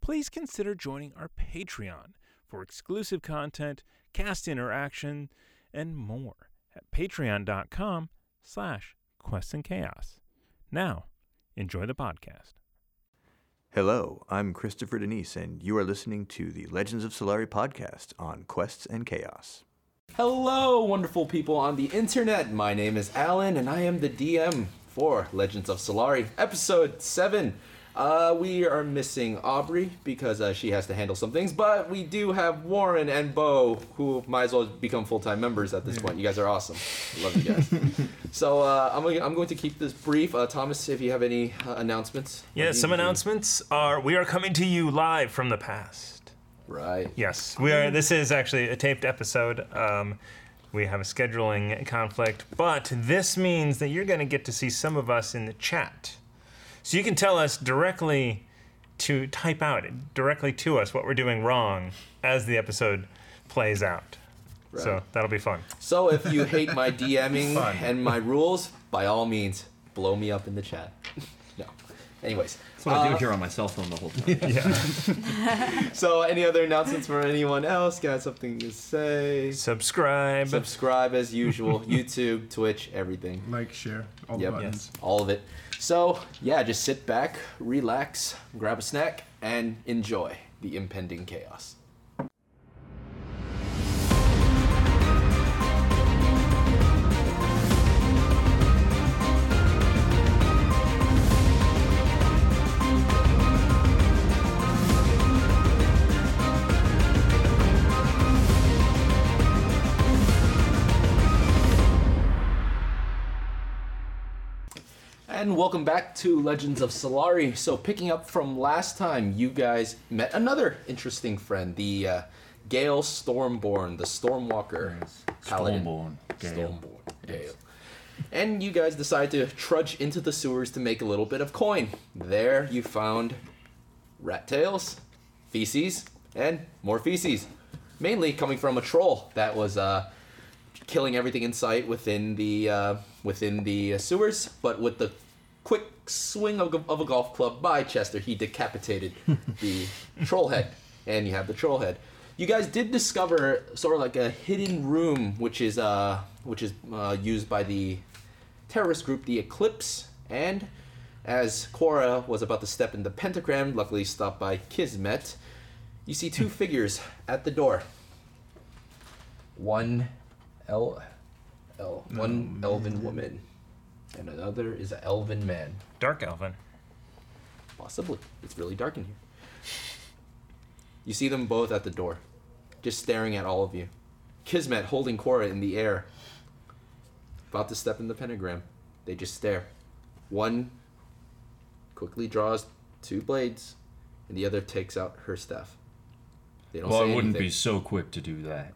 please consider joining our Patreon for exclusive content, cast interaction, and more at patreon.com slash quests and chaos. Now, enjoy the podcast. Hello, I'm Christopher Denise, and you are listening to the Legends of Solari podcast on Quests and Chaos. Hello, wonderful people on the internet. My name is Alan, and I am the DM for Legends of Solari, episode 7. Uh, we are missing Aubrey because uh, she has to handle some things, but we do have Warren and Bo, who might as well become full time members at this point. You guys are awesome. I love you guys. so uh, I'm, gonna- I'm going to keep this brief. Uh, Thomas, if you have any uh, announcements. Yeah, some announcements are we are coming to you live from the past. Right. Yes, we are. This is actually a taped episode. Um, we have a scheduling conflict, but this means that you're going to get to see some of us in the chat. So you can tell us directly to type out directly to us what we're doing wrong as the episode plays out. So Right. that'll be fun. So if you hate my DMing and my rules, by all means, blow me up in the chat. no. Anyways, That's what I do here on my cell phone the whole time. so any other announcements from anyone else? Got something to say? Subscribe. Subscribe as usual. YouTube, Twitch, everything. Like, share, all Yep, the buttons. all of it. So yeah, just sit back, relax, grab a snack, and enjoy the impending chaos. And welcome back to Legends of Solari. So, picking up from last time, you guys met another interesting friend, the uh, Gale Stormborn, the Stormwalker. Paladin. Stormborn, Gale. Stormborn Gale. And you guys decide to trudge into the sewers to make a little bit of coin. There, you found rat tails, feces, and more feces. Mainly coming from a troll that was uh, killing everything in sight within the uh, within the sewers, but with the quick swing of, of a golf club by Chester, he decapitated the troll head, and you have the troll head. You guys did discover sort of like a hidden room, which is uh, which is uh, used by the terrorist group, the Eclipse, and as Cora was about to step into pentagram, luckily stopped by Kismet, you see two figures at the door. One el, el, one elven woman, and another is an elven man. Dark Elven. Possibly. It's really dark in here. You see them both at the door, just staring at all of you. Kismet holding Cora in the air, about to step in the pentagram. They just stare. One quickly draws two blades, and the other takes out her staff. They don't Well, say I wouldn't be anything. so quick to do that.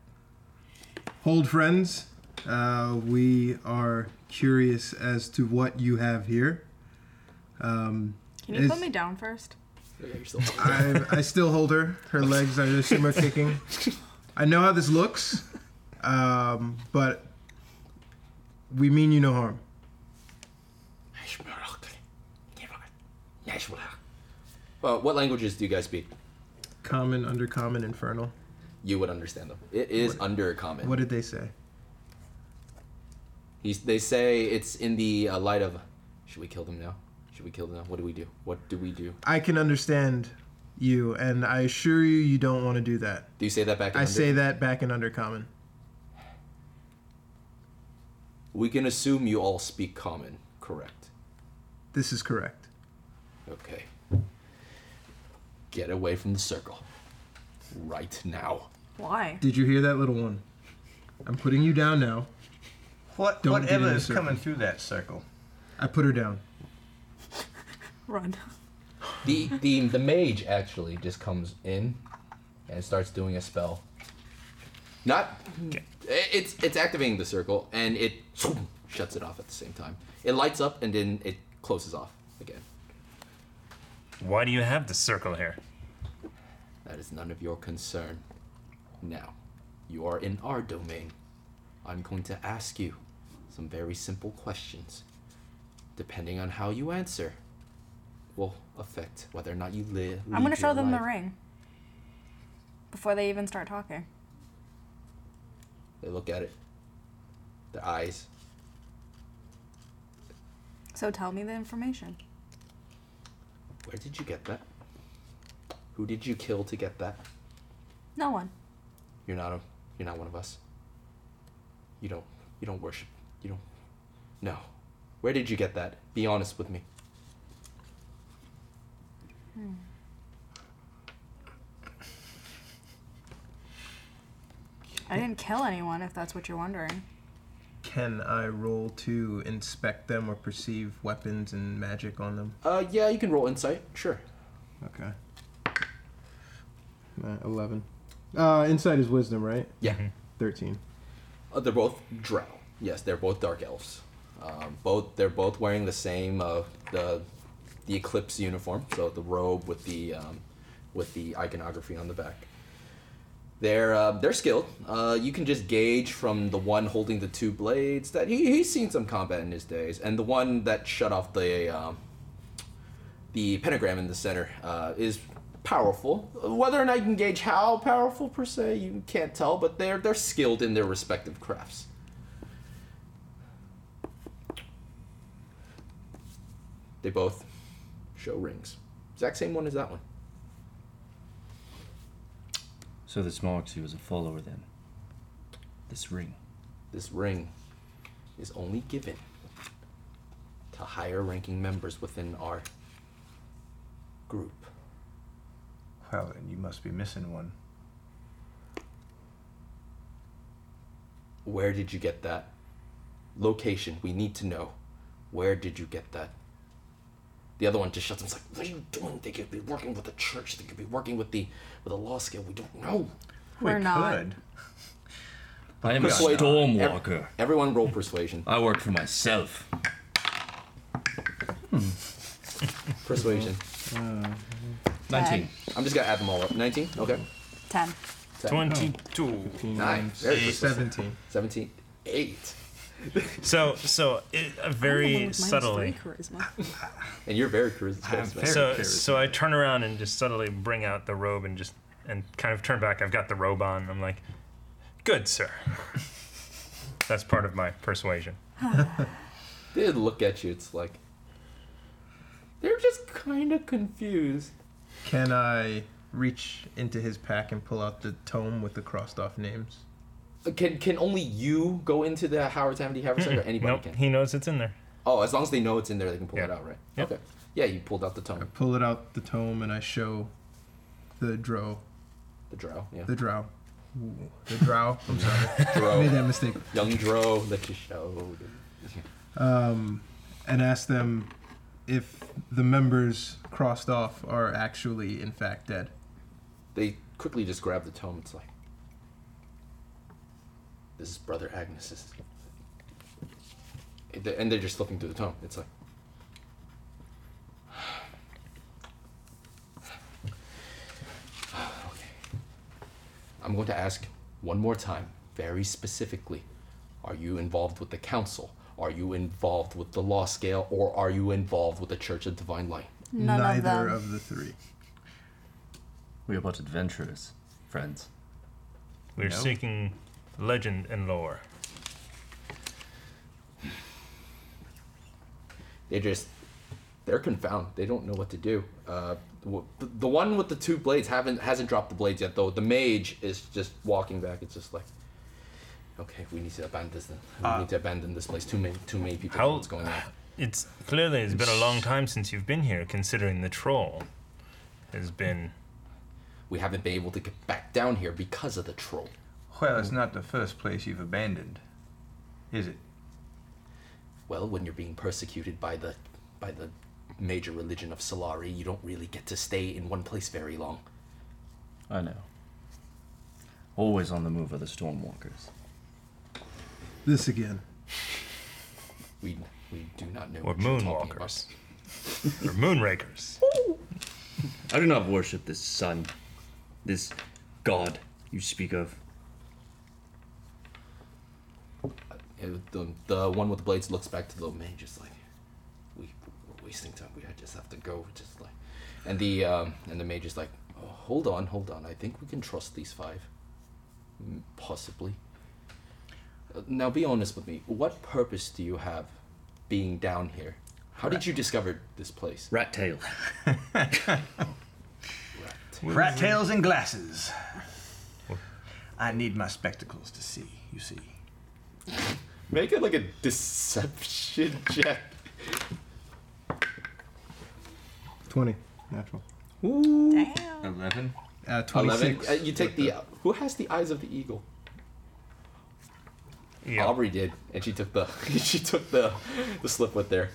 Hold friends, uh, we are curious as to what you have here. Can you Is- put me down first? Yeah, you're still- I, I still hold her. Her legs are just shimmer kicking. I know how this looks, um, but we mean you no harm. Uh, what languages do you guys speak? Common, undercommon, infernal. You would understand them. It is under common. What did they say? He's, they say it's in the uh, light of, should we kill them now? Should we kill them now? What do we do? What do we do? I can understand you, and I assure you, you don't want to do that. Do you say that back? in I under? say that back in undercommon. we can assume you all speak common, correct? This is correct. Okay. Get away from the circle, right now. Why? Did you hear that little one? I'm putting you down now. What, Don't get whatever in a is circle. coming through that circle. I put her down. Run. The the the mage actually just comes in, and starts doing a spell. Not. i- It's it's activating the circle and it shuts it off at the same time. It lights up and then it closes off again. Why do you have the circle here? That is none of your concern. Now, you are in our domain. I'm going to ask you some very simple questions. Depending on how you answer, will affect whether or not you live. I'm gonna show them the ring before they even start talking. They look at it. Their eyes. So tell me the information. Where did you get that? Who did you kill to get that? No one. You're not a. You're not one of us. You don't. You don't worship. You don't. No. Where did you get that? Be honest with me. I didn't kill anyone, if that's what you're wondering. Can I roll to inspect them or perceive weapons and magic on them? Uh, yeah, you can roll insight. Sure. Okay. Uh, Eleven. Uh, insight is wisdom, right? Yeah. Thirteen. Uh, they're both drow. Yes, they're both dark elves. Um, both they're both wearing the same uh, the the eclipse uniform, so the robe with the um, with the iconography on the back. They're uh, they're skilled. Uh, you can just gauge from the one holding the two blades that he, he's seen some combat in his days, and the one that shut off the um, the pentagram in the center uh, is powerful. Whether or not you can gauge how powerful per se, you can't tell, but they're they're skilled in their respective crafts. They both show rings. Exact same one as that one. So this marks you as a follower then. This ring. This ring is only given to higher ranking members within our group. Well, then you must be missing one. Where did you get that? Location. We need to know. Where did you get that? The other one just shuts him. It's like, what are you doing? They could be working with the church. They could be working with the with a law skill. We don't know. We're not. I am a Persuade- stormwalker. Everyone roll persuasion. I work for myself. Persuasion. 19. I'm just gonna add them all up. 19. Okay. Ten. 22. Nine. Very persuasive. Seventeen. 17. Eight. So, so it, uh, very subtly. And you're very charismatic. So, so I turn around and just subtly bring out the robe and just and kind of turn back. I've got the robe on. I'm like, good sir. That's part of my persuasion. They look at you. It's like they're just kind of confused. Can I reach into his pack and pull out the tome with the crossed off names? Can can only you go into the Howard Tammany Howard Center? Anybody Nope, can. he knows it's in there. Oh, as long as they know it's in there, they can pull it Yeah. out, right? Yeah. Okay. Yeah, you pulled out the tome, Pull it out the tome and I show the drow. the drow, yeah. The drow. Ooh, the drow. I'm sorry. I made drow, that mistake. young drow that you showed. And ask them if the members crossed off are actually, in fact, dead. They quickly just grab the tome. It's like, this is Brother Agnes's. And they- And they're just looking through the tome. It's like, okay. I'm going to ask one more time, very specifically. Are you involved with the council? Are you involved with the law scale? Or are you involved with the Church of Divine Light? None of Neither them. of, the three. We are but adventurers, friends. We're seeking legend and lore. they just they're confounded. They don't know what to do. Uh, w- the the one with the two blades haven't hasn't dropped the blades yet though. The mage is just walking back. It's just like, okay, we need to abandon this. We need to abandon this place. Too many too many people. know Uh, how- what's going on? It's clearly it's been a long time since you've been here, considering the troll has been. We haven't been able to get back down here because of the troll. Well, it's not the first place you've abandoned, is it? Well, when you're being persecuted by the by the major religion of Solari, you don't really get to stay in one place very long. I know. Always on the move are the Stormwalkers. This again. We we do not know Or what you're talking moonwalkers. about. Or moonrakers. I do not worship this sun, this god you speak of. Yeah, the, the one with the blades looks back to the man, just like we we're wasting time. We just have to go, just like. And the um, and the mage is like, oh, hold on, hold on. I think we can trust these five, Mm, possibly. Uh, Now be honest with me. What purpose do you have, being down here? How did you discover this place? Rat tail. Rat tails and glasses. I need my spectacles to see, you see. Make it like a deception check. 20. Natural. Damn. 11? Uh, Eleven. 26. Uh, you take the who has the eyes of the eagle? Yeah. Aubrey did, and she took the she took the the slip with there.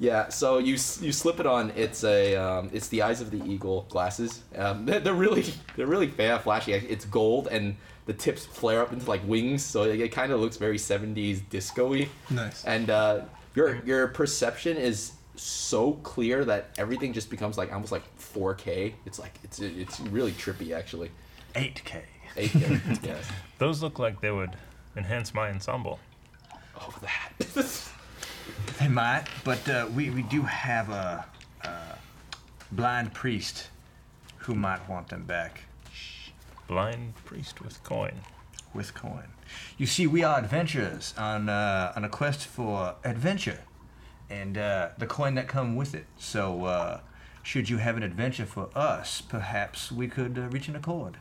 Yeah, so you s- you slip it on. It's a um, it's the eyes of the eagle glasses. Um, they're, they're really they're really fa- flashy. It's gold and the tips flare up into like wings, so it, it kind of looks very seventies disco-y. Nice. And uh, your your perception is so clear that everything just becomes like almost like 4K. It's like it's it's really trippy actually. 8K. 8K. yes. Those look like they would enhance my ensemble. Oh, that. They might, but uh, we, we do have a, a blind priest who might want them back Blind priest with coin. with coin. You see, we are adventurers on, uh, on a quest for adventure and uh, the coin that come with it. So, uh, should you have an adventure for us, perhaps we could uh, reach an accord.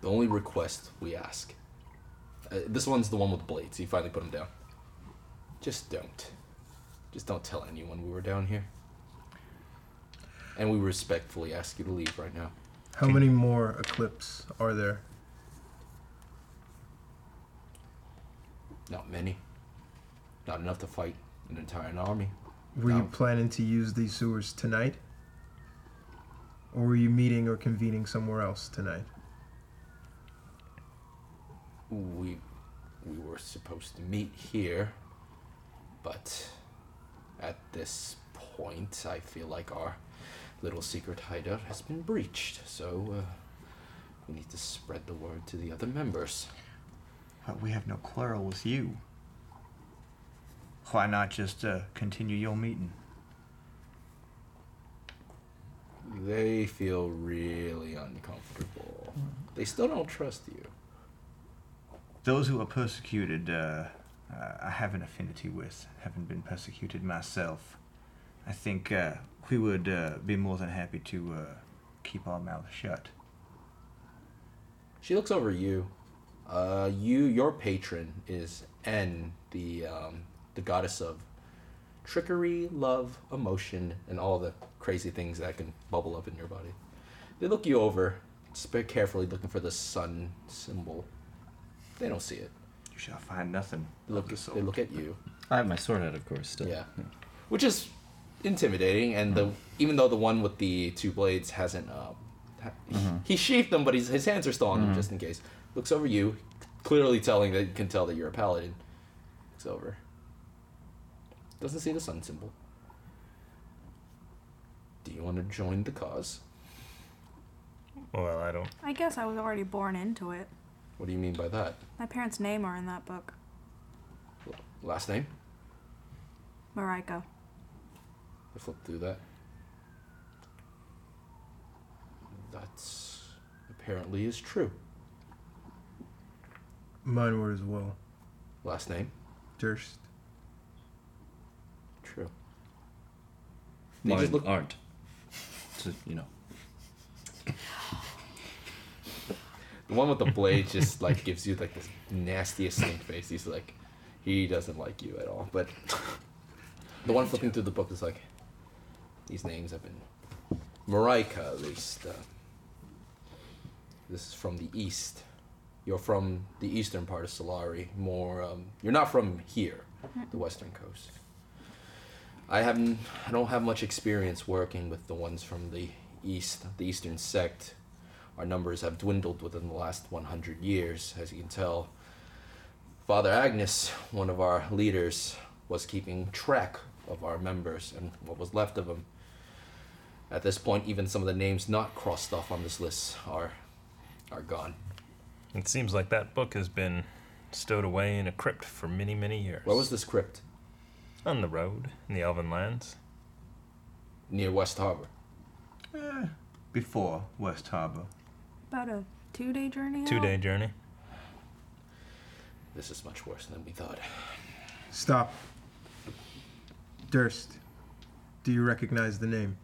The only request we ask. Uh, this one's the one with the blades. You finally put him down. Just don't. Just don't tell anyone we were down here. And we respectfully ask you to leave right now. How many more eclipse are there? Not many. Not enough to fight an entire army. Were you Um, No. planning to use these sewers tonight? Or were you meeting or convening somewhere else tonight? We we were supposed to meet here, but at this point, I feel like our little secret hideout has been breached. So uh, we need to spread the word to the other members. But Uh, we have no quarrel with you. Why not just uh, continue your meeting? They feel really uncomfortable. They still don't trust you. Those who are persecuted, uh, uh, I have an affinity with. Haven't been persecuted myself. I think uh, we would uh, be more than happy to uh, keep our mouths shut. She looks over at you. Uh, you, your patron is N, the um, the goddess of trickery, love, emotion, and all the crazy things that can bubble up in your body. They look you over, just very carefully looking for the sun symbol. They don't see it. You shall find nothing. They look, they look at you. I have my sword out, of course. Still. Yeah. Which is intimidating, and the even though the one with the two blades hasn't, uh, ha- he, he sheathed them, but he's, his hands are still on them just in case. Looks over you, clearly telling that can tell that you're a paladin. Looks over. Doesn't see the sun symbol. Do you want to join the cause? Well, I don't. I guess I was already born into it. What do you mean by that? My parents' name are in that book. Last name? Mariko. I flipped through that. That's apparently is true. Mine were as well. Last name? Durst. True. They Mine just look- aren't. So, you know. The one with the blade just like gives you like this nastiest stink face. He's like, he doesn't like you at all. But the one flipping through the book is like, these names have been Marika at least. Uh, this is from the east. You're from the eastern part of Solari. More, um, you're not from here, the western coast. I haven't. I don't have much experience working with the ones from the east, the eastern sect. Our numbers have dwindled within the last 100 years, as you can tell. Father Agnes, one of our leaders, was keeping track of our members and what was left of them. At this point, even some of the names not crossed off on this list are are gone. It seems like that book has been stowed away in a crypt for many, many years. Where was this crypt? On the road, in the Elven Lands. Near West Harbor. before West Harbor. About a two day journey? Two out? day journey. This is much worse than we thought. Stop. Durst, do you recognize the name?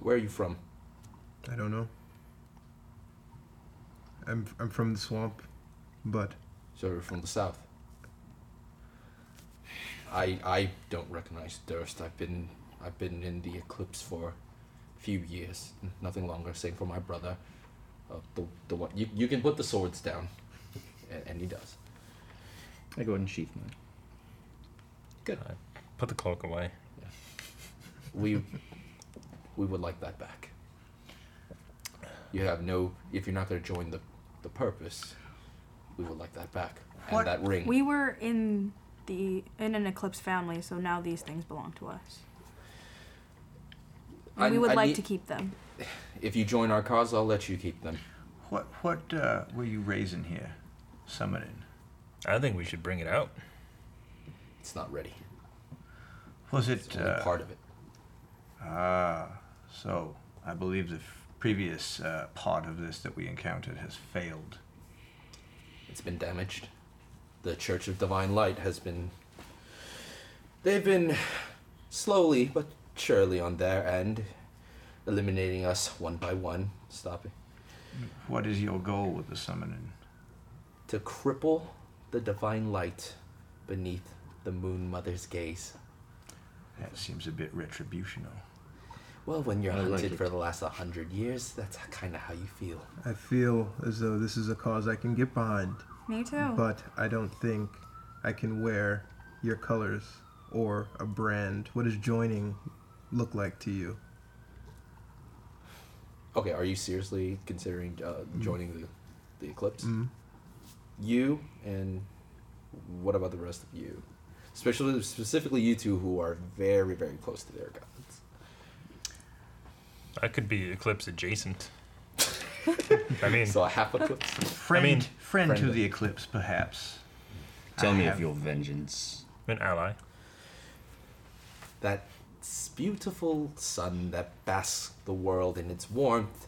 Where are you from? I don't know. I'm, I'm from the swamp, but So you're from the south. I I don't recognize Durst. I've been I've been in the eclipse for a few years, n- nothing longer. Same for my brother. Uh, the the one you, you can put the swords down, and, and he does. I go ahead and sheath mine. Put the cloak away. We we would like that back. You have no if you're not going to join the the purpose. We would like that back What? and that ring. We were in the in an eclipse family, so now these things belong to us. And I- we would I like need- to keep them. if you join our cause, I'll let you keep them. What what uh, were you raising here? Summoning. I think we should bring it out. It's not ready. Was It's it only uh, part of it. Ah, so I believe the f- previous uh, part of this that we encountered has failed. It's been damaged. The Church of Divine Light has been. They've been slowly but surely on their end, eliminating us one by one, stopping. What is your goal with the summoning? To cripple the Divine Light beneath the Moon Mother's gaze. That seems a bit retributional. Well, when you're I like hunted it. for the last 100 years, that's kind of how you feel. I feel as though this is a cause I can get behind. Me too. But I don't think I can wear your colors or a brand. What does joining look like to you? Okay, are you seriously considering uh, joining the, the Eclipse? You and what about the rest of you? Especially, specifically you two who are very, very close to their gods. I could be eclipse adjacent. I mean, So a half Eclipse. Friend, mean- friend, to the eclipse, perhaps. Tell me have- of your vengeance. an ally. that s- beautiful sun that basks the world in its warmth,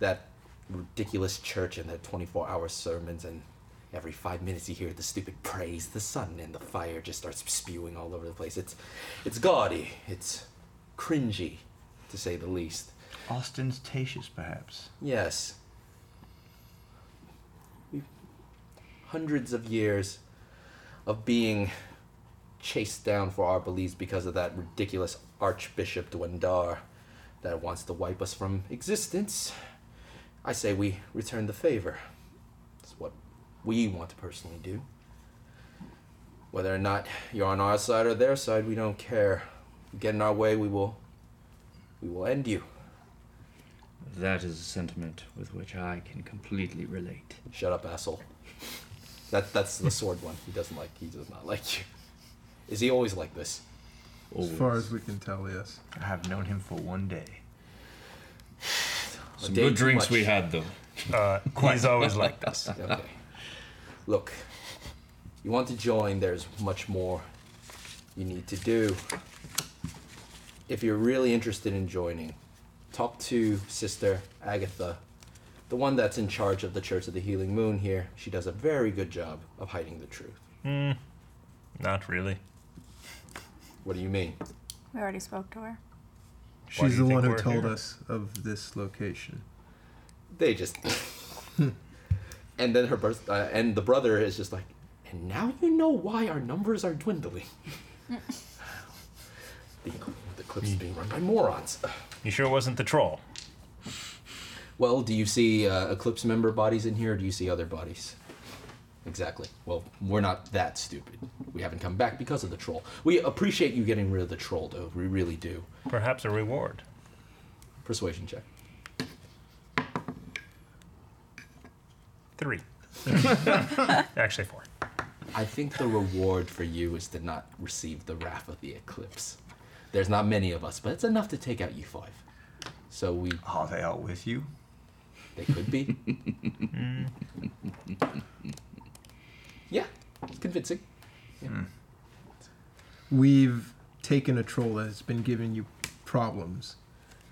that ridiculous church and their 24 hour sermons, and every five minutes you hear the stupid praise, the sun and the fire just starts spewing all over the place. It's, it's gaudy, it's cringy, to say the least. Ostentatious, perhaps. Yes. We've hundreds of years of being chased down for our beliefs because of that ridiculous Archbishop Dwendar that wants to wipe us from existence. I say we return the favor. It's what we want to personally do. Whether or not you're on our side or their side, we don't care. You get in our way, we will we will end you. That is a sentiment with which I can completely relate. Shut up, asshole. That that's the sword one. He doesn't like. He does not like you. Is he always like this? Always. As far as we can tell, yes. I have known him for one day. A Some day good too drinks much. we had, though. Uh, he's always like this. Okay. Look, you want to join? There's much more you need to do. If you're really interested in joining, talk to Sister Agatha, the one that's in charge of the Church of the Healing Moon here. She does a very good job of hiding the truth. Not really. What do you mean? we already spoke to her. Why do She's you the one think who we're told here? us of this location. they just and then her birth uh, and the brother is just like and now you know why our numbers are dwindling the, the clips is being run by morons You sure it wasn't the troll? well do you see uh, eclipse member bodies in here or do you see other bodies exactly well we're not that stupid we haven't come back because of the troll we appreciate you getting rid of the troll though we really do Perhaps a reward. Persuasion check. Three. Actually, four. I think the reward for you is to not receive the wrath of the eclipse. There's not many of us, but it's enough to take out you five. So we Are they out with you? they could be. yeah, it's convincing. We've taken a troll that has been giving you problems.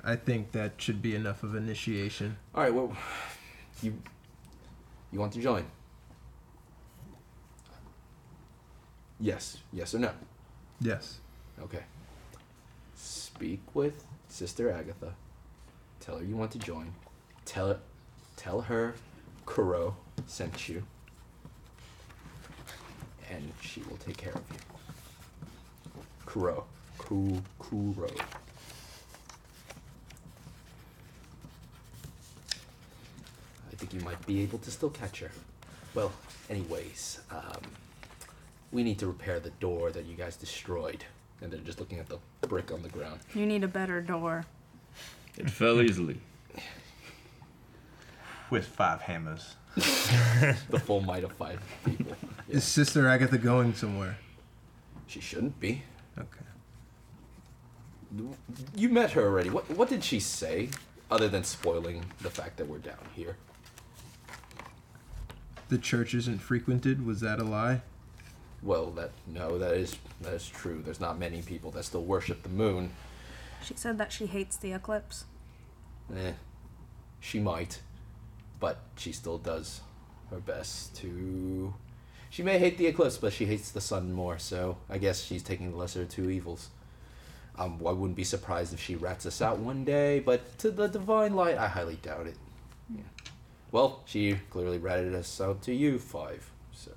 I think that should be enough of initiation. All right, well, you you want to join? Yes, yes or no? Yes. Okay. Speak with Sister Agatha. Tell her you want to join. Tell her, tell her Kuro sent you. And she will take care of you. Kuro. Ku, Kuro. I think you might be able to still catch her. Well, anyways, um, we need to repair the door that you guys destroyed. And they're just looking at the brick on the ground. You need a better door. It fell easily. With five hammers. The full might of five people. Yeah. Is Sister Agatha going somewhere? She shouldn't be. Okay. You met her already. What what did she say, other than spoiling the fact that we're down here? The church isn't frequented. Was that a lie? Well, that no, that is that is true. There's not many people that still worship the moon. She said that she hates the eclipse. Eh, she might, but she still does her best to. She may hate the eclipse, but she hates the sun more. So I guess she's taking the lesser of two evils. Um, I wouldn't be surprised if she rats us out one day, but to the divine light, I highly doubt it. Yeah. Well, she clearly ratted us out to you five, so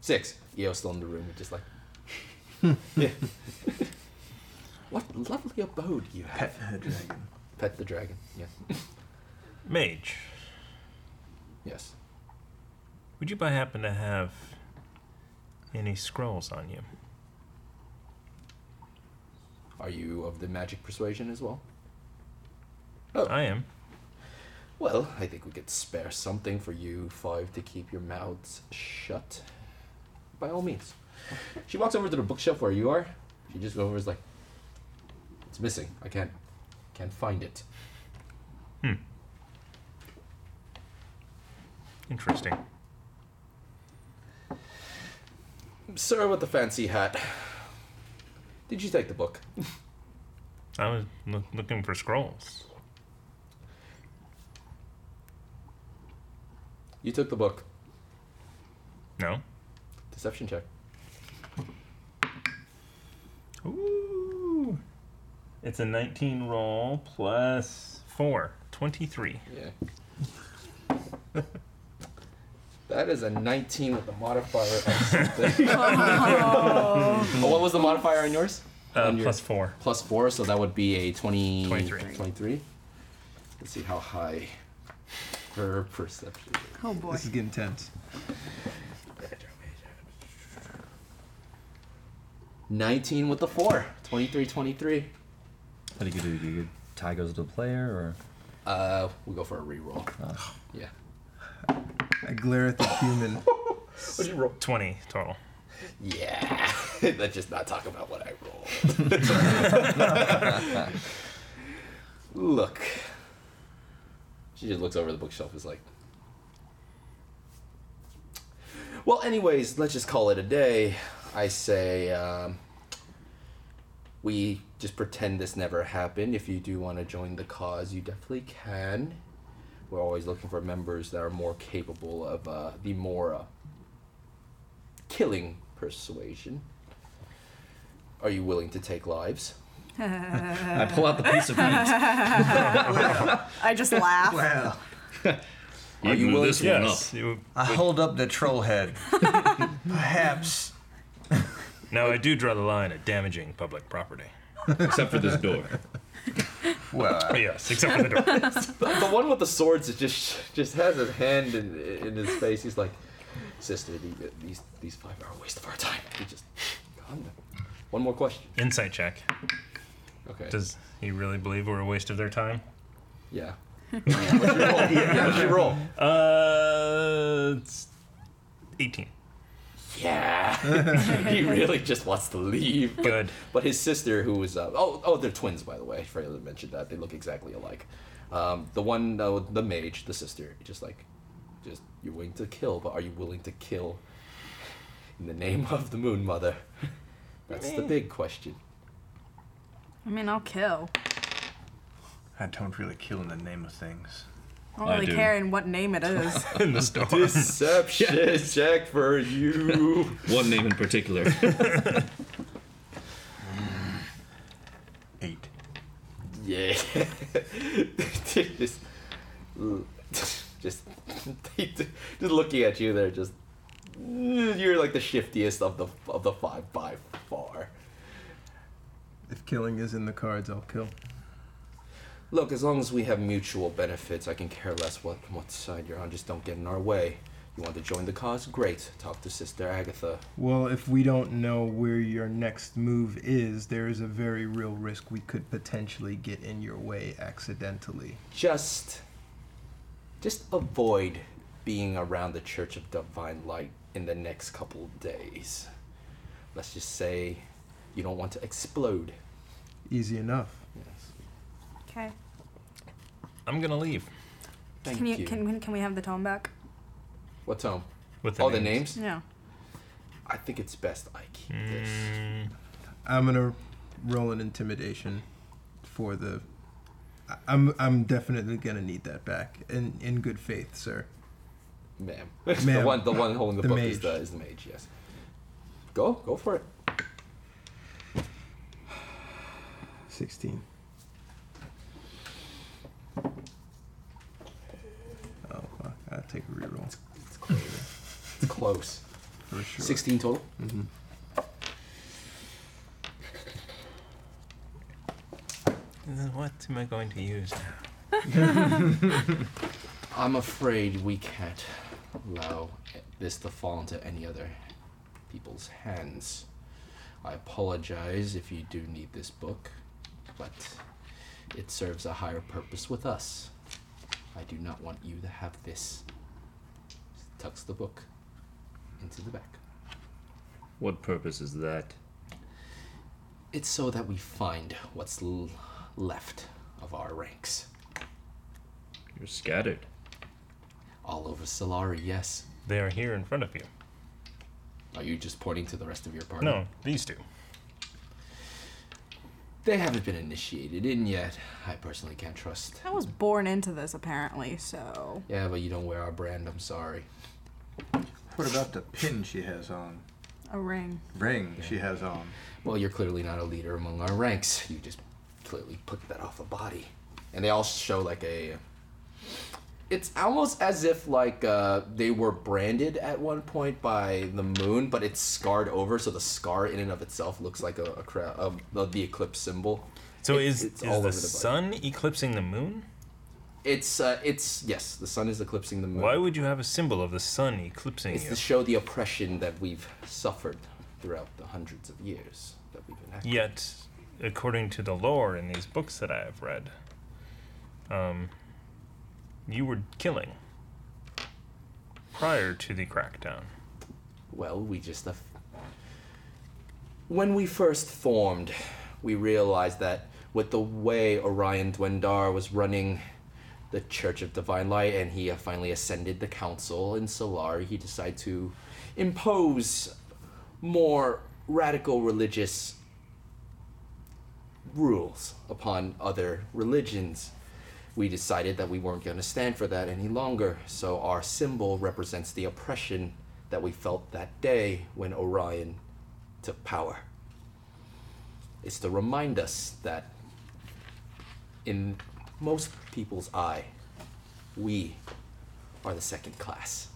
six. Eo's still in the room, just like. Yeah. what lovely abode you have. Pet the dragon. Pet the dragon. Yeah. Mage, Yes. would you by happen to have any scrolls on you? Are you of the magic persuasion as well? I am. Well, I think we could spare something for you five to keep your mouths shut. By all means. She walks over to the bookshelf where you are. She just goes over and is like, "It's missing. I can't, can't find it." Interesting. Sir with the fancy hat. Did you take the book? I was loo- looking for scrolls. You took the book. No? Deception check. Ooh. It's a 19 roll plus 4. 23. Yeah. that is a 19 with a modifier. of something. Oh, what was the modifier on yours? Uh, On your- plus 4. plus four, so that would be a 20, 23. 23. Let's see how high her perception is. Oh boy. This is getting tense. 19 with the four. 23, 23. How do you do? Do you tie goes to the player or? Uh, we'll go for a reroll. Yeah. I glare at the human. What'd you roll? 20 total. Yeah. Let's just not talk about what I rolled. Look. She just looks over the bookshelf and is like. Well, anyways, let's just call it a day. I say um, we just pretend this never happened. If you do want to join the cause, you definitely can. We're always looking for members that are more capable of uh, the more uh, killing persuasion. Are you willing to take lives? I pull out the piece of meat. I just laugh. Well, Are you willing this to- one up? You- I hold up the troll head. Perhaps Now, I do draw the line at damaging public property. Except for this door. Well, Yes, except for the door. The one with the swords is just just has his hand in, in his face. He's like, sister, the- these these five are a waste of our time. You just calm down. One more question. Insight check. Okay. Does he really believe we're a waste of their time? Yeah. What's your roll? What's your roll? Uh, it's 18. Yeah. he really just wants to leave. But, Good. But his sister, who was uh, oh oh, they're twins by the way. I forgot to mention that they look exactly alike. Um, the one uh, the mage, the sister, just like, just you're willing to kill, but are you willing to kill in the name of the Moon Mother? That's the big question. I mean, I'll kill. I don't really kill in the name of things. I don't I really do. care in what name it is. In the storm. Deception check for you. One name in particular. Eight. Yeah. just, just, just looking at you, they're just. You're like the shiftiest of the of the five by far. If killing is in the cards, I'll kill. Look, as long as we have mutual benefits, I can care less what what side you're on. Just don't get in our way. You want to join the cause? Great. Talk to Sister Agatha. Well, if we don't know where your next move is, there is a very real risk we could potentially get in your way accidentally. Just, just avoid being around the Church of Divine Light in the next couple of days. Let's just say you don't want to explode. Easy enough. Yes. Okay. I'm going to leave. Thank can you. you, Can, when- can we have the tone back? What tome? With All the names? No. I think it's best I keep this. I'm gonna roll an intimidation for the. I- I'm I'm definitely gonna need that back in in good faith, sir. Ma'am. The Ma'am. one the one holding the, The book is mage. the is the mage, yes. Go, go for it. Sixteen. Oh, fuck. I'll take a reroll It's close. for sure. Sixteen total? Then What am I going to use now? I'm afraid we can't allow this to fall into any other people's hands. I apologize if you do need this book, but it serves a higher purpose with us. I do not want you to have this. Tucks the book into the back. what purpose is that? It's so that we find what's l- left of our ranks. You're scattered. All over Solari, yes. They are here in front of you. Are you just pointing to the rest of your party? No, these two. They haven't been initiated in yet. I personally can't trust. I was born into this, apparently, so. Yeah, but you don't wear our brand, I'm sorry. What about the pin she has on? A ring. Ring she has on. Well, you're clearly not a leader among our ranks. You just clearly put that off a body. And they all show like a. It's almost as if like uh, they were branded at one point by the moon, but it's scarred over, so the scar in and of itself looks like a, a cra- of the- the eclipse symbol. So It- is it's is all over the the body. sun eclipsing the moon? It's uh, it's yes, the sun is eclipsing the moon. Why would you have a symbol of the sun eclipsing It's you? to show the oppression that we've suffered throughout the hundreds of years that we've been. active. Yet, according to the lore in these books that I have read, um, you were killing prior to the crackdown. Well, we just. have- When we first formed, we realized that with the way Orion Dwendar was running the Church of Divine Light and he uh, finally ascended the Council in Solari, he decided to impose more radical religious rules upon other religions. We decided that we weren't going to stand for that any longer, so our symbol represents the oppression that we felt that day when Orion took power. It's to remind us that, in most people's eye, we are the second class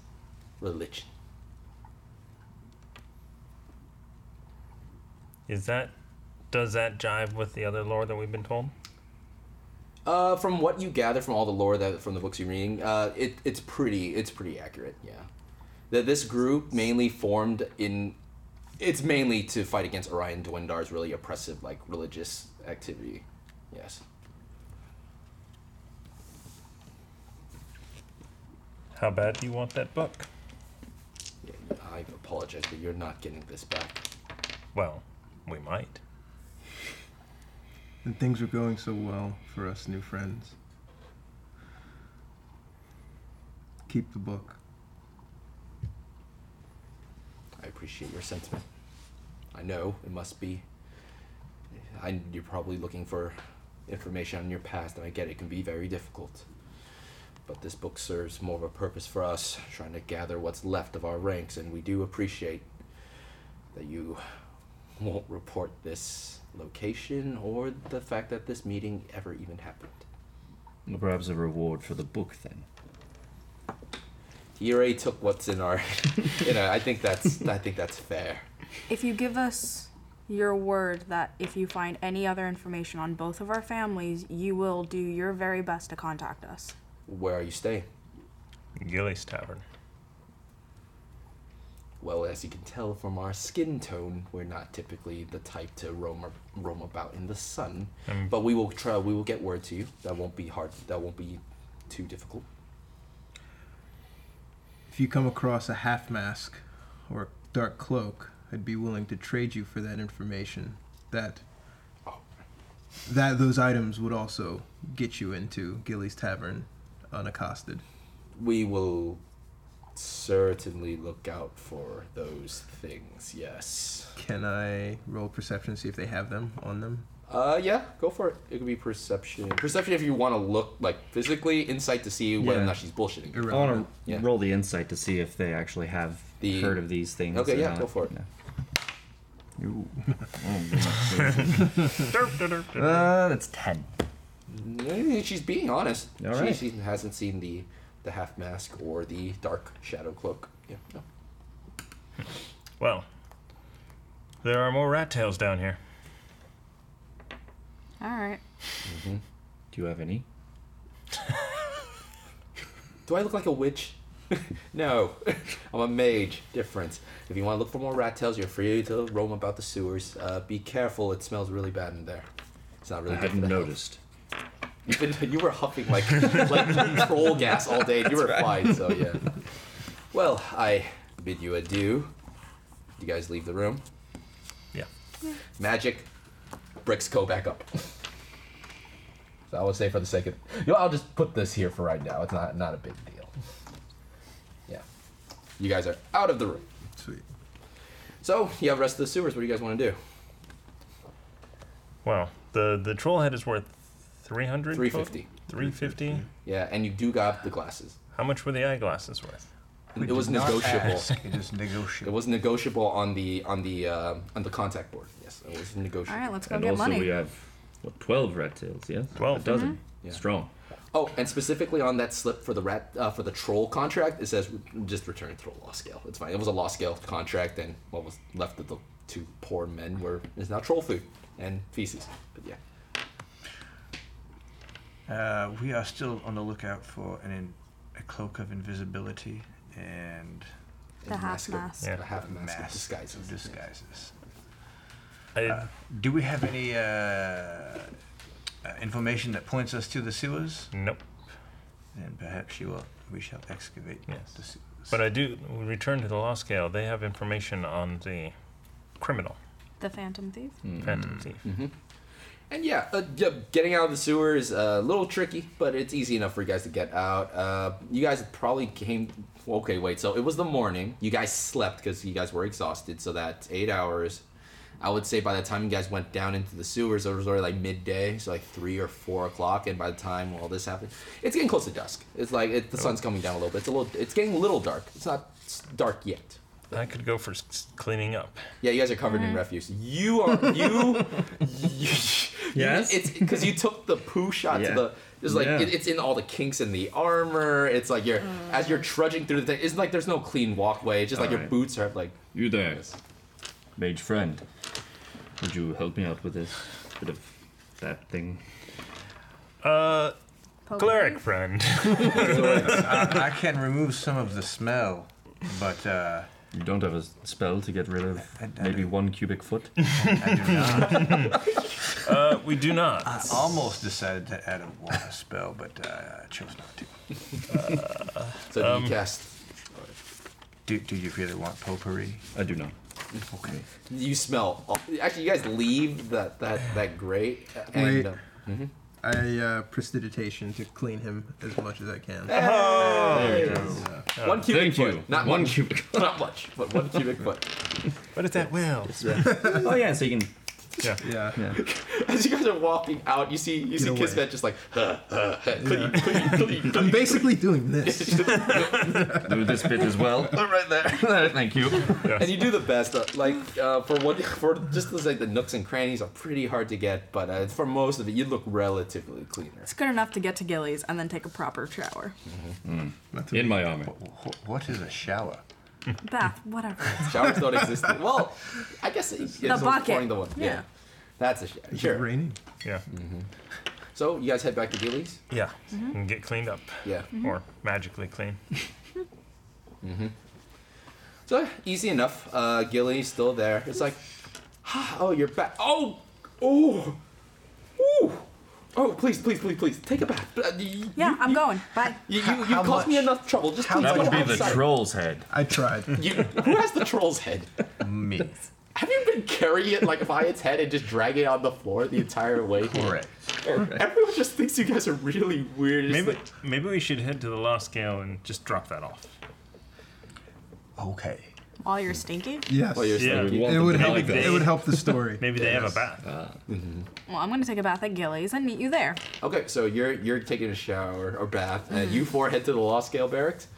religion. Is that does that jive with the other lore that we've been told? Uh, from what you gather from all the lore that from the books you're reading, uh, it, it's pretty it's pretty accurate. Yeah, that this group mainly formed in, it's mainly to fight against Orion Dwendar's really oppressive like religious activity. Yes. How bad do you want that book? I apologize, but you're not getting this back. Well, we might. And things were going so well for us new friends. Keep the book. I appreciate your sentiment. I know it must be. I, you're probably looking for information on your past, and I get it can be very difficult. But this book serves more of a purpose for us, trying to gather what's left of our ranks, and we do appreciate that you won't report this location or the fact that this meeting ever even happened. Or perhaps a reward for the book then. He already took what's in our, you know. I think that's I think that's fair. If you give us your word that if you find any other information on both of our families, you will do your very best to contact us. Where are you staying? Gilly's Tavern. Well, as you can tell from our skin tone, we're not typically the type to roam, ar- roam about in the sun. But we will try. We will get word to you. That won't be hard. That won't be too difficult. If you come across a half mask or a dark cloak, I'd be willing to trade you for that information. That that those items would also get you into Gilly's Tavern unaccosted. We will certainly look out for those things. Yes. Can I roll perception to see if they have them on them? Uh, yeah. Go for it. It could be perception. Perception if you want to look like physically. Insight to see whether or Yeah. not she's bullshitting. you. I want Irrelevant. to Yeah. roll the insight to see if they actually have The- heard of these things. Okay, or yeah, not. go for it. Yeah. Ooh. Oh, goodness. Derp, derp, derp. uh, that's 10. Eh, She's being honest. All she, right. she hasn't seen the the half mask or the dark shadow cloak. Yeah. No. Well, there are more rat tails down here. All right. Do you have any? Do I look like a witch? no, I'm a mage. Difference. If you want to look for more rat tails, you're free to roam about the sewers. Uh, be careful; it smells really bad in there. It's not really. I good for hadn't the health. noticed. You've been, you were huffing like like troll gas all day. and You were fine, so yeah. Well, I bid you adieu. You guys leave the room. Yeah. Magic bricks go back up. So I would say for the sake of, you know, I'll just put this here for right now. It's not not a big deal. Yeah, you guys are out of the room. Sweet. So you have the rest of the sewers. What do you guys want to do? Well, the the troll head is worth 300. 350. 350. Yeah, and you do got the glasses. How much were the eyeglasses worth? it was did not negotiable. ask. It is It negotiable. was negotiable on the on the uh, on the contact board. Yes, it was All negotiable. right, let's go and get also, money. we have, what, 12 rat tails, yes? 12. A dozen. Mm-hmm. Yeah. Strong. Oh, and specifically on that slip for the rat uh, for the troll contract, it says just return it to the law scale. It's fine. It was a law scale contract, and what was left of the two poor men were is now troll food and feces. But yeah, Uh, we are still on the lookout for an in, a cloak of invisibility and The and half mask. Yeah. a half a mask, mask of disguises. of disguises. I, Do we have any uh, uh, information that points us to the sewers? nope. Then perhaps you will. We shall excavate Yes. the sewers. But I do we return to the law scale. They have information on the criminal, The Phantom Thief. Hmm. Phantom Thief. And yeah, uh, yeah, getting out of the sewer is uh, a little tricky, but it's easy enough for you guys to get out. Uh, you guys probably came. Okay, wait. So it was the morning. You guys slept because you guys were exhausted. So that's eight hours. I would say by the time you guys went down into the sewers, it was already like midday, so like three or four o'clock. And by the time all this happened, it's getting close to dusk. It's like it, the sun's coming down a little bit. It's a little. It's getting a little dark. It's not s- dark yet. I could go for s- cleaning up. Yeah, you guys are covered in refuse. You are you. you Yes? it's because you took the poo shot Yeah. to the. It's like Yeah. it, it's in all the kinks in the armor. It's like you're as you're trudging through the thing. It's like there's no clean walkway. It's just like your Alright. boots are like. You there, Yes. mage friend. Would you help me out with this bit of that thing? Uh, Poke cleric thief? friend. I, I can remove some of the smell, but uh, You don't have a s- spell to get rid of I- I maybe do. one cubic foot? I do not. Uh, we do not. I almost decided to add a water spell, but uh, I chose not to. So Um, you cast. Do, do you really want potpourri? I do not. Okay. You smell. all- Actually, you guys leave that that that grate. Wait. And, uh, I uh, prestidigitation to clean him as much as I can. one cubic Uh, Thank foot. you. Not one much. cubic. Not much, but one cubic foot. But it's at will. oh yeah, so you can. Yeah. As you guys are walking out, you see you see away. Kismet just like huh, huh, huh, clean, clean, clean, I'm clean. basically doing this. Do this bit as well. right there. Thank you. And you do the best. Uh, like uh, for what for just those, like the nooks and crannies are pretty hard to get, but uh, for most of it, you look relatively cleaner. It's good enough to get to Gillies and then take a proper shower. In my armor. Wh- What is a shower? Bath, whatever. Showers don't exist. Well, I guess it, it's always bucket. pouring The one. Yeah. Yeah. That's a shower. Sure. Raining. Yeah. So you guys head back to Gillies. Yeah. And get cleaned up. Yeah. Or magically clean. So easy enough. Uh, Gilly's still there. It's like, "Ah, oh, you're back. Oh, oh, ooh. Oh, please, please, please, please, take a bath. Uh, you- Yeah, you- I'm you- going. Bye. You, you, How- you how caused me much? enough trouble. Just How please much? go That would outside. troll's head. I tried. You, who has the troll's head? Me. Have you been carrying it like by its head and just dragging it on the floor the entire way? Correct. Everyone just thinks you guys are really weird. It's Maybe like- maybe we should head to the lost scale and just drop that off. Okay. While you're stinky? Yes. Well, oh, you're Yeah. We stinky. want it them would to help. like that. it would help the story. Maybe they have a bath. Well, I'm gonna take a bath at Gillies and meet you there. Okay, so you're you're taking a shower or bath, and you four head to the Lost Scale barracks.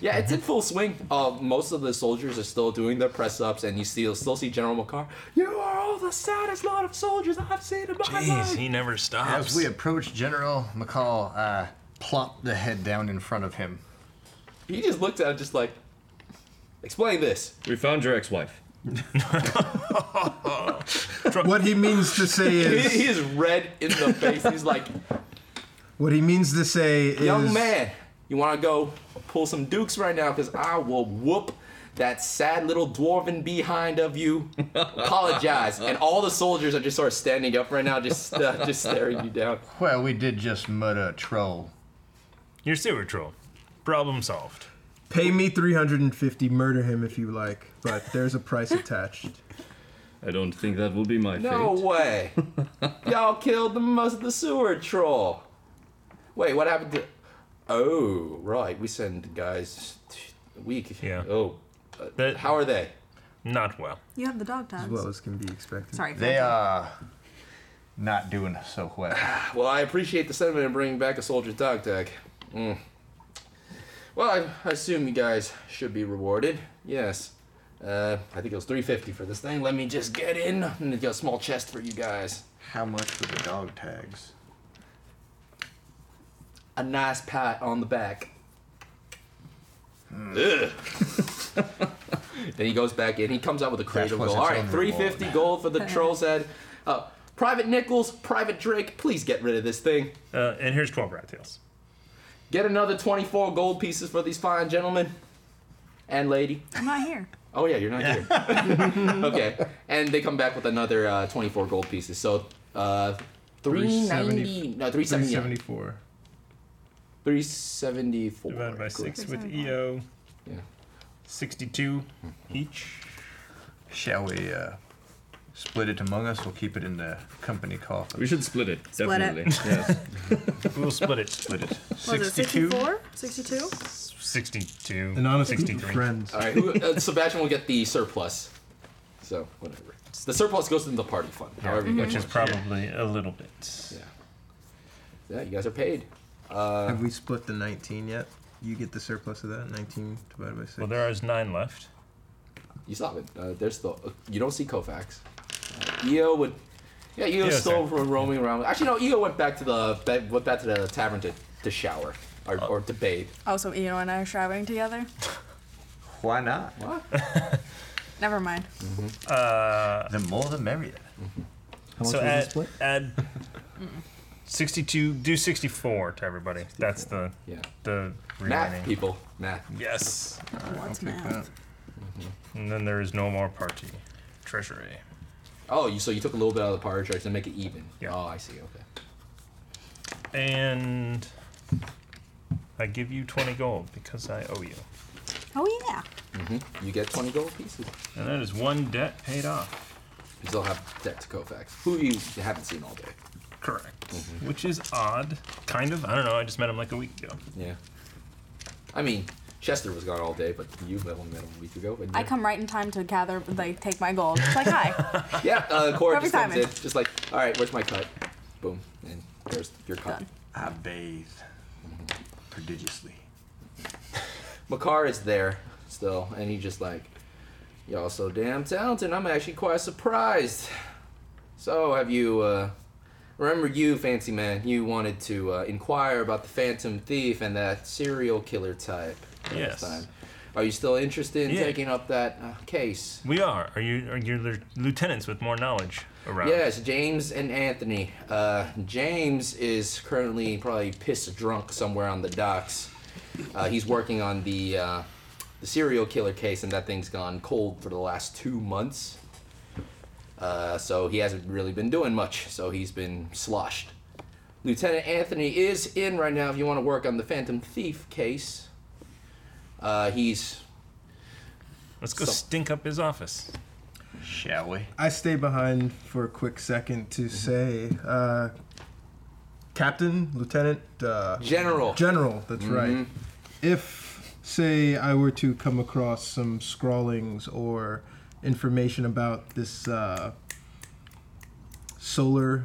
Yeah, it's Uh-huh. in full swing. Uh, most of the soldiers are still doing their press ups, and you still still see General Makar. You are all the saddest lot of soldiers I've seen in my Jeez, life. he never stops. As we approach, General McCall uh, plopped the head down in front of him. He just looked at it, just like, explain this. We found your ex-wife. What he means to say He, is. he is red in the face. He's like, What he means to say is. young man, you want to go pull some dukes right now, because I will whoop. That sad little dwarven behind of you, apologize, and all the soldiers are just sort of standing up right now, just uh, just staring you down. Well, we did just murder a troll. Your sewer troll. Problem solved. Pay me 350, murder him if you like, but there's a price attached. I don't think that will be my No fate. way. Y'all killed the most the sewer troll. Wait, what happened to? Oh, right. We send guys. t- We Yeah. Oh, That how are they? not well. You have the dog As tags. well as can be expected. Sorry. They Phantom. are not doing so well. Well, I appreciate the sentiment in bringing back a soldier dog tag. Mm. Well, I, I assume you guys should be rewarded. Yes. Uh, I think it was 350 for this thing. Let me just get in. and got a small chest for you guys. How much were the dog tags? A nice pat on the back. Ugh. then he goes back in. He comes out with a crate That's of what's gold. All its right, own three fifty gold for the troll's head. Uh, Private Nichols, Private Drake, please get rid of this thing. Uh, and here's 12 rat tails. Get another twenty-four gold pieces for these fine gentlemen and lady. I'm not here. Oh yeah, you're not here. okay, and they come back with another uh, twenty-four gold pieces. So uh, three ninety, 370 no, three seventy, 374. three seventy-four. Divided by 6 with E EO. Yeah. 62 each. Shall we uh, split it among us? We'll keep it in the company coffin. We should split it. Split it. definitely. Yes. We'll split it. Split it. Was it 64? 62? 62. An honest group of 63. friends. All right, who, uh, Sebastian will get the surplus. So whatever. The surplus goes into the party fund. However, you Which guys is probably a little bit. yeah, you guys are paid. Have we split the 19 yet? You get the surplus of that 19 divided by 6. Well, there is nine left. You stop it. Uh, there's still uh, you don't see Kofax. Uh, Eo would. Yeah, Eo's Eo's still E there. roaming around. Actually, no. Eo went back to the ba- went back to the tavern to, to shower or, or to bathe. Oh, so Eno and I are showering together? Why not? Never mind. The more the merrier. How much was so the add, split? add 62, do 64 to everybody. That's the Yeah. the remaining. Math people, math. Yes. What's math? And then there is no more party. Treasury. Oh, you so you took a little bit out of the power charge to make it even. Yeah. Oh, I see. Okay. And I give you 20 gold because I owe you. Oh yeah. You get 20 gold pieces. And that is one debt paid off. You still have debt to Kofax, who you haven't seen all day. Correct. Which is odd. Kind of. I don't know. I just met him like a week ago. Yeah. I mean, Chester was gone all day, but you only met him a week ago. And I come right in time to gather, like, take my gold. It's like, hi, Yeah, uh, Cora just Perfect comes in, timing. just like, all right, where's my cut? Boom, and there's your cut. Done. I bathe prodigiously. Makar is there still, and he just like, y'all so damn talented. I'm actually quite surprised. So have you? uh Remember you, fancy man. You wanted to uh, inquire about the Phantom Thief and that serial killer type. last Yes. Are you still interested in Yeah. taking up that uh, case? We are. Are you are your lieu- lieutenants with more knowledge around? Yes, James and Anthony. Uh, James is currently probably pissed drunk somewhere on the docks. Uh, he's working on the uh, the serial killer case, and that thing's gone cold for the last two months. Uh, so he hasn't really been doing much. So he's been sloshed. Lieutenant Anthony is in right now. If you want to work on the Phantom Thief case, uh, he's Let's go So- stink up his office. Shall we? I stay behind for a quick second to say, uh, Captain, Lieutenant, uh, general. Mm-hmm. General, that's right. If, say, I were to come across some scrawlings or information about this uh, solar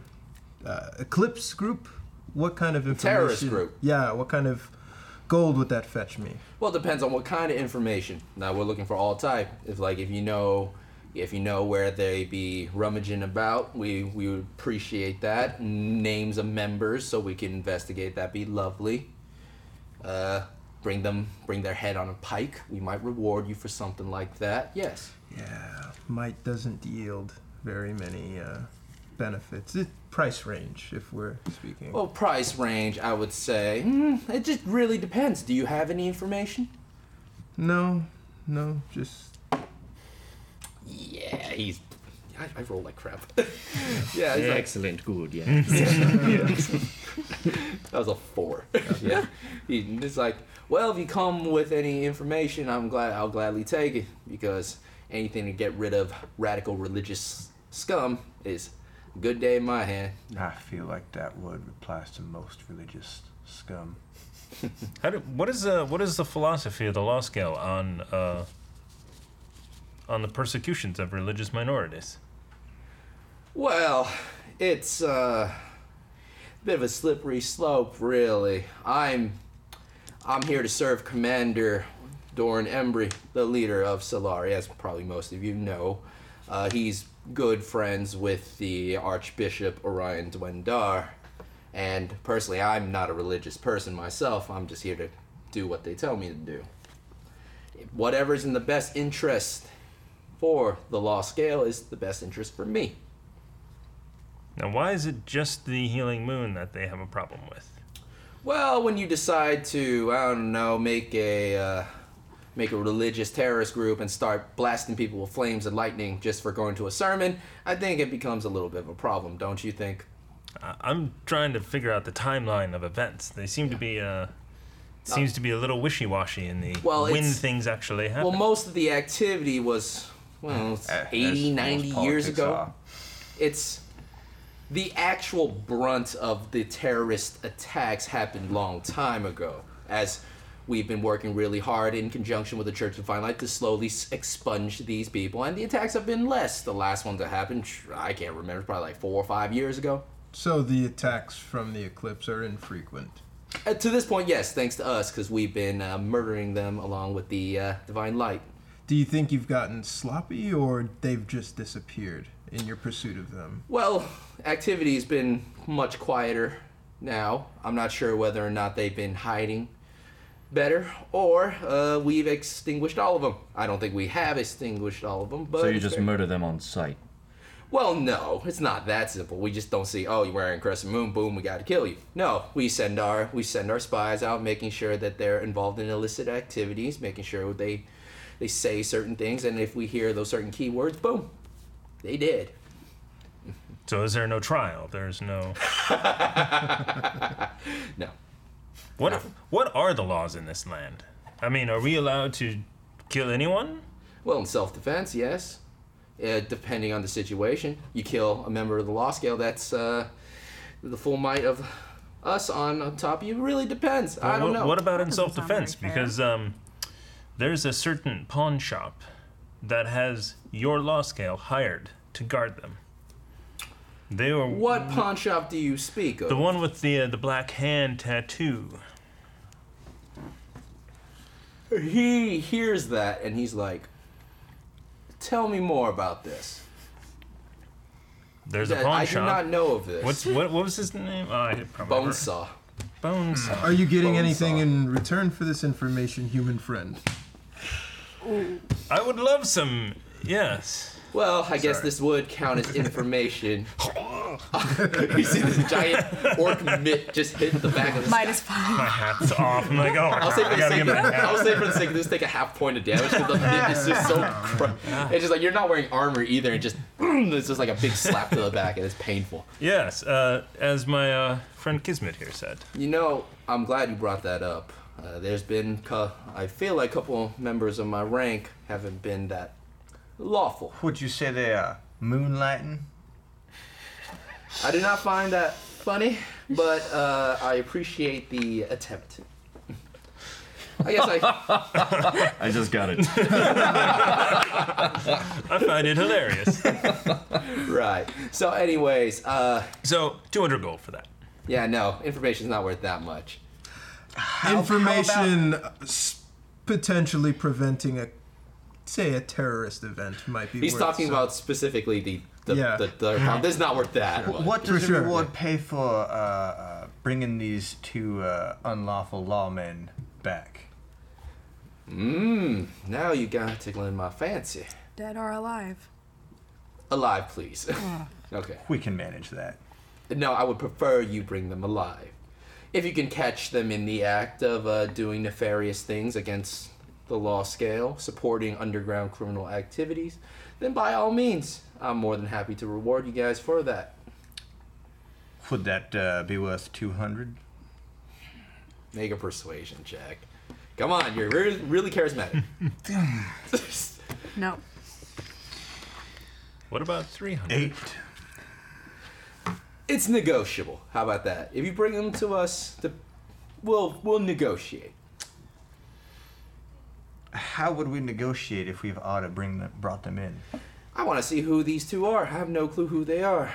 uh, eclipse group, what kind of information? terrorist group. Yeah, what kind of gold would that fetch me? Well, it depends on what kind of information. Now we're looking for all type. If like if you know, if you know where they be rummaging about, we we would appreciate that. Names of members, so we can investigate. That'd be lovely. Uh, bring them, bring their head on a pike. We might reward you for something like that. Yes. Yeah, might doesn't yield very many uh, benefits. It, price range, if we're speaking. Oh. Well, price range, I would say. Hmm, it just really depends. Do you have any information? No, no, just Yeah, he's. I, I roll like crap. yeah, he's like, Excellent, good, yeah. That was a four. yeah. He, it's like, well, if you come with any information, I'm glad I'll gladly take it because anything to get rid of radical religious scum is a good day in my hand. I feel like that word applies to most religious scum. How do, what is the what is the philosophy of the law scale on uh, on the persecutions of religious minorities? Well, it's uh, a bit of a slippery slope, really. I'm I'm here to serve Commander Doran Embry, the leader of Solari, as probably most of you know. Uh, he's good friends with the Archbishop Orion Dwendar, and personally, I'm not a religious person myself. I'm just here to do what they tell me to do. Whatever's in the best interest for the law scale is the best interest for me. Now, why is it just the healing moon that they have a problem with? Well, when you decide to, I don't know, make a uh, make a religious terrorist group and start blasting people with flames and lightning just for going to a sermon, I think it becomes a little bit of a problem, don't you think? I- I'm trying to figure out the timeline of events. They seem to be uh, it seems to be a little wishy washy in the Well, when it's- things actually happen. Well, most of the activity was well, it's Eh, that's 80, most 90 years politics ago. are. It's the actual brunt of the terrorist attacks happened long time ago as we've been working really hard in conjunction with the church of fine light to slowly s- expunge these people and the attacks have been less the last one that happened sh- i can't remember probably like four or five years ago so the attacks from the eclipse are infrequent. Uh, to this point yes thanks to us because we've been uh, murdering them along with the uh, divine light Do you think you've gotten sloppy, or they've just disappeared in your pursuit of them? Well, activity's been much quieter now. I'm not sure whether or not they've been hiding better or uh, we've extinguished all of them. I don't think we have extinguished all of them, but So you it's just very- murder them on sight. well, no, it's not that simple. We just don't see, oh, you're wearing Crescent Moon, boom, we gotta kill you. No, we send our we send our spies out, making sure that they're involved in illicit activities, making sure they they say certain things, and if we hear those certain keywords, boom, they did. So is there no trial? There's no. No. What what are the laws in this land? I mean, are we allowed to kill anyone? Well, in self defense, yes. Uh, depending on the situation, you kill a member of the law scale. That's uh, the full might of us on, on top of you. Really depends. I don't what, know. what about in doesn't self sound defense? very fair. because um, there's a certain pawn shop that has your law scale hired to guard them. They were what pawn shop do you speak of? the one with the uh, the black hand tattoo. he hears that and he's like, "Tell me more about this." There's a That pawn I do shop. not know of this. What's what, what was his name? Oh, I probably bone never- saw? Bones. Hmm. Are you getting Bone anything saw. in return for this information, human friend? I would love some. Yes. Well, I guess this would count as information. you see this giant orc mitt just hit the back of this. Minus five. My hat's off. I'm like, oh, I'll say, for I the gotta sake get of, my hat. I'll say for the sake of this, take a half point of damage because the mitt is just so. Cr- it's just like you're not wearing armor either, and just it's just like a big slap to the back, and it's painful. Yes, uh, as my uh, friend Kismet here said. You know, I'm glad you brought that up. Uh, there's been, cou- I feel like a couple members of my rank haven't been that lawful. Would you say they are moonlighting? I do not find that funny, but uh, I appreciate the attempt. I guess I. I just got it. I find it hilarious. right. So, anyways, uh, So, 200 gold for that. yeah, no, information's not worth that much. information uh, s- potentially preventing a, say, a terrorist event might be. He's worth talking some- about specifically the. The, Yeah. the, the, this is not worth that. much. What does For the sure. reward pay for uh, uh, bringing these two uh, unlawful lawmen back? Now you got tickling my fancy. Dead or alive? Alive, please. okay. We can manage that. No, I would prefer you bring them alive. If you can catch them in the act of uh, doing nefarious things against the law scale, supporting underground criminal activities, then by all means, I'm more than happy to reward you guys for that. Would that uh, be worth 200? Make a persuasion check. Come on, you're re- really charismatic. No. What about 300? Eight. it's negotiable. How about that? If you bring them to us, the, we'll we'll negotiate. How would we negotiate if we've ought to bring them, brought them in? I want to see who these two are. I have no clue who they are.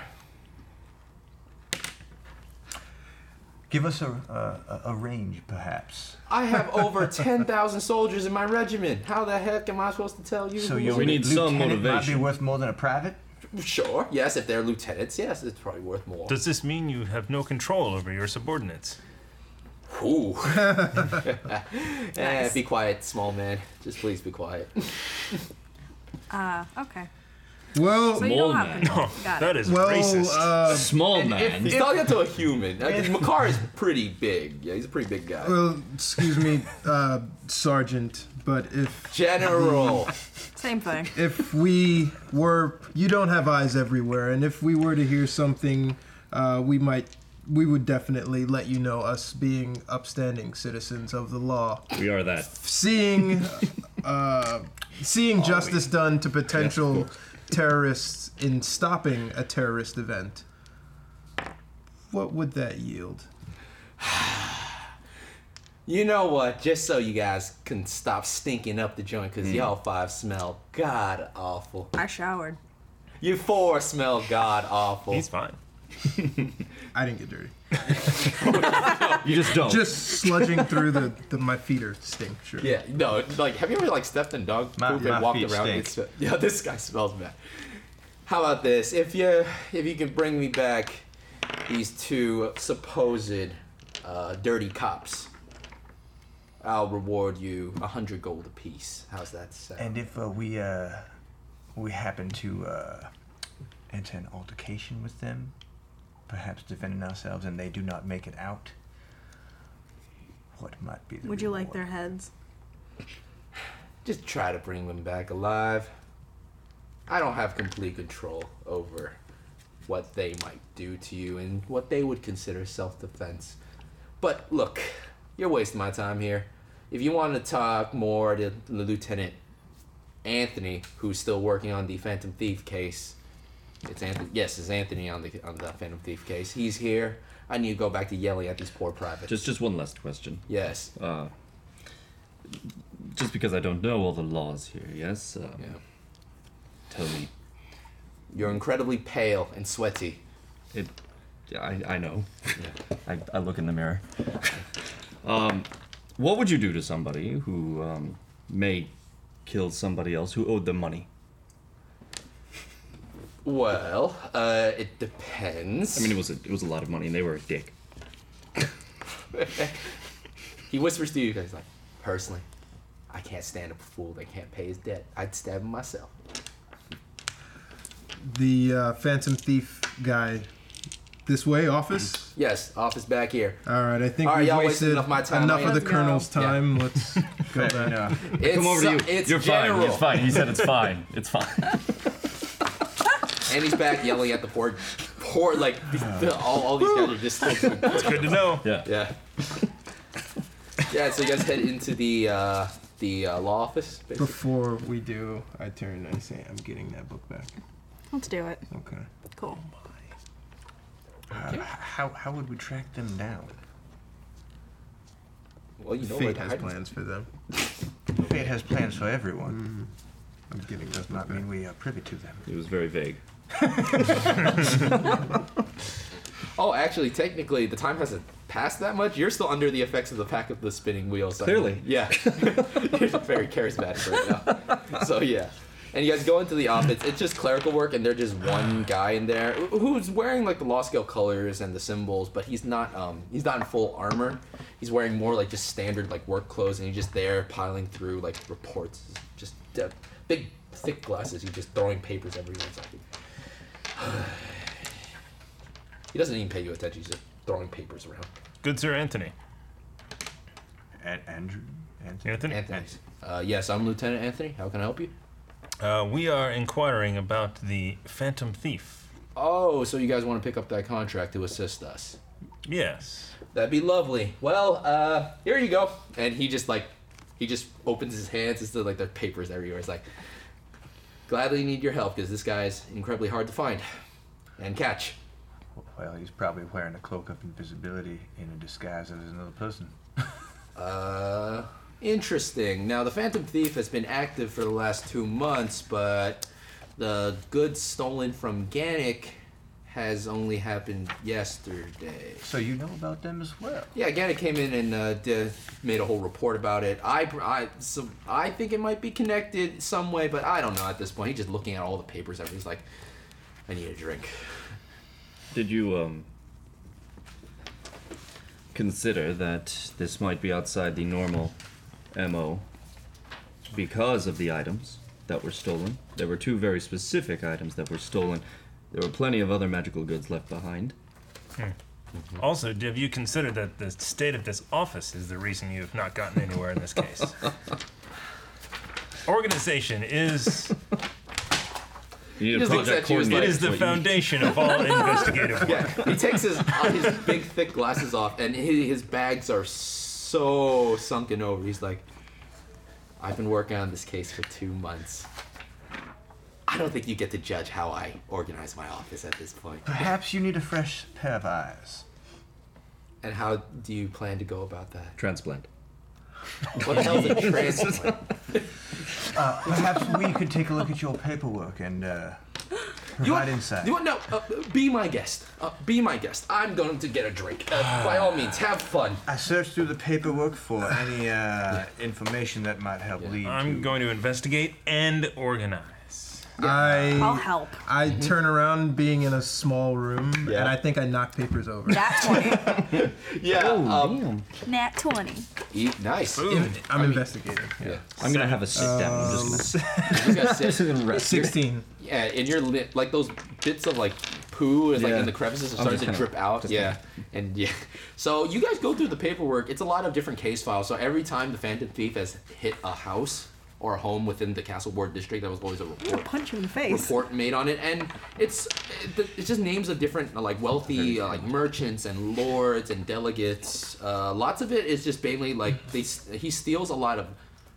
Give us a, a, a- a range, perhaps. I have over 10,000 soldiers in my regiment. How the heck am I supposed to tell you? So who- your We need some lieutenant might be motivation. worth more than a private? Sure, yes, if they're lieutenants, yes, it's probably worth more. Does this mean you have no control over your subordinates? Ooh. eh, Nice. be quiet, small man. Just please be quiet. Uh, okay. Well, So you don't Mole have man. control. Got That it. is well, racist. uh, Small man. He's talking to a human. I think Makar is pretty big. Yeah, he's a pretty big guy. well, excuse me, uh, Sergeant, but if General. Same thing. if we were, you don't have eyes everywhere, and if we were to hear something, uh, we might. We would definitely let you know us being upstanding citizens of the law. we are that. seeing uh, seeing justice done to potential terrorists in stopping a terrorist event. What would that yield? you know what? Just so you guys can stop stinking up the joint, Mm. because y'all five smell god awful. I showered. You four smell god awful. He's fine. I didn't get dirty. You just don't. Just sludging through the, the my feet are stink. Sure. Yeah, no, like, have you ever like stepped in dog My- poop my and walked feet around? stink. It's, yeah, this guy smells bad. How about this? If you if you can bring me back these two supposed uh, dirty cops, I'll reward you a hundred gold apiece. How's that sound? And if uh, we uh, we happen to uh, enter an altercation with them, perhaps defending ourselves, and they do not make it out, what might be the Would you like reward? their heads? Just try to bring them back alive. I don't have complete control over what they might do to you and what they would consider self defense. But look, you're wasting my time here. If you want to talk more to the Lieutenant Anthony, who's still working on the Phantom Thief case, it's Anthony. Yes, it's Anthony on the on the Phantom Thief case. He's here. I need to go back to yelling at these poor privates. Just just one last question. yes. Just because I don't know all the laws here, yes? Um, yeah. Tell me. You're incredibly pale and sweaty. It. yeah, I, I know. I, I look in the mirror. um, what would you do to somebody who um, may kill somebody else who owed them money? Well, uh, it depends. I mean, it was a, it was a lot of money, and they were a dick. he whispers to you guys like, personally, I can't stand up a fool that can't pay his debt. I'd stab him myself. The uh, phantom thief guy. This way, office. Yes, office back here. All right, I think All right, we've y'all wasted wasted enough of my time. enough of Let's the go. colonel's Yeah. time. Let's go back. It's, Come over to you. It's You're general. fine. It's fine. He said it's fine. It's fine. And he's back yelling at the poor, poor like the, all, all these guys are just like, Good to know. Yeah. yeah, yeah. So you guys head into the uh, the uh, law office. Basically. Before we do, I turn and I say, "I'm getting that book back." Let's do it. Okay. Cool. How, how would we track them down? Well, you know where Fate the has hiding- plans for them. Fate has plans for everyone. I'm getting that Does book not back. mean we are privy to them. It was very vague. Oh, actually, technically, the time hasn't passed that much. You're still under the effects of the pack of the spinning wheel. So Clearly. yeah. You're very charismatic right now. So yeah. And you guys go into the office. It's just clerical work, and there's just one guy in there who- who's wearing like the law scale colors and the symbols, but he's not um he's not in full armor. He's wearing more like just standard like work clothes, and he's just there piling through like reports, just uh, big thick glasses. He's just throwing papers everywhere. It's like, He doesn't even pay you attention. He's just throwing papers around. Good sir, Anthony. An- Andrew? Anthony? Anthony. Anthony. Uh, yes, I'm Lieutenant Anthony. How can I help you? Uh, we are inquiring about the Phantom Thief. Oh, so you guys want to pick up that contract to assist us? Yes. That'd be lovely. Well, uh, here you go. And he just like, he just opens his hands. It's like there's papers everywhere. It's like, gladly need your help because this guy's incredibly hard to find and catch. Well, he's probably wearing a cloak of invisibility in a disguise as another person. Uh, interesting. Now, the Phantom Thief has been active for the last two months, but the goods stolen from Gannick has only happened yesterday. So you know about them as well. Yeah, Gannon came in and uh, did, made a whole report about it. I, I, so I think it might be connected some way, but I don't know at this point. He's just looking at all the papers. Everything's like, I need a drink. Did you um consider that this might be outside the normal MO because of the items that were stolen? There were two very specific items that were stolen. There were plenty of other magical goods left behind. Also, have you considered that the state of this office is the reason you have not gotten anywhere in this case? Organization is You He need a just looks project at you as coordinator. it like- is the That's what you- foundation of all investigative work. Yeah, he takes his uh, his big thick glasses off, and his, his bags are so sunken over. He's like, I've been working on this case for two months. I don't think you get to judge how I organize my office at this point. Perhaps you need a fresh pair of eyes. And how do you plan to go about that? transplant. What the hell's a transplant? Uh, perhaps we could take a look at your paperwork and uh, You provide want, insight. You want no? Uh, be my guest. Uh, be my guest. I'm going to get a drink. Uh, by all means, have fun. I searched through the paperwork for any uh, information that might help lead I'm to. going to investigate and organize. I'll I help. I turn around, being in a small room, Yeah. and I think I knock papers over. Nat 20. Yeah. um, Nat 20. eat nice. I'm Boom. investigating. Yeah. I'm gonna have a sit down. I'm just gonna sit. You guys sit- gonna rest. Sixteen. yeah, and your li- like those bits of like poo is like Yeah. in the crevices it I'm starts just to kinda- drip out. just Yeah. And yeah. So you guys go through the paperwork. It's a lot of different case files. So every time the Phantom Thief has hit a house, or a home within the Castle Ward district. That was always a report Punch him in the face. report made on it, and it's it's just names of different uh, like wealthy uh, like merchants and lords and delegates. Uh, lots of it is just mainly like they s- he steals a lot of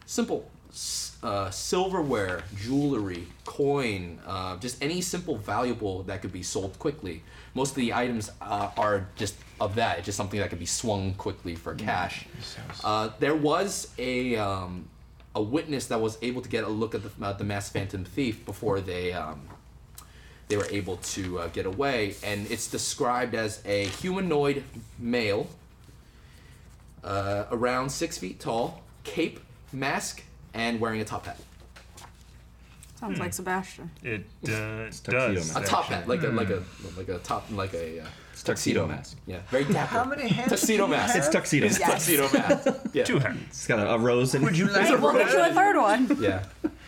simple s- uh, silverware, jewelry, coin, uh, just any simple valuable that could be sold quickly. Most of the items uh, are just of that. It's just something that could be swung quickly for cash. Uh, there was a um, a witness that was able to get a look at the, at the masked phantom thief before they um, they were able to uh, get away and it's described as a humanoid male uh, around six feet tall cape mask and wearing a top hat Sounds like Sebastian. It uh, tuxedo does. mask. a top hat like a actually. like a like a top like a uh, tuxedo mask. yeah very dapper How many hands tuxedo do you mask have? It's tuxedo. It's tuxedo mask yeah Two hats. It's got a, a rose in Would it. you like? Hey, we'll get you a third one. yeah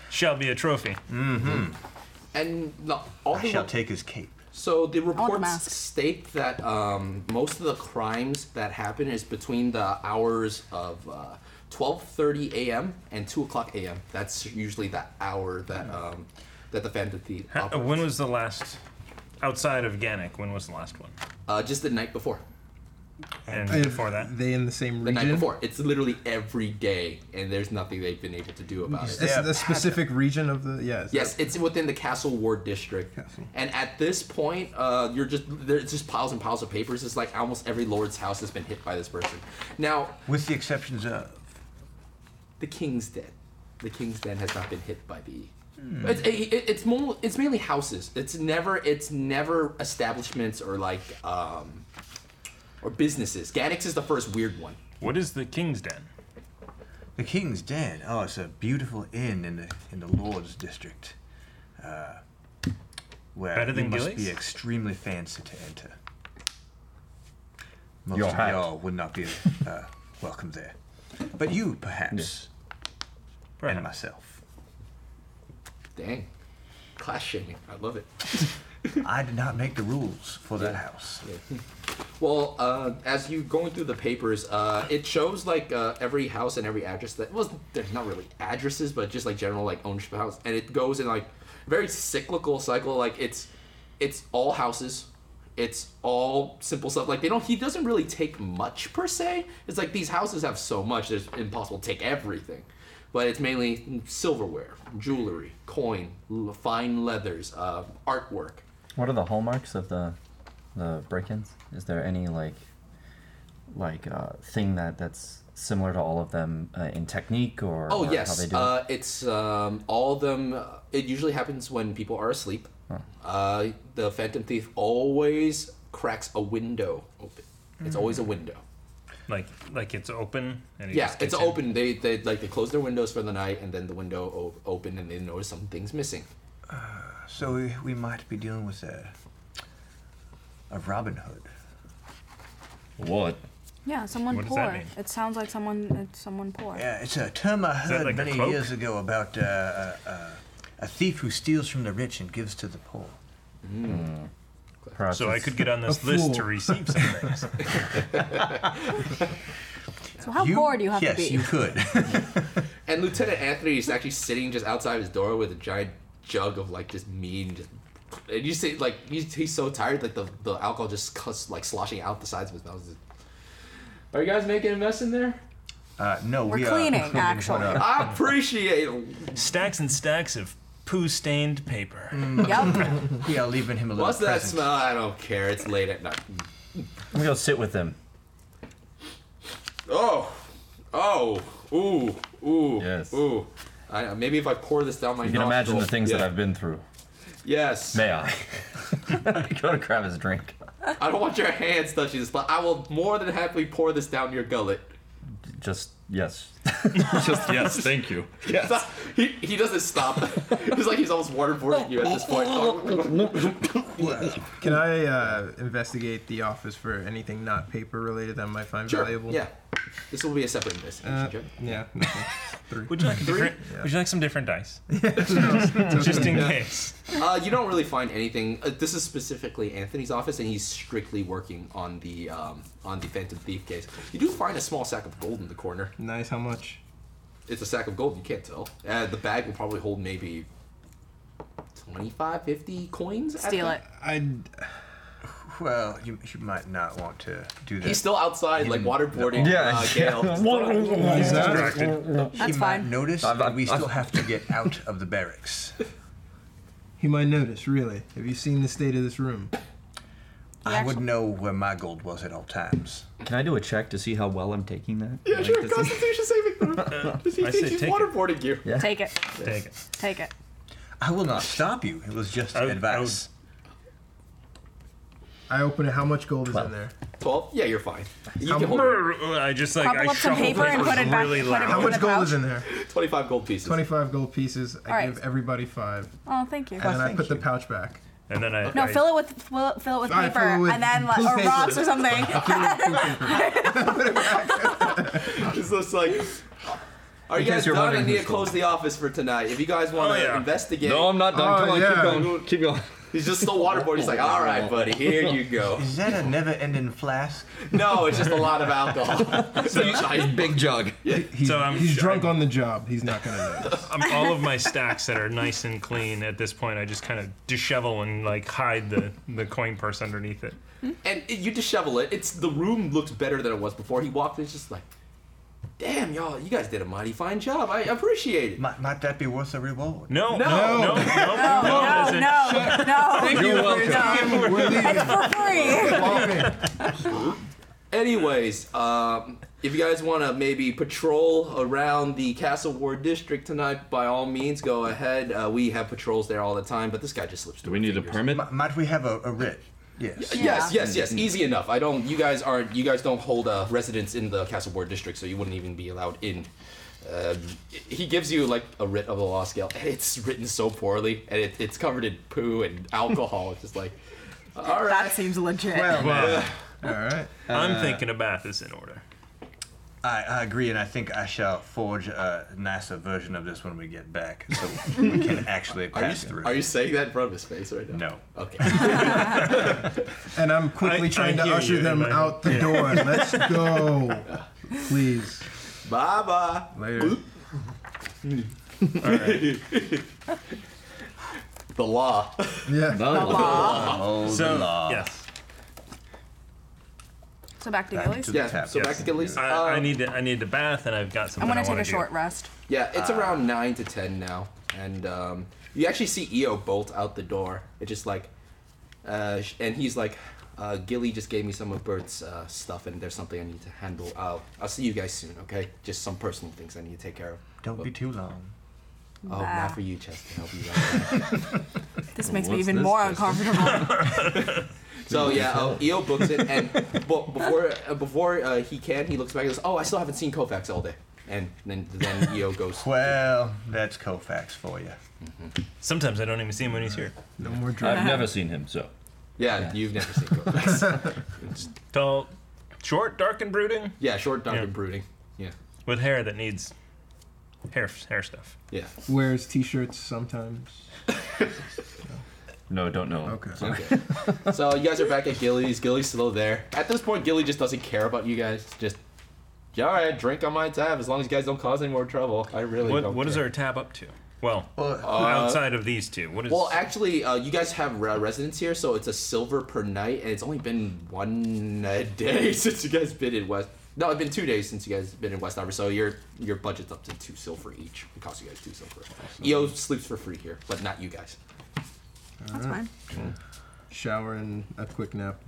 Shall be a trophy. and no, all I the shall take his cape. So the reports mask. state that um, most of the crimes that happen is between the hours of uh, 12:30 a.m. and 2 o'clock a.m. That's usually the hour that um, that the Phantom Thief Ha- operates. Uh, when was the last? Outside of Gannick, when was the last one? uh, just the night before. And Are before that, They in the same The region? night before. It's literally every day, and there's nothing they've been able to do about it. This is the specific region of the. Yeah. is that- Yes, it's within the Castle Ward district. Castle. And at this point, uh, you're just there's just piles and piles of papers. It's like almost every lord's house has been hit by this person. Now, With the exceptions of. the King's Den. The King's Den has not been hit by the. Hmm. It's it, it- it's more it's mainly houses. It's never it's never establishments or like um or businesses. Ganix is the first weird one. what is the King's Den? The King's Den. Oh, it's a beautiful inn in the in the Lord's district. Uh, where Better than you must Gillies? be extremely fancy to enter. Most Your of hat. y'all would not be uh, welcome there, but you perhaps, and Perhaps. myself. Dang, class shaming. I love it. I did not make the rules for that house. Well, uh, as you going through the papers, uh, it shows like uh, every house and every address that was there's not really addresses, but just like general like ownership of house, and it goes in like very cyclical cycle. Like it's it's all houses, it's all simple stuff. Like they don't he doesn't really take much per se. It's like these houses have so much, there's impossible to take everything, but it's mainly silverware, jewelry, coin, l- fine leathers, uh, artwork. What are the hallmarks of the the break-ins? Is there any like like uh, thing that that's similar to all of them uh, in technique or, Oh or how yes, they do it? uh, it's um, all of them. It usually happens when people are asleep. Uh, the Phantom Thief always cracks a window open. It's always a Hmm. window. Like, like it's open and he Yeah, just it's gets in? open. They, they like they close their windows for the night, and then the window o- open, and they notice something's missing. So we, we might be dealing with a a Robin Hood. What? Yeah, someone What does poor. that mean? It sounds like someone. It's someone poor. Yeah, Uh, it's a term I that heard like a many cloak? years ago about uh, a, a, a thief who steals from the rich and gives to the poor. Perhaps So I it's- could get on this A list fool. to receive some things. So how poor do you have yes, to be? you could. And Lieutenant Anthony is actually sitting just outside his door with a giant jug of like just mean. Just, and you see, like he's, he's so tired, like the, the alcohol just cuts, like sloshing out the sides of his mouth. Are you guys making a mess in there? uh, no, We're we cleaning, are. cleaning actually. one up. I appreciate stacks and stacks of poo-stained paper. Yep. We are leaving him a little What's that present. smell? I don't care. It's late at night. Let me go sit with them. Oh, oh, ooh, ooh, Yes. ooh. I, maybe if I pour this down my You can imagine the nostril- things Yeah. that I've been through. Yes. May I? go to grab his drink. I don't want your hands touching this, but I will more than happily pour this down your gullet. Just yes. Just yes, thank you. Yes. he, he doesn't stop. it's like he's almost waterboarding you at this point. Can I uh, investigate the office for anything not paper related that I might find sure. valuable? Yeah. This will be a separate investigation. Uh, Joe. yeah. nothing. Three. Would you like a different? Would you like some different dice, just in case? Uh, you don't really find anything. Uh, this is specifically Anthony's office, and he's strictly working on the um, on the Phantom Thief case. You do find a small sack of gold in the corner. Nice. How much? It's a sack of gold. You can't tell. Uh, the bag will probably hold maybe 25, 50 coins. I Steal think. it. I Well, you, you might not want to do that. He's still outside, like waterboarding Yeah, uh, yeah. Gale. is that Distracted. he That's might fine. notice I've- that I've- we I've- still have to get out of the barracks. he might notice. Really, have you seen the state of this room? I would actually- know where my gold was at all times. Can I do a check to see how well I'm taking that? Yeah, Like, sure. does it- Constitution saving throw. Does he I think say he's take it. waterboarding you? Yeah. Take it. Take it. Take it. I will not stop you. It was just I would- I advice. I open it. How much gold is in Well. there? 12? Yeah, you're fine. You How can hold it. I just like Crumple I up some shuffled paper and put it back- really put it loud. back. How In much the gold pouch? is in there? 25 gold pieces. Twenty-five gold pieces. I right. give everybody five, and Oh, thank you. then I thank put the you. pouch back. And then I No, I, fill it with fill it, fill it with All right, paper, fill it with and then like, blue or paper. rocks or something. It's just like. Are you case guys you're done? I wondering need to who's close the office for tonight. If you guys want to Oh, yeah. investigate, No, I'm not done. Oh, Come on, yeah. keep going. Keep going. he's just still waterboarding. He's like, all right, buddy, here you go. Is that a never-ending flask? No, it's just a lot of alcohol. so you, Big jug. He's, So I'm- he's drunk on the job. He's not gonna notice. um, all of my stacks that are nice and clean at this point, I just kind of dishevel and like hide the, the coin purse underneath it. and it- you dishevel it. It's the room looks better than it was before. He walked in, it's just like, damn, y'all, you guys did a mighty fine job. I appreciate it. Might, might that be worth a reward? No, No. no, no, no, No, it no, isn't. no, no. You're welcome. We're leaving. For free. Walk in. Anyways, um, if you guys want to maybe patrol around the Castle Ward district tonight, by all means, go ahead. Uh, we have patrols there all the time, but this guy just slips Do through. we need a fingers. permit? M- might we have a, a writ? Yes. Yes, yes, yes. Easy enough. I don't. You guys aren't. You guys don't hold uh, residence in the Castle Ward district, so you wouldn't even be allowed in. Um, he gives you like a writ of the law scale. and It's written so poorly, and it, it's covered in poo and alcohol. it's just like, all right. That seems legit. Well, All right. Uh, I'm thinking a bath is in order. I, I agree, and I think I shall forge a nicer version of this when we get back, so we can actually are pass you, through. are you saying that in front of his face right now? no. Okay. And I'm quickly I- trying I to hear usher you, them man. out the door. Let's go. Please. bye bye. Later. The law. Yeah. Oh, So the uh, law. yes, So back to Back Gilly's. to the Yeah. tap. So back Yes. to Gilly's. I, Uh, I need to, I need the bath, and I've got I something. want I to take wanna a do. short rest. Yeah, it's around nine to ten now, and um, you actually see Eo bolt out the door. It just like, uh, sh- and he's like, uh, Gilly just gave me some of Bert's uh, stuff, and there's something I need to handle. I'll I'll see you guys soon, okay? Just some personal things I need to take care of. Don't be too long. Oh, Nah. not for you, Chester. I'll be right back. This makes me what's even this more person? uncomfortable. so yeah, uh, Eo books it, and but before uh, before uh, he can, he looks back and goes, "Oh, I still haven't seen Kofax all day." And then then Eo goes, Well, that's Kofax for you. Sometimes I don't even see him when he's here. No more drink. I've never seen him, so. "Yeah, you've never seen Kofax. Tall, short, dark, and brooding, yeah, short, dark, Yeah. and brooding. Yeah, with hair that needs hair hair stuff. yeah." Wears t-shirts sometimes. No, don't know. Okay. Okay. so you guys are back at Gilly's. Gilly's still there. At this point, Gilly just doesn't care about you guys. Just, yeah, all right, drink on my tab as long as you guys don't cause any more trouble. I really What don't. what is care. Uh, our tab up to? Well, Well, outside of these two, what is? Well, actually, uh, you guys have re- residence here, so it's a silver per night, and it's only been one uh, day since you guys been in West. No, it's been two days since you guys been in West Arbor, so your your budget's up to two silver each. It costs you guys two silver. EO sleeps for free here, but not you guys. That's fine. Shower and a quick nap.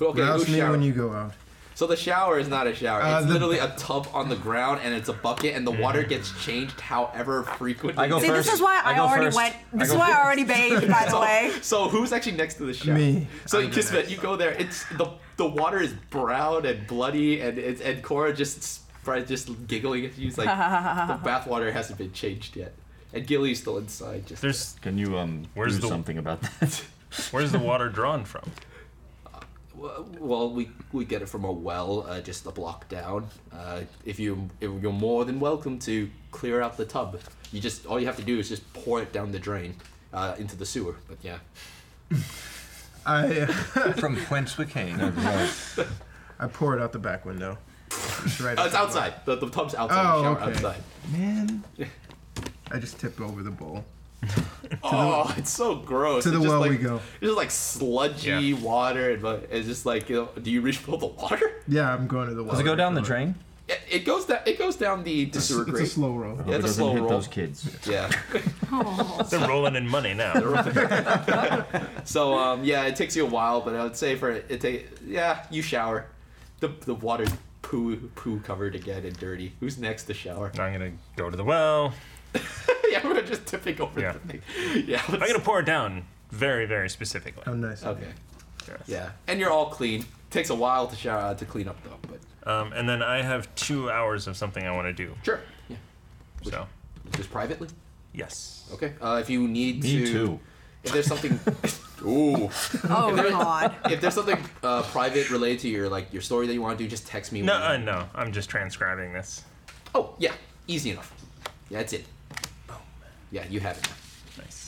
Okay, Rouse who's me showering? when you go out. So the shower is not a shower. Uh, it's the- literally a tub on the ground, and it's a bucket, and the water gets changed however frequently. I go See, this first. is why I I, go already first. went. I This go is why I first. already bathed, by the way. So who's actually next to the shower? Me. So I'm you the kiss next. You go there. It's the the water is brown and bloody, and it's, and Cora just spread, just giggling. at you. She's like, the bathwater hasn't been changed yet, and Gilly's still inside. Just there's Can you um Where's do the- something about that? where's the water drawn from? uh, well, we we get it from a well, uh, just a block down. Uh, if you if you're more than welcome to clear out the tub. You just all you have to do is just pour it down the drain uh, into the sewer. But yeah, I from whence we came. I pour it out the back window. It's right Oh, it's outside. The, the tub's outside. Oh, the shower okay. outside. Man. I just tipped over the bowl. Oh, it's so gross. to the it's just well like, we go. It's just like sludgy Yeah. water. And like, it's just like, you know, do you reach below the water? Yeah, I'm going to the well. Does it go down the drain? It, it goes down. It goes down the, the sewer It's a grate. slow roll. Oh, Yeah, it's it a doesn't slow hit roll. those kids. Yeah. They're rolling in money now. So um, yeah, it takes you a while, but I would say for it take yeah, you shower. The the water's poo poo covered again and dirty. Who's next to shower? I'm gonna go to the well. yeah, we're just tipping over Yeah. the thing. Yeah. I'm let's- gonna pour it down very, very specifically. Oh, nice. Okay. Yeah, and you're all clean. Takes a while to shower uh, to clean up though, but Um, and then I have two hours of something I want to do. sure. Yeah. So, Just privately. yes. Okay. Uh, if you need to. Me too. If there's something. Ooh. Oh god. If there's something uh, private related to your like your story that you want to do, just text me. No, when you- uh, no. I'm just transcribing this. Oh yeah, easy enough. Yeah, that's it. Boom. Yeah, you have it. Now. Nice.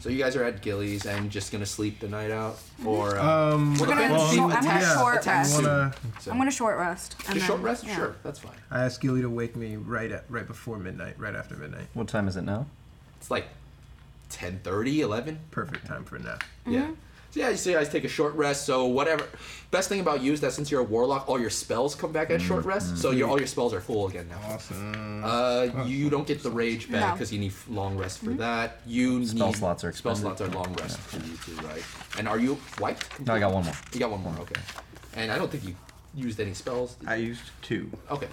So you guys are at Gillies and just gonna sleep the night out, or uh, Um, We're gonna- I'm Well, gonna yeah, short attack I rest. soon. wanna. so- I'm gonna short rest. and just short then- rest. yeah. Sure, that's fine. I asked Gilly to wake me right at right before midnight, right after midnight. What time is it now? It's like 10, 30, 11. Perfect time for a nap. Mm-hmm. Yeah. So yeah, so you guys take a short rest. So whatever. Best thing about you is that since you're a warlock, all your spells come back at short Mm-hmm. rest. So your all your spells are full again now. Awesome. Uh, you don't get the rage back No. because you need f- long rest for that. You Mm-hmm. Spell need slots are spell expended. slots are long rest for you too, right? And are you wiped? No, I got one more. You got one more, okay. And I don't think you used any spells. I used two. Okay.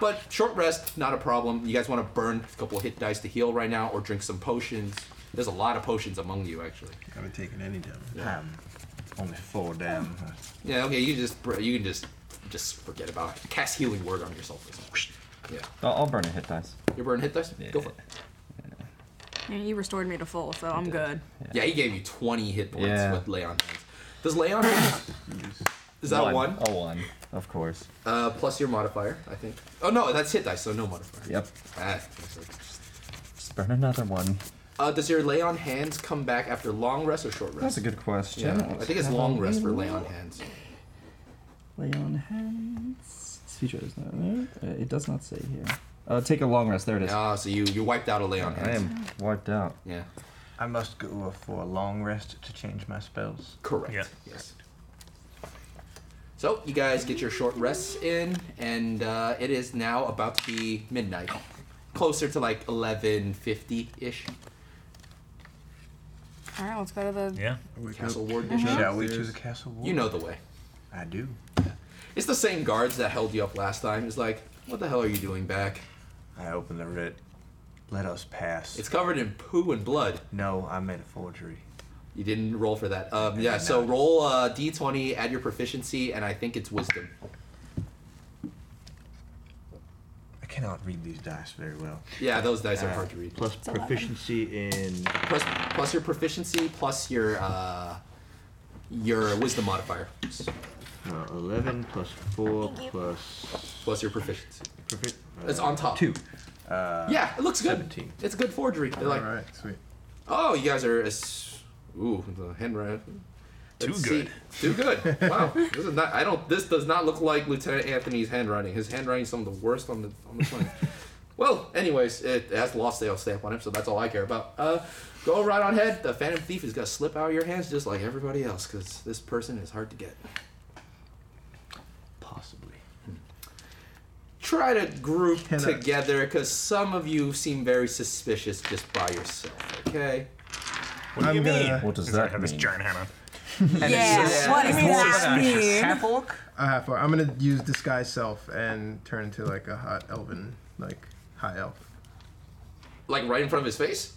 But short rest, not a problem. You guys want to burn a couple of hit dice to heal right now, or drink some potions. There's a lot of potions among you, actually. Haven't taken any damage. Um, only four down. Yeah. Okay. You just br- you can just just forget about it. cast healing word on yourself. Or something. Yeah. I'll, I'll burn a hit dice. You burn hit dice. Go for it. Yeah, you restored me to full, so I'm good. Yeah. He gave you 20 hit points Yeah. with lay on hands. Does lay on hands? Is that one? A one, of course. Uh, plus your modifier, I think. Oh no, that's hit dice, so no modifier. Yep. Ah, that's right. Just burn another one. Uh, does your lay on hands come back after long rest or short rest? That's a good question. Yeah, I think it's long rest for lay on hands. Lay on hands. This feature is not there. Uh, It does not say here. Uh, take a long rest. There it is. Ah, so you you wiped out a lay on I hands. am wiped out. Yeah, I must go for a long rest to change my spells. correct. Yeah. Yes. So you guys get your short rests in, and uh, it is now about to be midnight, closer to like eleven fifty ish. Alright, let's go to the Yeah. Wake Castle up. ward dish. Shall we to the castle wall? You know the way. I do. It's the same guards that held you up last time. It's like, what the hell are you doing back? I open the writ. Let us pass. It's covered in poo and blood. no, I made a forgery. You didn't roll for that. Um, yeah, so roll uh, d20, add your proficiency, and I think it's wisdom. I cannot read these dice very well. Yeah, those dice are Uh, hard to read. Plus eleven. proficiency in. plus, plus your proficiency plus your uh, your wisdom modifier uh, No, 11 plus 4 plus. plus your proficiency. profi- It's uh, on top. Two. Uh, Yeah, it looks good. 17. It's good forgery. They're like, All right, sweet. oh, you guys are as ooh the handwriting. Too Let's good. see. Too good. Wow, this is not. I don't. This does not look like Lieutenant Anthony's handwriting. His handwriting is some of the worst on the on the planet. well, anyways, it has lost sale stamp on him, so that's all I care about. Uh, go right on ahead. The Phantom Thief is gonna slip out of your hands just like everybody else, because this person is hard to get. Possibly. try to group Cannot. together because some of you seem very suspicious just by yourself. Okay. What do I'm you mean? gonna- What does He's gonna that have this mean? giant hat on. Yeah, what does that mean? orc? A half hour. I'm gonna use disguise self and turn into like a hot elven, like high elf. Like right in front of his face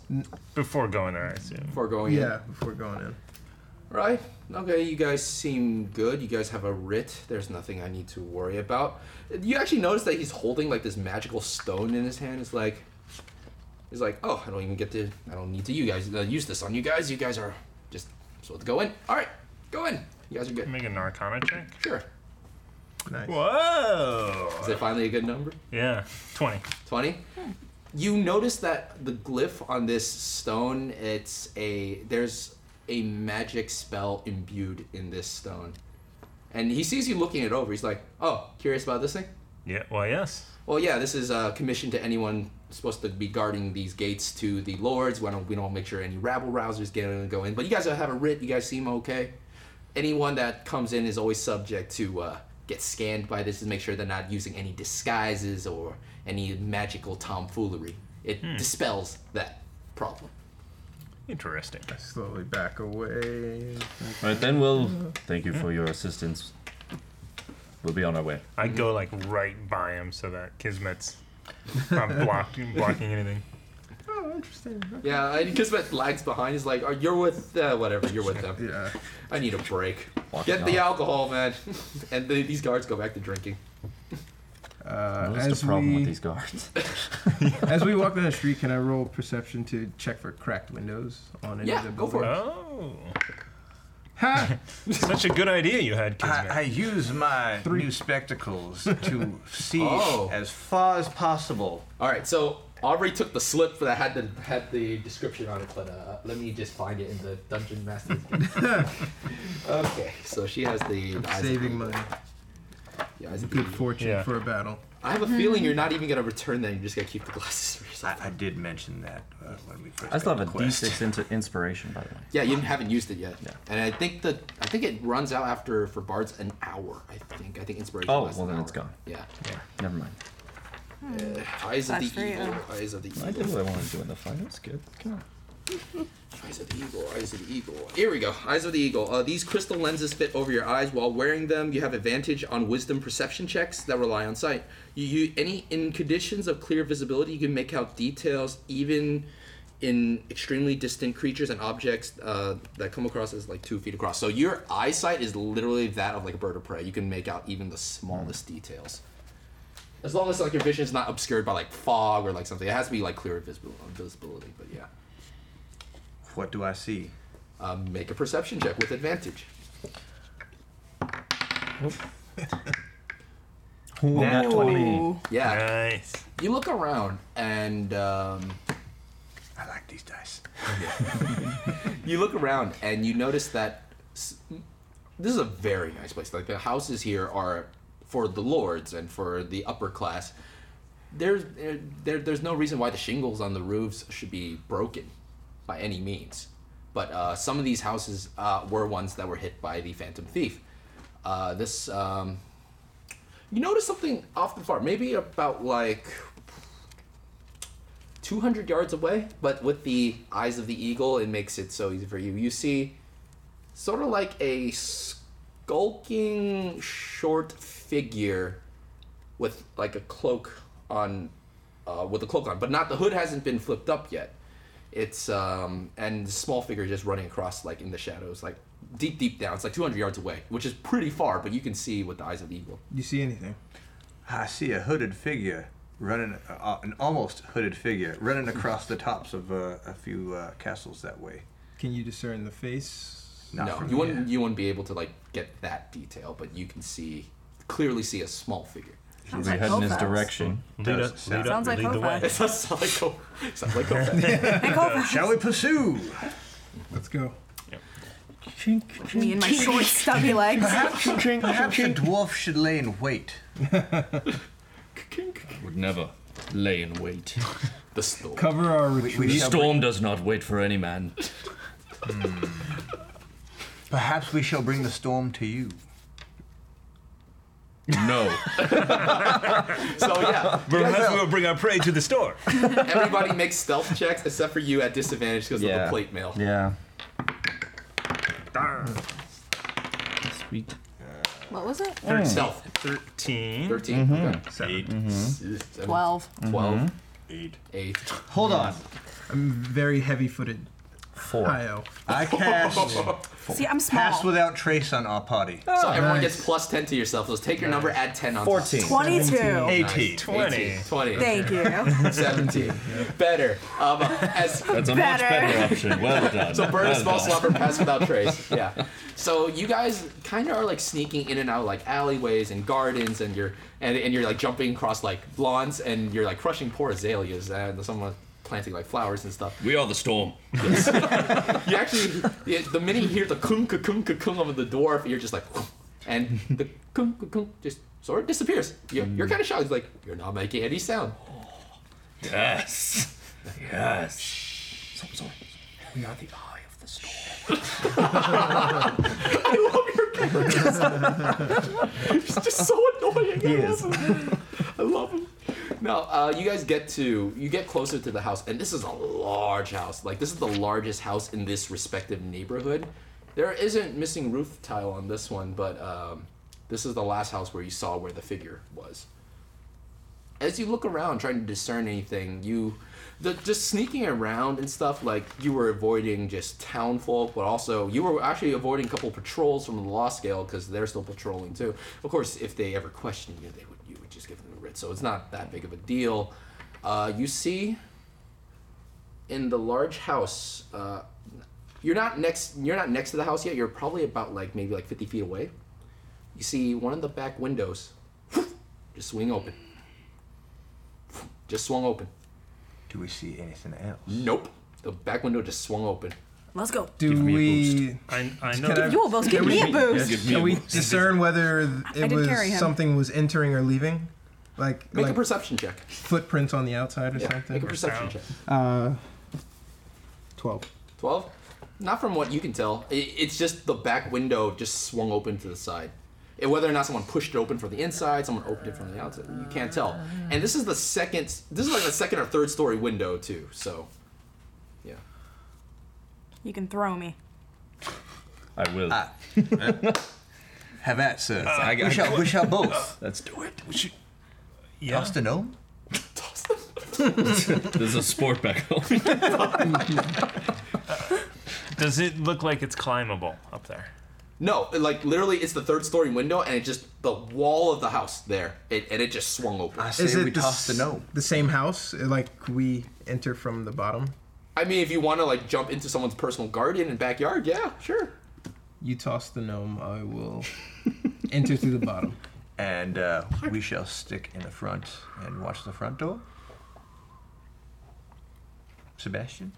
Before going there, I assume. before going in. Yeah, before going in. Right. Okay, you guys seem good. You guys have a writ. There's nothing I need to worry about. You actually notice that he's holding like this magical stone in his hand. It's like, it's like, oh, I don't even get to. I don't need to. You guys uh, use this on you guys. You guys are just so to go in. All right, go in. You guys are good. Make an arcana check. Sure. Nice. Is Whoa! it finally a good number? Yeah. 20. 20 you notice that the glyph on this stone it's a there's a magic spell imbued in this stone and he sees you looking it over. He's like, "Oh, curious about this thing? Yeah. Well, yes. Well, yeah, this is uh, commissioned to anyone supposed to be guarding these gates to the lords. We don't we don't make sure any rabble rousers get in and go in. But you guys have a writ. You guys seem okay. Anyone that comes in is always subject to uh, get scanned by this to make sure they're not using any disguises or any magical tomfoolery. It Hmm. dispels that problem. Interesting. Slowly back away. All right, then we'll thank you for your assistance. We'll be on our way. I go like right by him so that Kismet's not blocking blocking anything. Oh, interesting. Yeah, and Kismet lags behind. He's like, oh, "You're with uh, whatever. You're with them. Yeah. I need a break. Walking Get the off. alcohol, man." and the, these guards go back to drinking. Uh, What's as the problem we, with these guards? As we walk down the street, can I roll perception to check for cracked windows on any Yeah, of the go for buildings? Oh, Ha! such a good idea you had, Kismet. I, I use my new spectacles to see Oh. as far as possible. All right, so Aubrey took the slip that had the had the description on it, but uh, let me just find it in the dungeon master's. okay, so she has the. the eyes of Saving Eagle. money. The eyes of Good Eagle. fortune Yeah. for a battle. I have a feeling you're not even gonna return that. You're just gonna keep the glasses for yourself. I, I did mention that uh, when we first. I still got have a the quest. D6 into inspiration, by the way. Yeah, you haven't used it yet. Yeah. And I think that I think it runs out after for bards an hour. I think I think inspiration. Oh, lasts well, an then hour. it's gone. Yeah. Never mind. Eyes of That's the for you. eagle. Eyes of the I eagle. did what I wanted to do in the fight. That was good. Come on. Eyes of the Eagle, Eyes of the Eagle. Here we go, Eyes of the Eagle. Uh, these crystal lenses fit over your eyes. While wearing them, you have advantage on wisdom perception checks that rely on sight. You, you any in conditions of clear visibility, you can make out details even in extremely distant creatures and objects uh, that come across as like two feet across. So your eyesight is literally that of like a bird of prey. You can make out even the smallest details. As long as like your vision is not obscured by like fog or like something, it has to be like clear visibil- visibility. But yeah. What do I see? Um, make a perception check with advantage. Nat 20. Ooh. Yeah. nice. You look around and um, I like these dice. you look around and you notice that s- this is a very nice place. Like the houses here are for the lords and for the upper class. There's there, there there's no reason why the shingles on the roofs should be broken by any means. But uh, some of these houses uh, were ones that were hit by the Phantom Thief. Uh, this um, you notice something off the farm, maybe about like 200 yards away, but with the eyes of the eagle, it makes it so easy for you. You see sort of like a skulking short figure with like a cloak on, uh, with a cloak on, but not the hood hasn't been flipped up yet. It's, um, and the small figure just running across like in the shadows, like deep, deep down. It's like 200 yards away, which is pretty far, but you can see with the eyes of the eagle. You see anything? I see a hooded figure running, uh, uh, an almost hooded figure running across the tops of uh, a few uh, castles that way. Can you discern the face? Not no, from you here. wouldn't, you wouldn't be able to like get that detail, but you can see, clearly see a small figure. We're heading his Kovacs. direction. Lead, Does up, sound- lead, up, Sounds like lead the way. Kovacs. It's a psycho. Sounds like a Shall we pursue? Let's go. Me and my short, stubby legs. Perhaps a dwarf should lay in wait. Would never lay in wait. the storm. Cover our retreat. We The shall storm does not wait for any man. Perhaps we shall bring the storm to you. No. So yeah, Unless we will bring our prey to the store. everybody makes stealth checks except for you at disadvantage because of Yeah. the plate mail. Yeah. Darn. Sweet. What was it? Stealth. 13. 13 Eight. Okay. 12. 12 Eight. Hold on. I'm very heavy-footed. Four. Io. I cast See, I'm small. Pass Without Trace on our party. So everyone nice. gets plus 10 to yourself. So take your number, add 10 on 14. 22. 18. 20. 20. Thank you. 17. Better. Um, as That's Better. a much better option. Well done. So burn a Well small done. slumber, pass without trace. Yeah. So you guys kind of are like sneaking in and out like alleyways and gardens, and you're and, and you're like jumping across like lawns, and you're like crushing poor azaleas, and someone planting like flowers and stuff. We are the storm. You actually, the the minute you hear the kung ka kung ka kung of the dwarf, you're just like. and the kunk, kunk, kunk just sort of disappears. You're, you're kind of shocked. It's like, you're not making any sound. Yes. Yes. We are the eye of the storm. I love your characters. He's just so annoying. I love him. I love him. No, uh, you guys get to you get closer to the house, and this is a large house. Like this is the largest house in this respective neighborhood. There isn't missing roof tile on this one, but um, this is the last house where you saw where the figure was as you look around trying to discern anything, you the, just sneaking around and stuff like you were avoiding just town folk, but also you were actually avoiding a couple patrols from the law scale because they're still patrolling too. Of course, if they ever question you, they would you would just give them a writ, so it's not that big of a deal. Uh, you see, in the large house, uh, you're not next. You're not next to the house yet. You're probably about like maybe like 50 feet away. You see one of the back windows just swing open just swung open. Do we see anything else? Nope. The back window just swung open. Let's go. Do me a we I, I Can I- know. You will both give me a boost. can we discern whether I it did carry was him. something was entering or leaving, like Make a like perception check. footprints on the outside or Yeah, something? make a perception Wow. check. Uh, twelve. 12? Not from what you can tell. I it's just the back window just swung open to the side. And whether or not someone pushed it open from the inside, someone opened it from the outside, you can't tell. And this is the second, this is like the second or third story window too, so. Yeah. You can throw me. I will. Ah. Have at, Uh, sir. I got- we, shall, we shall both. Let's do it. Yeah. Toss the gnome? There's a sport back home. Does it look like it's climbable up there? No, like literally it's the third story window and it just, the wall of the house there, it, and it just swung open. I say we toss the gnome. the same house? uh, Like we enter from the bottom? I mean, if you want to like jump into someone's personal garden and backyard, yeah, sure. You toss the gnome. I will enter through the bottom. And uh, we shall stick in the front and watch the front door. Sebastian?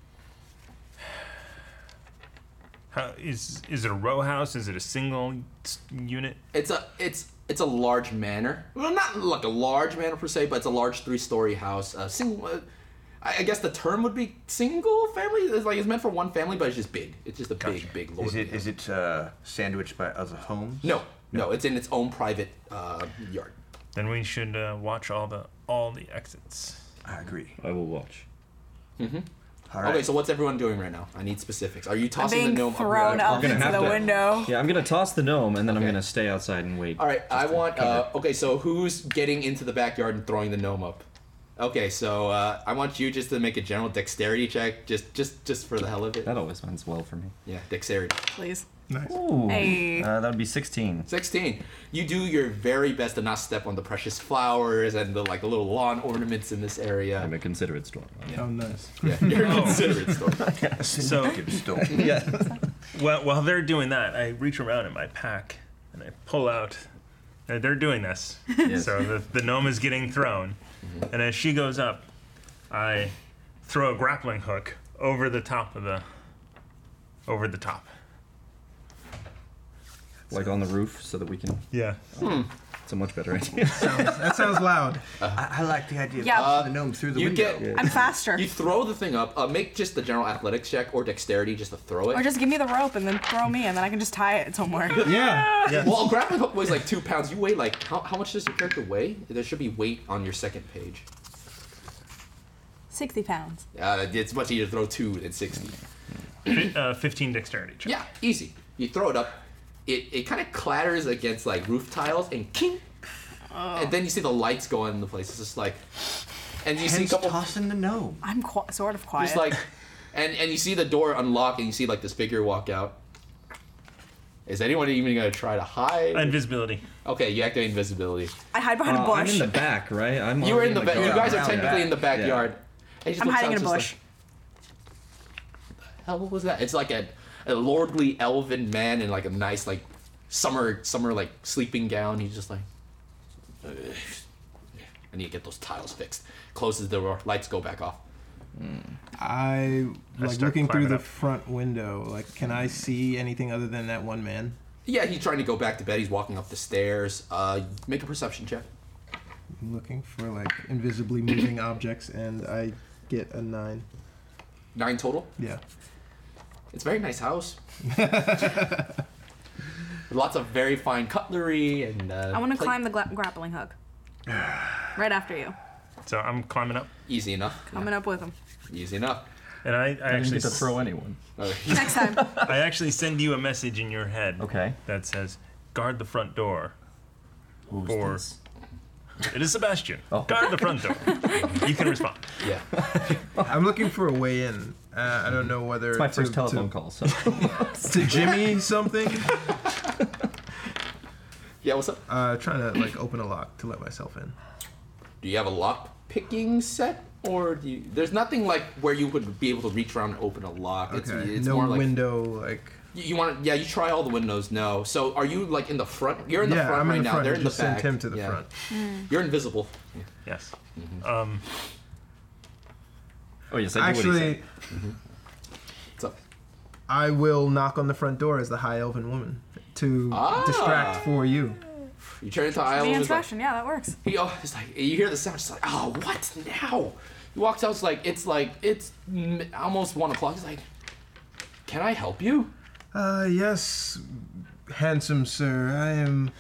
How, is is it a row house? Is it a single s- unit? It's a it's it's a large manor. Well, not like a large manor per se, but it's a large three-story house. A single, uh, I I guess the term would be single family. It's like it's meant for one family, but it's just big. It's just a big, big. Is lordly it is it uh, sandwiched by other homes? No, no, it's in its own private uh, yard. Then we should uh, watch all the all the exits. I agree. I will watch. All right. Okay, so what's everyone doing right now? I need specifics. Are you I'm tossing being the gnome up? thrown All up gonna into have the to- window. Yeah, I'm gonna toss the gnome and then Okay. I'm gonna stay outside and wait. right, I want. Uh, okay, so who's getting into the backyard and throwing the gnome up? Okay, so uh, I want you just to make a general dexterity check, just just just for the hell of it. That always ends well for me. Yeah, dexterity. Please. Ooh, Hey. uh, that would be 16. 16. You do your very best to not step on the precious flowers and the like the little lawn ornaments in this area. I'm a considerate storm. Oh, nice. Yeah, you're considerate still. So Store. while, while they're doing that, I reach around in my pack and I pull out. uh, they're doing this, so the, the gnome is getting thrown, and as she goes up, I throw a grappling hook over the top of the over the top. Like on the roof so that we can. Yeah. It's a much better idea. Uh, That sounds loud. I, I like the idea of Yeah. Uh, tossing the gnome through the You window. get I'm faster. you throw the thing up. Uh, make just the general athletics check or dexterity just to throw it. Or just give me the rope and then throw me, and then I can just tie it somewhere. Yeah. well, a grappling hook weighs like two pounds. You weigh like how, how much does your character weigh? There should be weight on your second page. 60 pounds. Uh, it's much easier to throw two than sixty. Fi uh, 15 dexterity check. Yeah, easy. You throw it up. It it kind of clatters against like roof tiles and king. Oh. And then you see the lights go on in the place. It's just like, and you see a Hence couple. tossing the gnome. I'm qu- sort of quiet. Just like, and and you see the door unlock, and you see like this figure walk out. Is anyone even gonna try to hide? Invisibility. okay, you activate invisibility. I hide behind a Uh, I'm bush. in the back, right? I'm Oh, You were in the back. back. You guys are technically in the back. backyard. And he just I'm looks hiding out in a just bush. Like, hell was that? It's like a, a lordly elven man in like a nice like summer summer like sleeping gown. He's just like, "Ugh, I need to get those tiles fixed. Closes the door. Lights go back off. I like start looking through climbing the up. front window. Like, can I see anything other than that one man? Yeah, he's trying to go back to bed. He's walking up the stairs. Uh, make a perception check. I'm looking for like invisibly moving objects, and I get a nine. Nine total. Yeah. It's a very nice house. Lots of very fine cutlery and. Uh, I want to plate- climb the gla- grappling hook. right after you. So I'm climbing up, Easy enough. Coming up with him. Easy enough. Uh, and I, I didn't actually get to s- throw anyone. Next time. I actually send you a message in your head. Okay. That says, "Guard the front door." Who's Four. this? It is Sebastian. Oh. Guard the front door. you can respond. Yeah. I'm looking for a way in. Uh, I don't know whether My to- first telephone to, call. So to Jimmy something. Yeah. What's up? Uh, trying to like open a lock to let myself in. Do you have a lock picking set, or do you? There's nothing like where you would be able to reach around and open a lock. It's, Okay. it's no more like window. Like you, you want. to Yeah. You try all the windows. No. So are you like in the front? You're in the yeah, front I'm right in the now. front. They're I in just the back. sent him to the Yeah. front. You're invisible. Yes. Um, oh yes, I do what he Actually, said. What's up? I will knock on the front door as the high elven woman to Ah. distract for you. You turn into Isle. Man's He's like, fashion. Yeah, that works. he, oh, it's like you hear the sound. It's like, oh, what now? He walks out. It's like it's like it's m- almost one o'clock. He's like, can I help you? Uh, yes, handsome sir, I am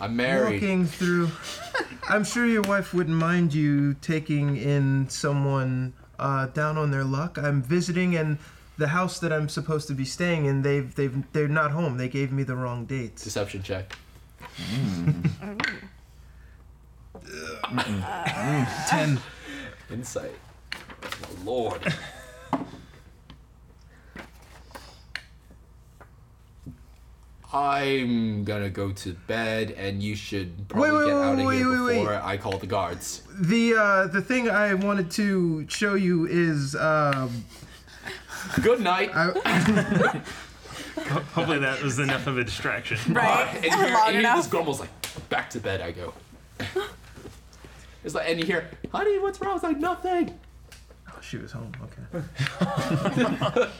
I'm married. walking through. I'm sure your wife wouldn't mind you taking in someone uh, down on their luck. I'm visiting, and the house that I'm supposed to be staying in, they've they've they're not home. They gave me the wrong date. Deception check. Ten. Insight. Oh, Lord. I'm gonna go to bed, and you should probably Wait, wait, get wait, out of wait, here wait, wait. before I call the guards. The uh, the thing I wanted to show you is um, Good night. Uh, I, ho- hopefully that was enough of a distraction. Right. And you hear, Long and you hear this enough. grumbles like, back to bed I go. it's like, and you hear, honey, what's wrong? It's like nothing. oh, she was home. Okay. so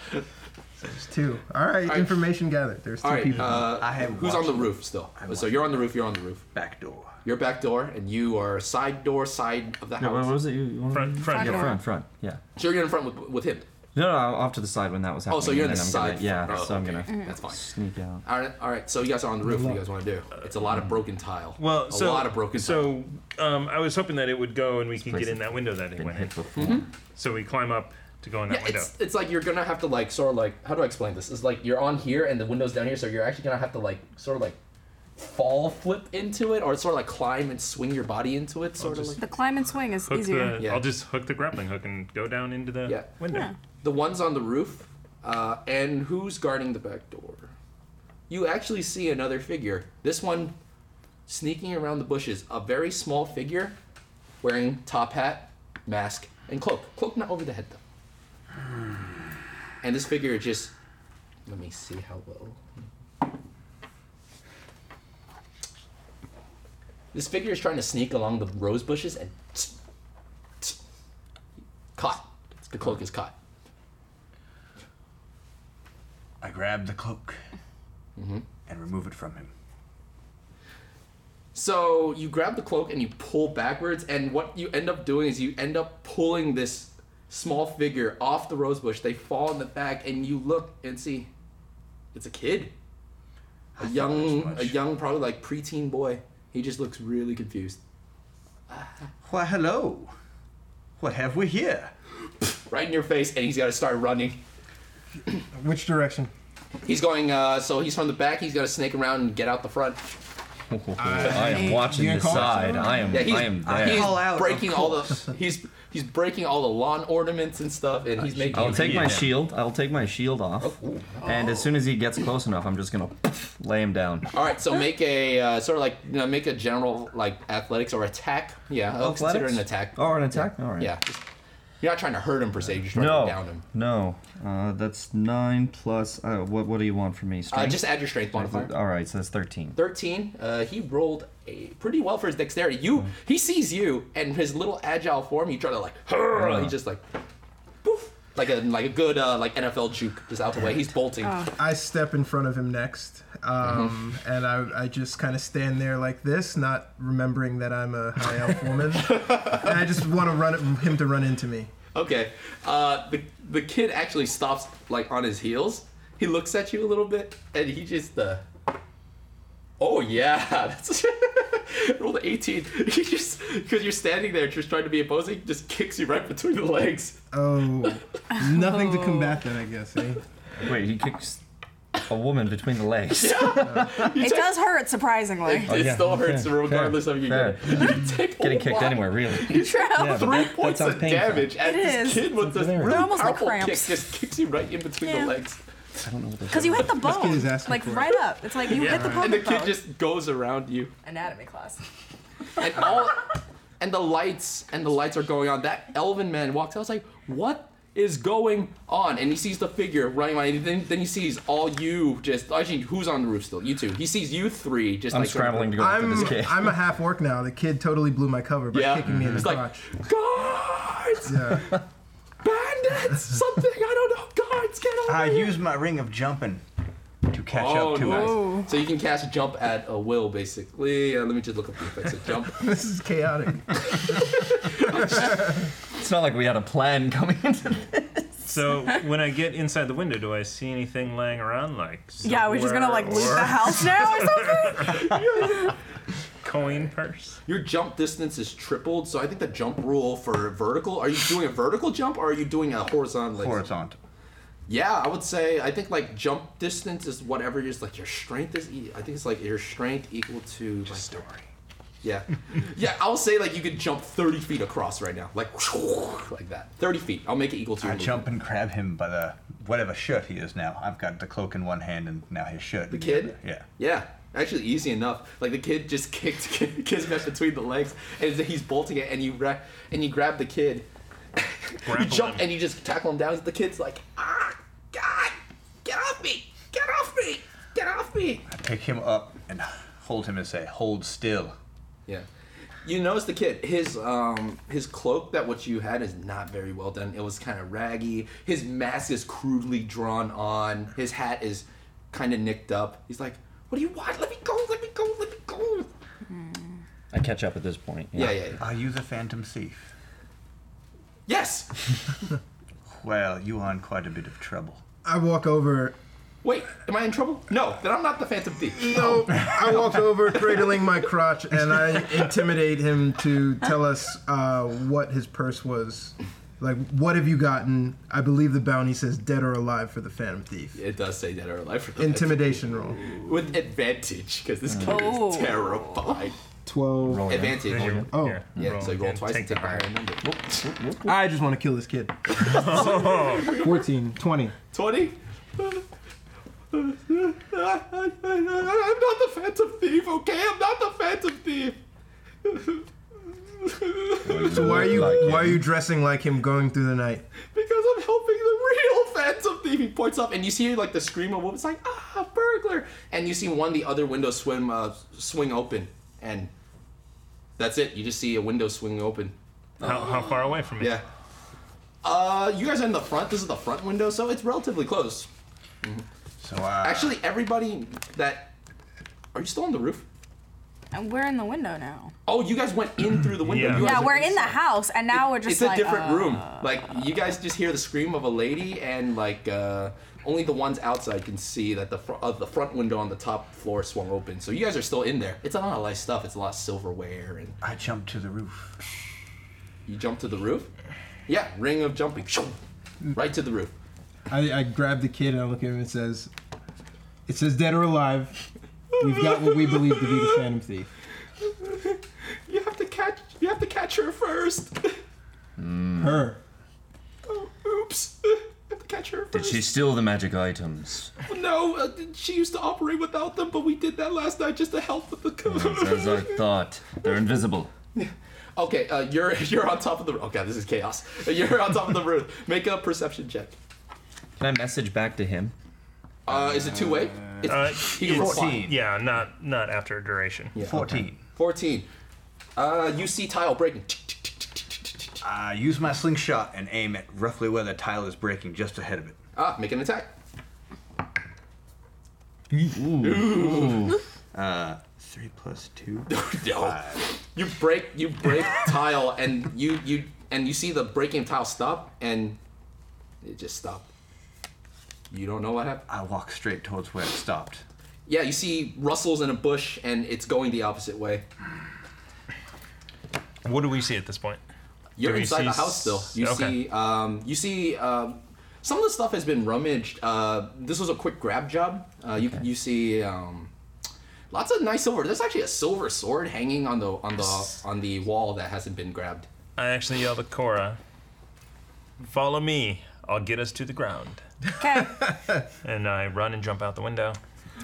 there's two. All right, information gathered. There's two All right, people. uh, I haven't who's on watched the roof still? So you're on the roof. You're on the roof. Back door. Your back door, and you are side door, side of the No, house. what was it? You, you wanted- Front, front Yeah, door. front, front. Yeah. Sure, you're in front with, with him. No, no, I'm off to the side when that was happening. Oh, so you're in and the then I'm side. Gonna, yeah, Oh, so I'm okay. gonna That's fine. sneak out. All right, all right. So you guys are on the roof. What do you guys want to do? It's a lot of broken tile. Well, a so lot of broken. tile. So um, I was hoping that it would go and we could place get in has that window that it Been went in. hit before. Mm-hmm. So we climb up to go in that Yeah, window. it's, it's like you're gonna have to like sort of like how do I explain this? It's like you're on here and the window's down here, so you're actually gonna have to like sort of like fall flip into it, or sort of like climb and swing your body into it, sort of like. The climb and swing is Hook easier. the, Yeah. I'll just hook the grappling hook and go down into the Yeah. window. Yeah. The one's on the roof, uh, and who's guarding the back door? You actually see another figure. This one sneaking around the bushes. A very small figure wearing top hat, mask, and cloak. Cloak not over the head, though. And this figure just. Let me see how well. This figure is trying to sneak along the rose bushes and. Caught. The cloak is caught. I grab the cloak Mm-hmm. and remove it from him. So you grab the cloak and you pull backwards, and what you end up doing is you end up pulling this small figure off the rose bush. They fall in the back, and you look and see it's a kid, a young, much. a young, probably like preteen boy. He just looks really confused. Why, hello. What have we here? Right in your face, and he's got to start running. Which direction? He's going. Uh, so he's from the back. He's got to snake around and get out the front. I am watching You're the calling side. I am. Yeah, he's, I am he's there. Call out, of breaking all course. the. He's he's breaking all the lawn ornaments and stuff, and he's making. I'll take my Yeah. shield. I'll take my shield Oh, off, and as soon as he gets close enough, I'm just gonna lay him down. All right, so make a uh, sort of like you know, make a general like athletics or attack. Yeah, I'll consider it an Athletics? attack. Oh, an attack. All right. Yeah, just, you're not trying to hurt him per se. You're just trying to down No. him. No. Uh, that's nine plus. Uh, what What do you want from me? Uh, Strength. just add your strength modifier. All right. So that's thirteen. Thirteen. Uh, he rolled a pretty well for his dexterity. Mm. You, he sees you and his little agile form. You try to like, "Hurr," he just like, poof, like a like a good uh, like NFL juke is out the way. He's bolting. I step in front of him next, um, Uh-huh. and I, I just kind of stand there like this, not remembering that I'm a high elf woman, and I just want to run him to run into me. Okay. Uh, the the kid actually stops like on his heels. He looks at you a little bit, and he just uh. Oh yeah, that's rolled an eighteen. He just because you're standing there, just trying to be opposing, just kicks you right between the legs. Oh, nothing to combat that, I guess. Eh? Wait, he kicks a woman between the legs. It does hurt, surprisingly. it Oh, yeah, still hurts fair, regardless of you fair, getting, you take a Getting kicked lot- anywhere, really. True. Yeah, but Three that- that points sounds of painful. damage as It this is. kid with this They're really almost like powerful kick cramps. just kicks you right in between Yeah. the legs. I don't know what those Because you hit the kid bone, is asking like for it. right up. It's like you hit the pelvic And the kid bone. just goes around you. Anatomy class. and all and the lights and the lights are going on. That elven man walks out. I was like, what is going on? And he sees the figure running around. And then, then he sees all you just actually who's on the roof still? You two. He sees you three just I'm like scrambling to go after I'm this kid. I'm a half orc now. The kid totally blew my cover by Yeah. kicking me in the It's like crotch. Uh, guards, Yeah. bandits, something I don't know. Guards, get over Ah, I here." use my ring of jumping to catch Oh, up to nice. it. So you can cast jump at a will, basically. Uh, let me just look up the effects of jump. This is chaotic. It's not like we had a plan coming into this. So when I get inside the window, do I see anything laying around like Yeah, we're just gonna like loot silverware the or house now or something. coin purse? Your jump distance is tripled, so I think the jump rule for vertical. Are you doing a vertical jump or are you doing a horizontal? Horizontal. Yeah, I would say I think like jump distance is whatever your like your strength is. E- I think it's like your strength equal to like, story. Yeah, yeah. I'll say like you could jump thirty feet across right now, like like that. Thirty feet. I'll make it equal to. I Your jump and grab him by the whatever shirt he is now. I've got the cloak in one hand and now his shirt. The kid? Yeah. Yeah, actually easy enough. Like the kid just kicked Kismet between the legs, and he's bolting it, and you ra- and you grab the kid. you Grapple jump him. and you just tackle him down. The kid's like, ah, God, get off me, get off me, get off me. I pick him up and hold him and say, "Hold still." Yeah. You notice the kid, his um his cloak that what you had is not very well done. It was kind of raggy. His mask is crudely drawn on. His hat is kind of nicked up. He's like, "What do you want? Let me go. Let me go. Let me go." I catch up at this point. Yeah, yeah. yeah. Are you the Phantom Thief? Yes. Well, you are in quite a bit of trouble. I walk over. Wait, am I in trouble? No, then I'm not the Phantom Thief. No, I walk over, cradling my crotch, and I intimidate him to tell us uh, what his purse was. Like, what have you gotten? I believe the bounty says dead or alive for the Phantom Thief. It does say dead or alive for the Intimidation roll. with advantage because this kid Oh. is terrified. 12. Roll again. Advantage. Oh. Yeah, Yeah, so you roll again, twice and take a higher higher. number. I just want to kill this kid. 14, 20. 20? I'm not the Phantom Thief, okay? I'm not the Phantom Thief. So why are you Like why are you dressing like him going through the night? Because I'm helping the real Phantom Thief. He points up, and you see like the scream of a woman's like, ah, burglar. And you see one of the other windows swim, uh, swing open, and that's it. You just see a window swing open. How, how far away from me? Yeah. Uh, you guys are in the front. This is the front window, so it's relatively close. So I Actually, everybody that are you still on the roof? And we're in the window now. Oh, you guys went in through the window. Yeah. You guys Yeah, are we're in the house, and now we're It's just like. a different uh, room. Like you guys just hear the scream of a lady, and like uh, only the ones outside can see that the fr- uh, the front window on the top floor swung open. So you guys are still in there. It's a lot of light stuff. It's a lot of silverware, and I jump to the roof. you jump to the roof. Yeah, ring of jumping, right to the roof. I, I grab the kid and I look at him and says, "It says dead or alive. We've got what we believe to be the Phantom Thief." You have to catch. You have to catch her first. Her. Oh, oops. I have to catch her first. Did she steal the magic items? No, uh, she used to operate without them, but we did that last night just to help with the. As I thought, they're invisible. Okay, uh, you're you're on top of the. Oh god, this is chaos. You're on top of the roof. Make a perception check. Can I message back to him? Uh, is it two way? It's Uh, he can reply. 14. Yeah, not not after a duration. Fourteen. Fourteen. Uh, you see tile breaking. I use my slingshot and aim at roughly where the tile is breaking just ahead of it. Ah, make an attack. Three plus two. No. You break you break tile and you you and you see the breaking tile stop and it just stopped. You don't know what happened. I walk straight towards where it stopped. Yeah, you see Russell's in a bush and it's going the opposite way. What do we see at this point? You're Do we inside see the house still. s- You okay. see, um, you see, um, some of the stuff has been rummaged. Uh, this was a quick grab job. Uh, you you see, um, lots of nice silver. There's actually a silver sword hanging on the on the on the wall that hasn't been grabbed. I actually yelled at Cora, "Follow me! I'll get us to the ground." uh, Okay. And I run and jump out the window.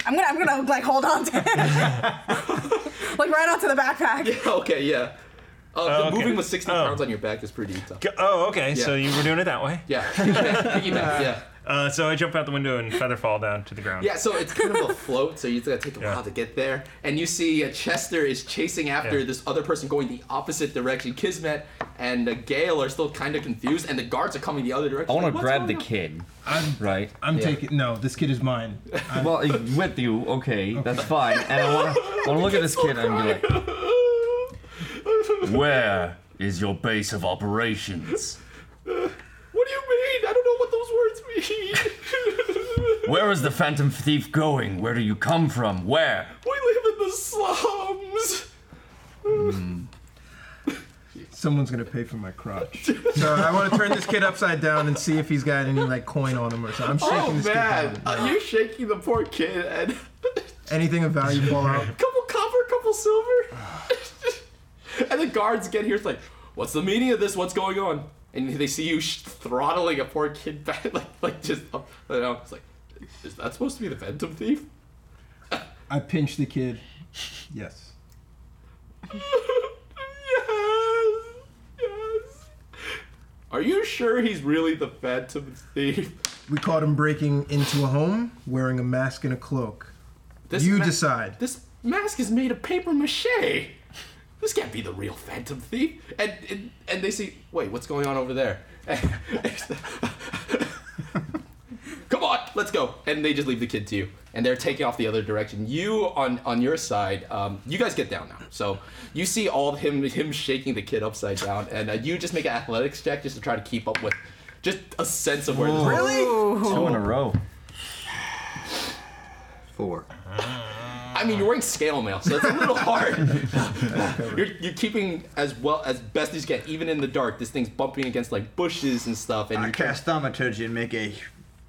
I'm gonna I'm gonna like hold on to it. like right onto the backpack. okay, yeah. Uh, the okay. moving with 60 Oh. pounds on your back is pretty tough. Go- oh, okay. So Yeah. you were doing it that way. Yeah, piggyback. Yeah, Uh, so I jump out the window and feather fall down to the ground. yeah. So it's kind of a float, so you gotta take a Yeah. while to get there. And you see uh, Chester is chasing after Yeah. this other person going the opposite direction. Kismet and uh, Gale are still kind of confused, and the guards are coming the other direction. I want Like, to "What's grab going the on?" kid, I'm, right? I'm Yeah. taking. No, this kid is mine. I, Well, i- with you, okay, that's fine. And I want to want to look at this kid and be like, "Where is your base of operations? What do you mean? I don't know what those words mean. Where is the Phantom Thief going? Where do you come from? Where?" we live in the slums. someone's gonna pay for my crotch. so I want to turn this kid upside down and see if he's got any like coin on him or something. I'm shaking Oh this kid. man, down. uh, you're shaking the poor kid. And Anything of value fall out. couple copper, couple silver. and the guards get here. It's like, what's the meaning of this? What's going on? And they see you sh- throttling a poor kid back, like, like just, up, you know, it's like, is that supposed to be the Phantom Thief? I pinch the kid. Yes. yes, yes. Are you sure he's really the Phantom Thief? We caught him breaking into a home wearing a mask and a cloak. This you ma- decide. This mask is made of paper mache. This can't be the real Phantom Thief. And and, and they see, wait, what's going on over there? Come on, let's go. And they just leave the kid to you. And they're taking off the other direction. You on on your side, um, you guys get down now. So you see all of him him shaking the kid upside down, and uh, you just make an athletics check just to try to keep up with, just a sense of where. This Two in a row. Four. I mean, you're wearing scale mail, so it's a little hard. you're, you're keeping as well as best as you can, even in the dark. This thing's bumping against like bushes and stuff, and I you're trying- cast thaumaturgy and make a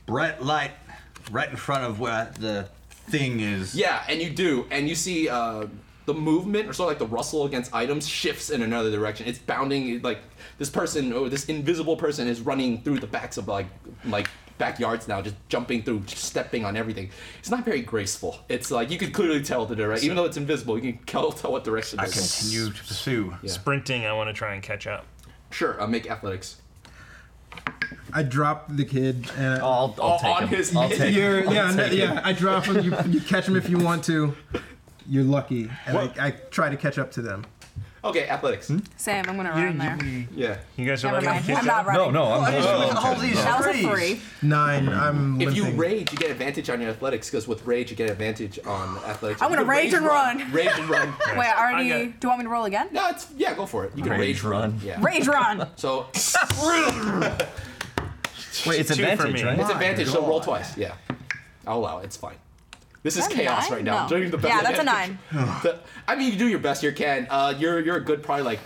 bright light right in front of where the thing is. yeah, and you do, and you see uh, the movement or sort of like the rustle against items shifts in another direction. It's bounding like this person or this invisible person is running through the backs of like like backyards now, just jumping through, just stepping on everything. It's not very graceful. It's like you can clearly tell the direction, even though it's invisible, you can tell, tell what direction. I it is. continue to pursue. Sprinting, I want to try and catch up. Sure, uh, make athletics. I drop the kid and I'll, Oh, I'll take on him. his I'll knee. take him. You're, yeah, no, yeah. I drop him. You, you catch him if you want to. You're lucky, and I, I try to catch up to them. Okay, athletics. Sam, I'm gonna run there. Yeah. You guys are Never letting me mind. catch I'm up. not running. No, no, I'm going. All these That was a threes. free. Nine. I'm If you limping. rage, you get advantage on your athletics because with rage you get advantage on athletics. I'm gonna You can rage and run. Rage and run. Wait, I already. I got- Do you want me to roll again? no, it's yeah, go for it. You can rage, Rage run. Yeah. Rage run. So it's Wait, Two it's for advantage, me. right? advantage. So roll twice. Yeah. I'll allow it. It's fine. This is Is that a chaos nine? right now. No. Doing the best Yeah, that's a advantage. nine. The- I mean, you do your best you can. Uh, you're you're a good probably like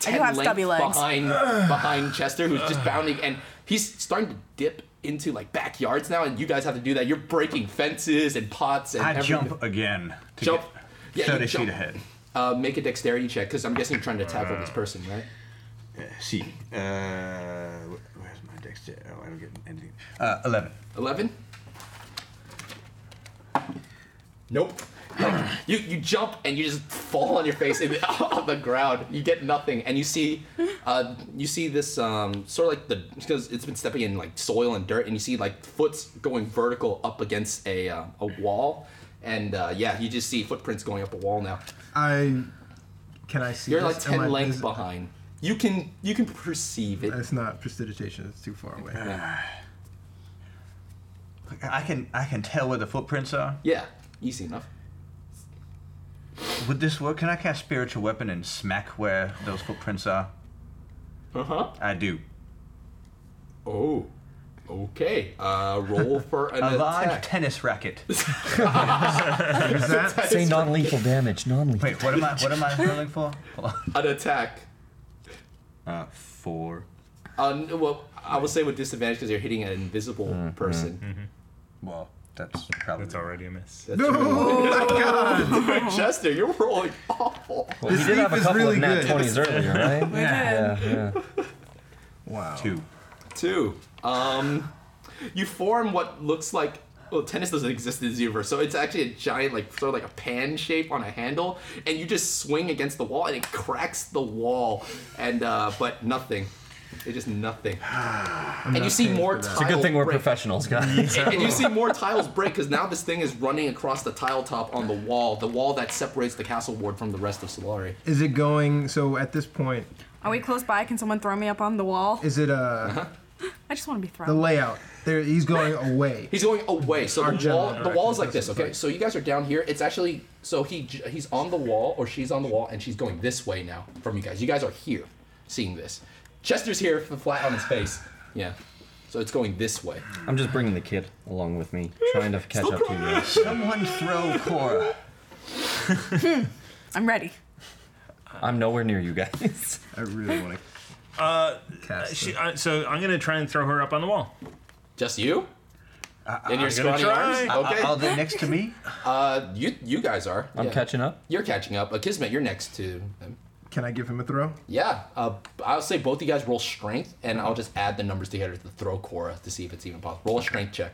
ten have lengths stubby legs. behind behind Chester, who's just bounding, and he's starting to dip into like backyards now, and you guys have to do that. You're breaking fences and pots and I everything. jump again. To Jump. Yeah, Get you 30 jump. feet ahead. Uh, Uh, make a dexterity check because I'm guessing you're trying to tackle this person, right? See. Uh, wh- where's my dexterity? Oh, I don't get anything. Uh, 11. Eleven. Nope. Like, you you jump and you just fall on your face in, on the ground. You get nothing, and you see, uh, you see this um, sort of like the because it's been stepping in like soil and dirt, and you see like foots going vertical up against a uh, a wall, and uh, yeah, you just see footprints going up a wall now. I can I see. You're this? like Am I ten lengths vis- behind. You can you can perceive it. That's not prestidigitation. It's too far away. Uh, I can I can tell where the footprints are. Yeah, easy enough. Would this work? Can I cast spiritual weapon and smack where those footprints are? Uh huh. I do. Oh, okay. Uh, roll for an A large attack. tennis racket. Is that Say non-lethal damage. Non-lethal. Wait, what am I what am I rolling for? Hold on. an attack. Uh, four. Uh, well, I would say with disadvantage because you're hitting an invisible Mm-hmm. person. Well, that's probably That's already a miss. That's no, my God, Chester, you're rolling awful. Well, we did have a is couple really of nat good. twenties earlier, right? Yeah. yeah, yeah. wow? two. Two. Um, you form what looks like well, tennis doesn't exist in this universe, so it's actually a giant, like sort of like a pan shape on a handle, and you just swing against the wall, and it cracks the wall, and uh, but nothing. It just nothing. and you not see paying more for tiles. that. It's a good thing we're break. professionals, guys. And, and you see more tiles break because now this thing is running across the tile top on the wall, the wall that separates the castle ward from the rest of Solari. Is it going? So at this point, Are we close by? Can someone throw me up on the wall? is it uh I just want to be the thrown. layout? There, he's going away. He's going away. So Our the general wall, the direction wall is like doesn't this. Okay, fight. so you guys are down here. It's actually so he j- he's on the wall or she's on the wall and she's going this way now from you guys. You guys are here, seeing this. Chester's here, f- flat on his face. Yeah. So it's going this way. I'm just bringing the kid along with me, trying to catch up to you. Someone throw Cora. I'm ready. I'm nowhere near you guys. I really want to. Uh, cast She, the- uh, so I'm gonna try and throw her up on the wall. Just you. and your gonna scrawny try. arms. I- Okay. Are they next to me? uh, you you guys are. I'm Yeah. catching up. You're catching up. Akismet, you're next to them. Can I give him a throw? Yeah. Uh, I'll say both you guys roll strength, and I'll just add the numbers together to throw Cora to see if it's even possible. Roll a strength check.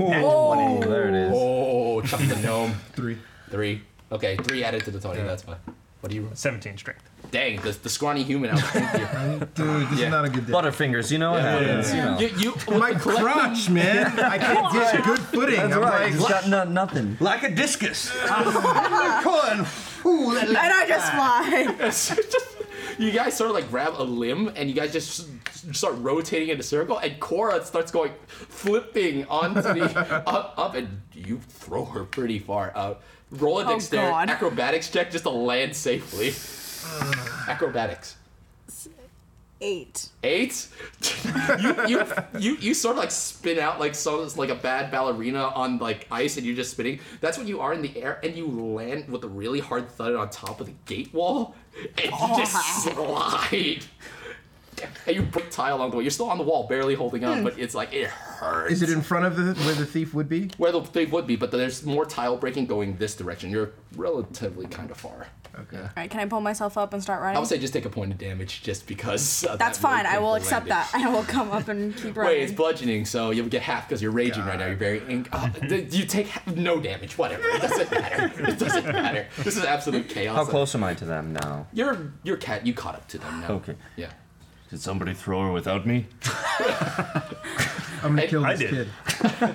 Oh, there it is. Oh, chuck the gnome. Three. Three. Okay, three added to the 20. That's fine. What do you. 17 strength. Dang, the, the scrawny human out there. Dude, this Yeah. is not a good day. Butterfingers, you know what happens. You know. you, you, My crotch, man. I can't get good footing. I'm Right, just like, got no, nothing. Like a discus. Corn. Ooh, that- And I just fly. you guys sort of like grab a limb and you guys just s- start rotating in a circle, and Cora starts going flipping onto the up, up, and you throw her pretty far out. Roll a Oh, dexterity God. acrobatics check just to land safely. acrobatics. Eight. eight. you, you, you you sort of like spin out like some like a bad ballerina on like ice, and you're just spinning. That's what you are in the air, and you land with a really hard thud on top of the gate wall, and you Oh. just slide. And you break tile along the way. You're still on the wall, barely holding on, but it's like it hurts. is it in front of the where the thief would be? where the they would be? But there's more tile breaking going this direction. You're relatively kind of far. Okay. All right, can I pull myself up and start running? I would say just take a point of damage just because. uh, That's that really fine. I will painful accept landing. that. I will come up and keep running. Wait, it's bludgeoning, so you'll get half because you're raging right now. You're very. ang- oh, th- you take ha- no damage, whatever. It doesn't matter. It doesn't matter. This is absolute chaos. How close am I to them now? You're you're cat. You caught up to them now. Okay. Yeah. Did somebody throw her without me? I'm gonna kill I this did. kid.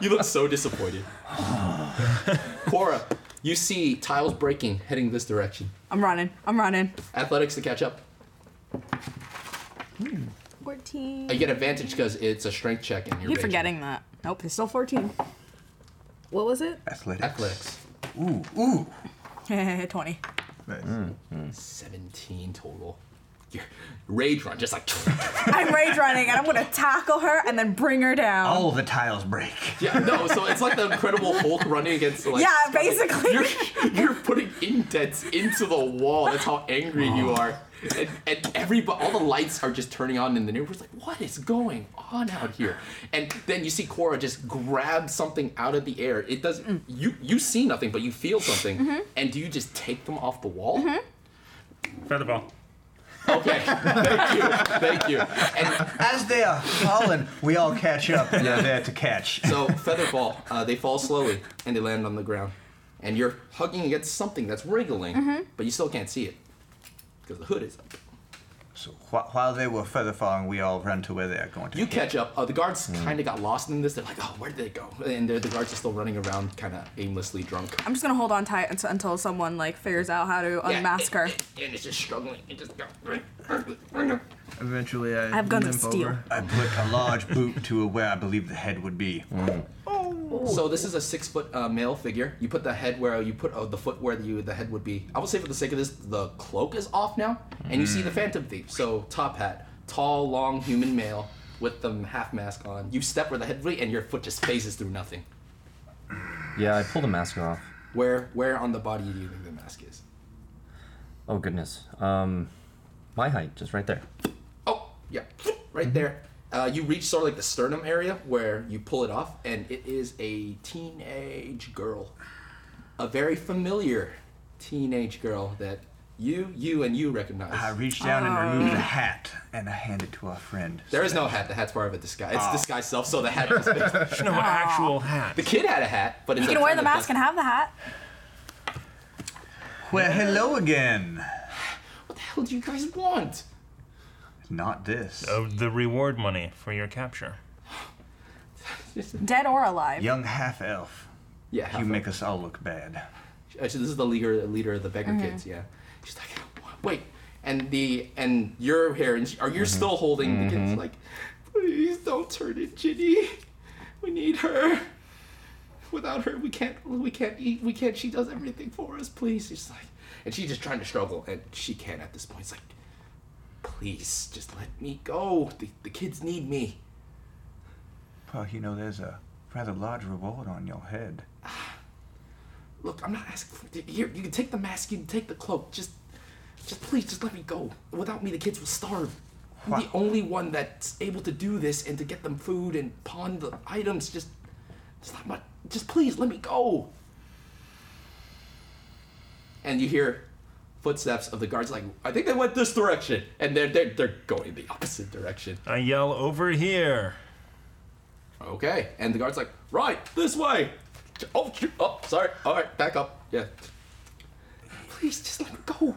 You look so disappointed. Cora, you see tiles breaking, heading this direction. I'm running. I'm running. Athletics to catch up. 14. You get advantage because it's a strength check, and you're. You're raging. forgetting that. Nope, it's still 14. What was it? Athletics. Athletics. Ooh, ooh. 20. Nice. Seventeen total. Your rage run, just like. I'm rage running and I'm gonna tackle her and then bring her down. Oh All the tiles break. yeah. No. So it's like the Incredible Hulk running against like. yeah, basically. You're, you're putting indents into the wall. That's how angry you are. And, and everybody, all the lights are just turning on in the neighborhood's like, what is going on out here? And then you see Cora just grab something out of the air. It doesn't. You you see nothing, but you feel something. And do you just take them off the wall? Mm-hmm. Feather ball. Okay. Thank you. Thank you. And As they are falling, we all catch up and are there to catch. so feather ball. Uh, they fall slowly and they land on the ground. And you're hugging against something that's wriggling, but you still can't see it because the hood is up. So wh- while they were further following, we all run to where they are going to. You catch up. Uh, the guards Mm. kind of got lost in this. They're like, oh, where did they go? And the, the guards are still running around, kind of aimlessly drunk. I'm just gonna hold on tight until, until someone like figures out how to Yeah, unmask her. and it's just struggling. It just go. Eventually, I, I have guns of limp steel. over. I put a large boot to where I believe the head would be. So this is a six foot uh, male figure. You put the head where you put uh, the foot where you the head would be. I would say for the sake of this, the cloak is off now, and you see the Phantom Thief. So top hat, tall, long human male with the half mask on. You step where the head would be, and your foot just phases through nothing. Yeah, I pulled the mask off. Where where on the body do you think the mask is? Oh goodness. Um, my height, just right there. Oh, yeah, right Mm-hmm. there. Uh, you reach sort of like the sternum area where you pull it off, and it is a teenage girl, a very familiar teenage girl that you, you, and you recognize. I reached down and removed the hat, and I handed it to our friend. there is no hat. The hat's part of a disguise. Ah. It's disguise self, so the hat. is No actual hat. the kid had a hat, but it's You can wear the mask and have the hat. Well, hello again. What the hell do you guys want? Not this. Of the reward money for your capture. Dead or alive. Young half elf. Yeah, half You elf. make us all look bad. Actually, this is the leader, leader of the beggar kids. Yeah, she's like, wait, and the and you're here, and she, are you still holding the kids? Like, please don't turn it, Ginny. We need her. Without her, we can't we can't eat. We can't. She does everything for us. Please, she's like, and she's just trying to struggle, and she can't at this point. It's like, please, just let me go. The, the kids need me. Well, you know, there's a rather large reward on your head. Look, I'm not asking for here. You can take the mask. You can take the cloak. Just, just please, just let me go. Without me, the kids will starve. I'm the What? only one that's able to do this and to get them food and pawn the items. Just, it's not much. Just please, let me go. And you hear footsteps of the guards. Like I think they went this direction, and they're they're they're going the opposite direction. I yell over here. Okay. And the guard's like, right, this way. Oh, shoot. oh, sorry. All right, back up. Yeah. Please, just let me go.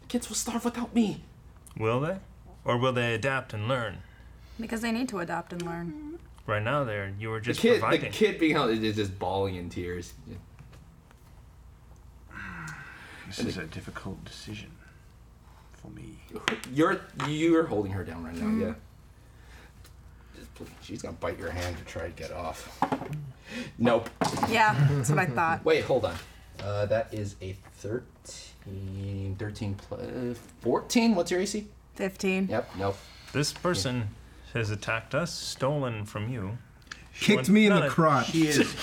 The kids will starve without me. Will they? Or will they adapt and learn? Because they need to adopt and learn. Right now, there you were The just kid, the providing. kid being held is just bawling in tears. This is a difficult decision for me. You're you're holding her down right now. Yeah. Just please, she's gonna bite your hand to try to get off. Nope. Yeah, that's what I thought. Wait, hold on. Uh, that is a 13, 13 plus 14. uh, What's your AC? 15. Yep. Nope. This person has attacked us, stolen from you. Kicked me in No, the no. crotch. He is.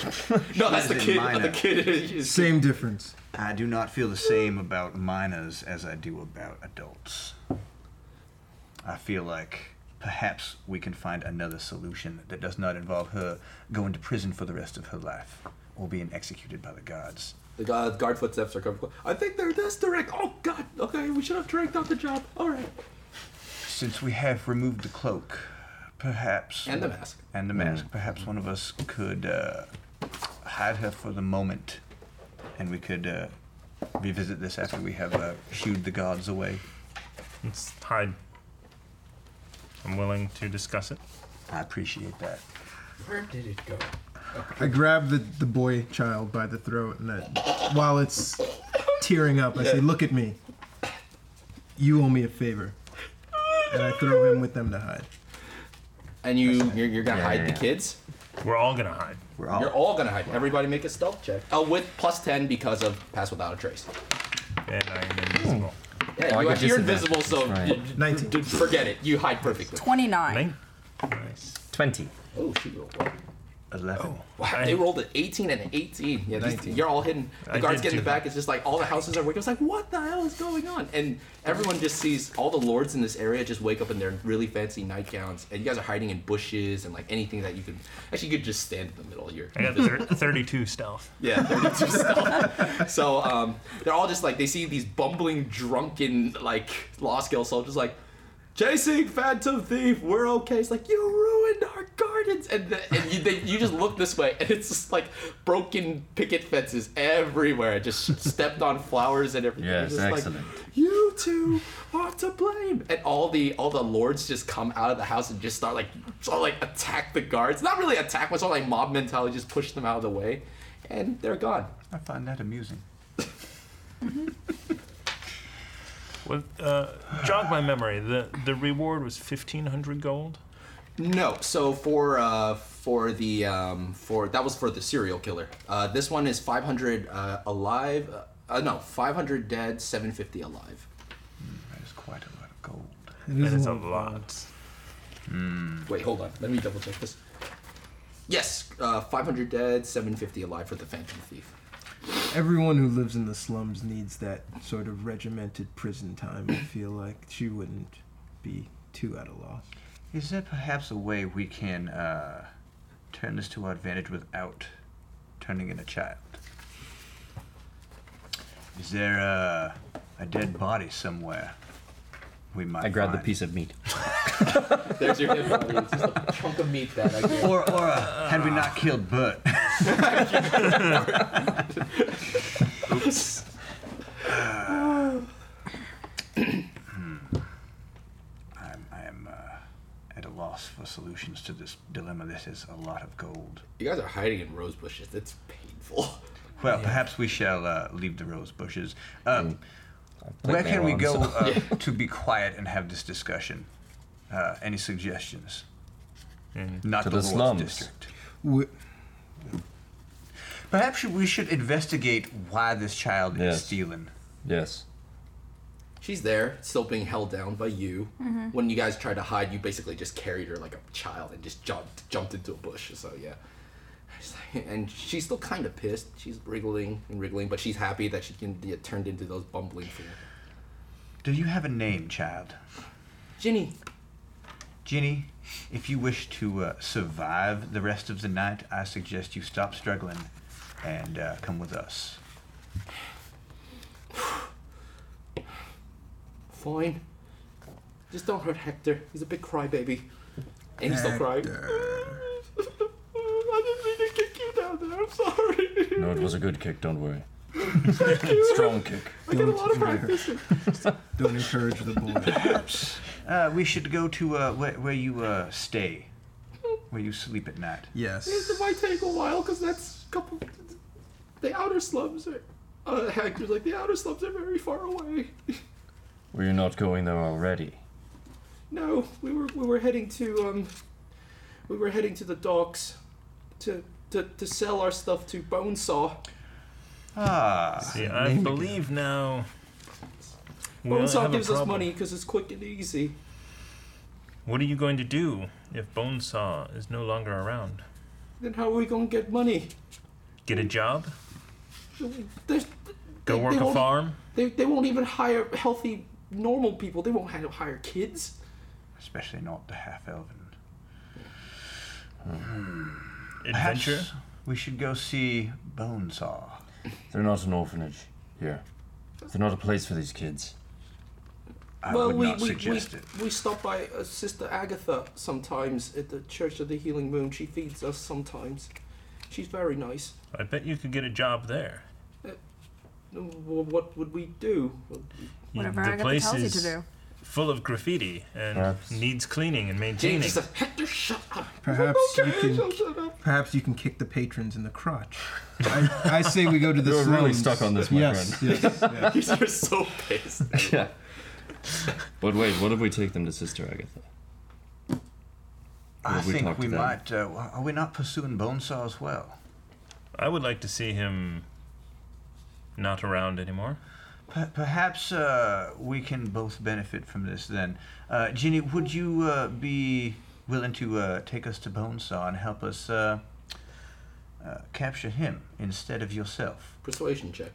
No, Oh, that's the in kid. minor. The kid is, is Same difference. I do not feel the same about minors as I do about adults. I feel like perhaps we can find another solution that does not involve her going to prison for the rest of her life or being executed by the gods. The guard, guard footsteps are coming. I think they're this direct. Oh God. Okay, we should have dragged out the job. All right. Since we have removed the cloak, perhaps. And the mask. And the mask, perhaps one of us could uh, hide her for the moment and we could uh, revisit this after we have uh, shooed the gods away. It's hide. I'm willing to discuss it. I appreciate that. Where did it go? I grab the, the boy child by the throat and I, while it's tearing up, I say, Look at me. You owe me a favor. And I throw him with them to hide. And you, you're, you're gonna Yeah, hide yeah, Oh. the yeah. kids. We're all gonna hide. We're all You're all gonna hide. Everybody make a stealth check. Oh, with plus ten because of pass without a trace. And I am Hmm. invisible. Yeah, Oh, I you get actually, you're disadvantage, invisible, so that's d- right. d- 19. d- forget it. You hide perfectly. 29. Nine. Nice. Twenty. Oh, she rolled well. 11. Oh, Wow, they rolled an 18 and an 18. Yeah, these, you're all hidden. The I guards did get in do the back. It's just like all the houses are waking. It's like, what the hell is going on? And everyone just sees all the lords in this area just wake up in their really fancy nightgowns. And you guys are hiding in bushes and like anything that you can. Actually, you could just stand in the middle here. I got thir- 32 stealth. Yeah, they're just stuff. so um, they're all just like they see these bumbling, drunken, like lost girl soldiers, like chasing phantom thief. We're okay. It's like you ruined our gardens, and the, and you they, you just look this way, and it's just like broken picket fences everywhere, just stepped on flowers and everything. You're Yes, just like, excellent. you two are to blame. And all the all the lords just come out of the house and just start like sort of like attack the guards. Not really attack, but sort of like mob mentality, just push them out of the way, and they're gone. I find that amusing. Well, uh, jog my memory. The the reward was fifteen hundred gold. No, so for uh, for the um, for that was for the serial killer. Uh, this one is 500 uh, alive. Uh, no, 500 dead, 750 alive. That is quite a lot of gold. That Oh, is a lot. Wait, hold on. Let me double check this. Yes, uh, 500 dead, 750 alive for the Phantom Thief. Everyone who lives in the slums needs that sort of regimented prison time. I feel like she wouldn't be too at a loss. Is there perhaps a way we can uh, turn this to our advantage without turning in a child? Is there uh, a dead body somewhere we might? I grabbed the find? piece of meat. There's your dead body. It's just a chunk of meat that I get. Or, or uh, had we not killed Bert? I'm, I'm uh, at a loss for solutions to this dilemma. This is a lot of gold. You guys are hiding in rose bushes. It's painful. Well, perhaps we shall uh, leave the rose bushes. Um, played where can we Marilyn, go so- uh, to be quiet and have this discussion? Uh, any suggestions? Not To the, the Lord's slums. district. Wh- Perhaps we should investigate why this child Yes. is stealing. Yes. She's there, still being held down by you. When you guys tried to hide, you basically just carried her like a child and just jumped jumped into a bush. So yeah, She's like- and she's still kind of pissed. She's wriggling and wriggling, but she's happy that she can get turned into those bumbling fools. Do you have a name, child? Ginny, Ginny, if you wish to uh, survive the rest of the night, I suggest you stop struggling and uh, come with us. fine. Just don't hurt Hector. He's a big crybaby, and he's still crying. I didn't mean to kick you down there. I'm sorry. No, it was a good kick. Don't worry. Strong kick. I did a lot of practice. Don't encourage the boy. Uh, we should go to uh, where, where you uh, stay, where you sleep at night. Yes. It might take a while because that's a couple. The outer slums are. Uh, Hector's like the outer slums are very far away. Were you not going there already? No, we were we were heading to um, we were heading to the docks, to to to sell our stuff to Bonesaw. Ah, See, I Name believe now. we don't Bonesaw have a gives us problem. money because it's quick and easy. What are you going to do if Bonesaw is no longer around? Then how are we gonna get money? Get a job? There's, Go they- work they a won't- farm? They they won't even hire healthy normal people. They won't hire, hire kids. especially not the half elven. Perhaps Adventure? we should go see Bonesaw. They're not an orphanage here. They're not a place for these kids. I well, would we, not we, suggest we, it. we stop by uh, Sister Agatha sometimes at the Church of the Healing Moon. She feeds us sometimes. She's very nice. I bet you could get a job there. W- What would we do? You- Whatever the Agatha place tells you is to do. full of graffiti and Perhaps. needs cleaning and Jane maintaining. just says, Hector, shut up. Perhaps you Okay, can- shut- shut up. Perhaps you can kick the patrons in the crotch. I, I say we go to the You're slums. really stuck on this, my yes, Yes, yes. You're so pissed. Yeah. But wait, what if we take them to Sister Agatha? I Have we think talked we to them? might. Uh, are we not pursuing Bonesaw as well? I would like to see him not around anymore. Per- perhaps uh, we can both benefit from this then. Uh, Ginny, would you uh, be willing to uh, take us to Bonesaw and help us uh, uh, capture him instead of yourself? Persuasion check.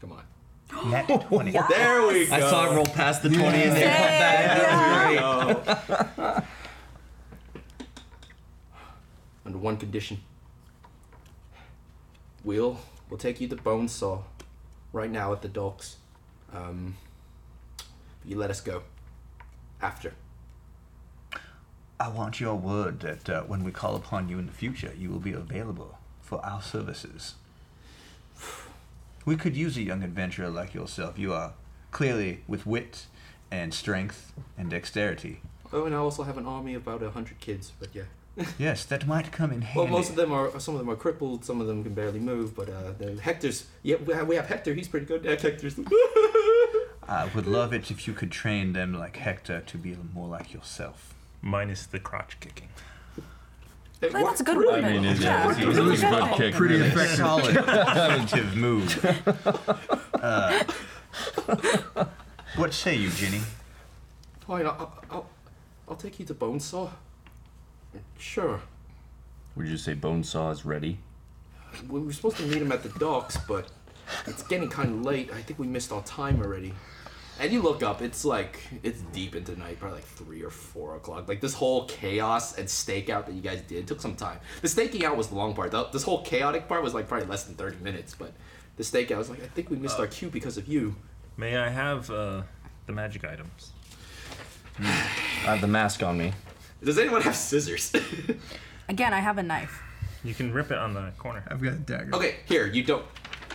Come on. Nat 20. There we go. I saw it roll past the 20 and there. Under one condition. We'll we'll take you to Bone Saw right now at the docks. Um, you let us go. After. I want your word that uh, when we call upon you in the future, you will be available for our services. We could use a young adventurer like yourself. You are clearly with wit and strength and dexterity. Oh, and I also have an army of about a hundred kids, but yeah. Yes, that might come in handy. Well, most of them are. uh, Some of them are crippled. Some of them can barely move. But uh, the Hector's. Yeah, we have, we have Hector. He's pretty good. Uh, Hector's. I would love it if you could train them like Hector to be more like yourself. Minus the crotch kicking. It Well, that's worked a good pretty one. well. I mean, it is. Yeah. It was a good kick. Pretty really. effective. Solid, positive move. Uh, what say you, Ginny? Fine. I'll, I'll, I'll take you to Bonesaw. Sure. Would you say bone saw is ready? We were supposed to meet him at the docks, but it's getting kind of late. I think we missed our time already. And you look up, it's like it's deep into night, probably like three or four o'clock. Like this whole chaos and stakeout that you guys did took some time. The staking out was the long part. The, this whole chaotic part was like probably less than thirty minutes, but the stakeout was like I think we missed our cue because of you. May I have uh, the magic items? I have the mask on me. Does anyone have scissors? Again, I have a knife. You can rip it on the corner. I've got a dagger. okay, here you don't.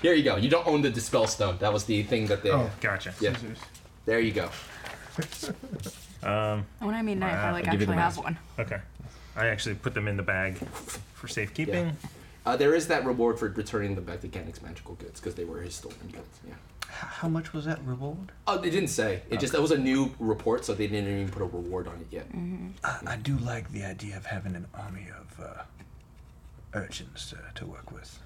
Here you go. You don't own the dispel stone. That was the thing that they. Oh. Gotcha. Yeah. Scissors. There you go. And when I mean knife, I Wow. like I'll give you the actually have mask. one. Okay. I actually put them in the bag for safekeeping. Yeah. Uh, there is that reward for returning them back to Gannick's magical goods because they were his stolen goods. Yeah. How much was that reward? Oh, they didn't say. It just that was a new report, so they didn't even put a reward on it yet. Mm. I, I do like the idea of having an army of uh, urchins to, to work with.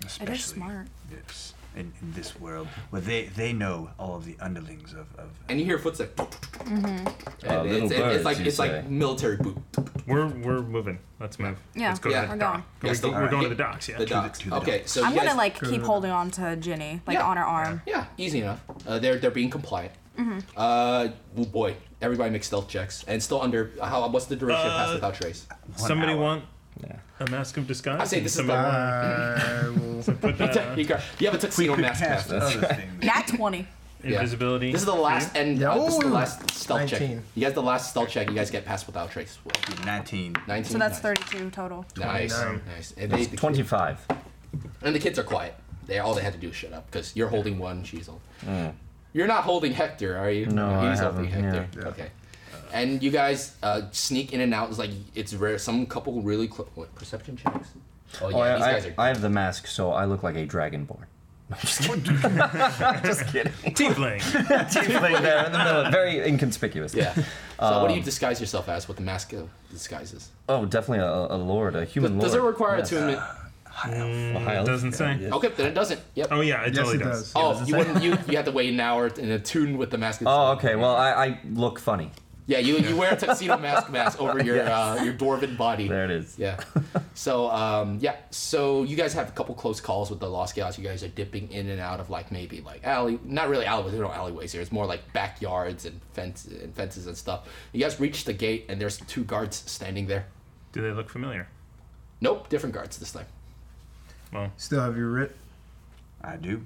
It Especially is smart. This, in, in this world, where they, they know all of the underlings of. of And you hear footsteps. And Uh, little it's, it's- it's birds, like you it's say. like military boot. Mm-hmm. We're we're moving. Let's move. Yeah, Let's go Yeah. to the we're dock. going. Yes, we're, the- we're going to the alright. docks. Yeah. The docks. to the okay, so I'm you gonna guys- like keep holding on to Ginny, like Yeah. on her arm. Yeah, easy enough. Uh, they're they're being compliant. Mm-hmm. Uh, oh boy, everybody makes stealth checks and still under how what's the duration of Uh, pass without trace? Somebody hour. want a mask of disguise? I say this is Somebody the- want I will. to put that on? you, got, you have a tuxedo mask. Cast left. other things. Nat 20. Yeah. Invisibility. This is the last and uh, this is the No. last stealth check. 19. You guys, the last stealth check. You guys get passed without trace. Well, 19. Nineteen. So that's 32 total. Nice, 29. nice. And It's they- the- 25. And the kids are quiet. They all they had to do is shut up because you're holding one. She's holding. You're not holding Hector, are you? Mm. No, I he's holding haven't, Hector. yeah. Yeah. Okay. And you guys uh, sneak in and out. It's like it's rare. Some couple really close. What perception checks? Oh yeah, Oh, these I, guys I- are. I have the mask, so I look like a dragonborn. No, I'm just kidding. just kidding. Tiefling. Tiefling there in the middle, very inconspicuous. yeah. So what Um, do you disguise yourself as? What the mask of disguises? Oh, definitely a, a lord, a human lord. Does it require Yes. attunement? A high it elf. doesn't say. yeah. Okay, then it doesn't. Yep. Oh yeah, it Yes, totally it does. does. Oh, you wouldn't. You you have to wait an hour and attune with the mask. of- Oh, okay. Well, I, I look funny. Yeah, you, you wear a tuxedo mask mask over your uh, your dwarven body. There it is. Yeah. So um, yeah. So you guys have a couple close calls with the Lost Gals. You guys are dipping in and out of like maybe like alley, not really alleyways. There are no alleyways here. It's more like backyards and fences and fences and stuff. You guys reach the gate and there's two guards standing there. Do they look familiar? Nope, different guards this time. Still have your writ. I do.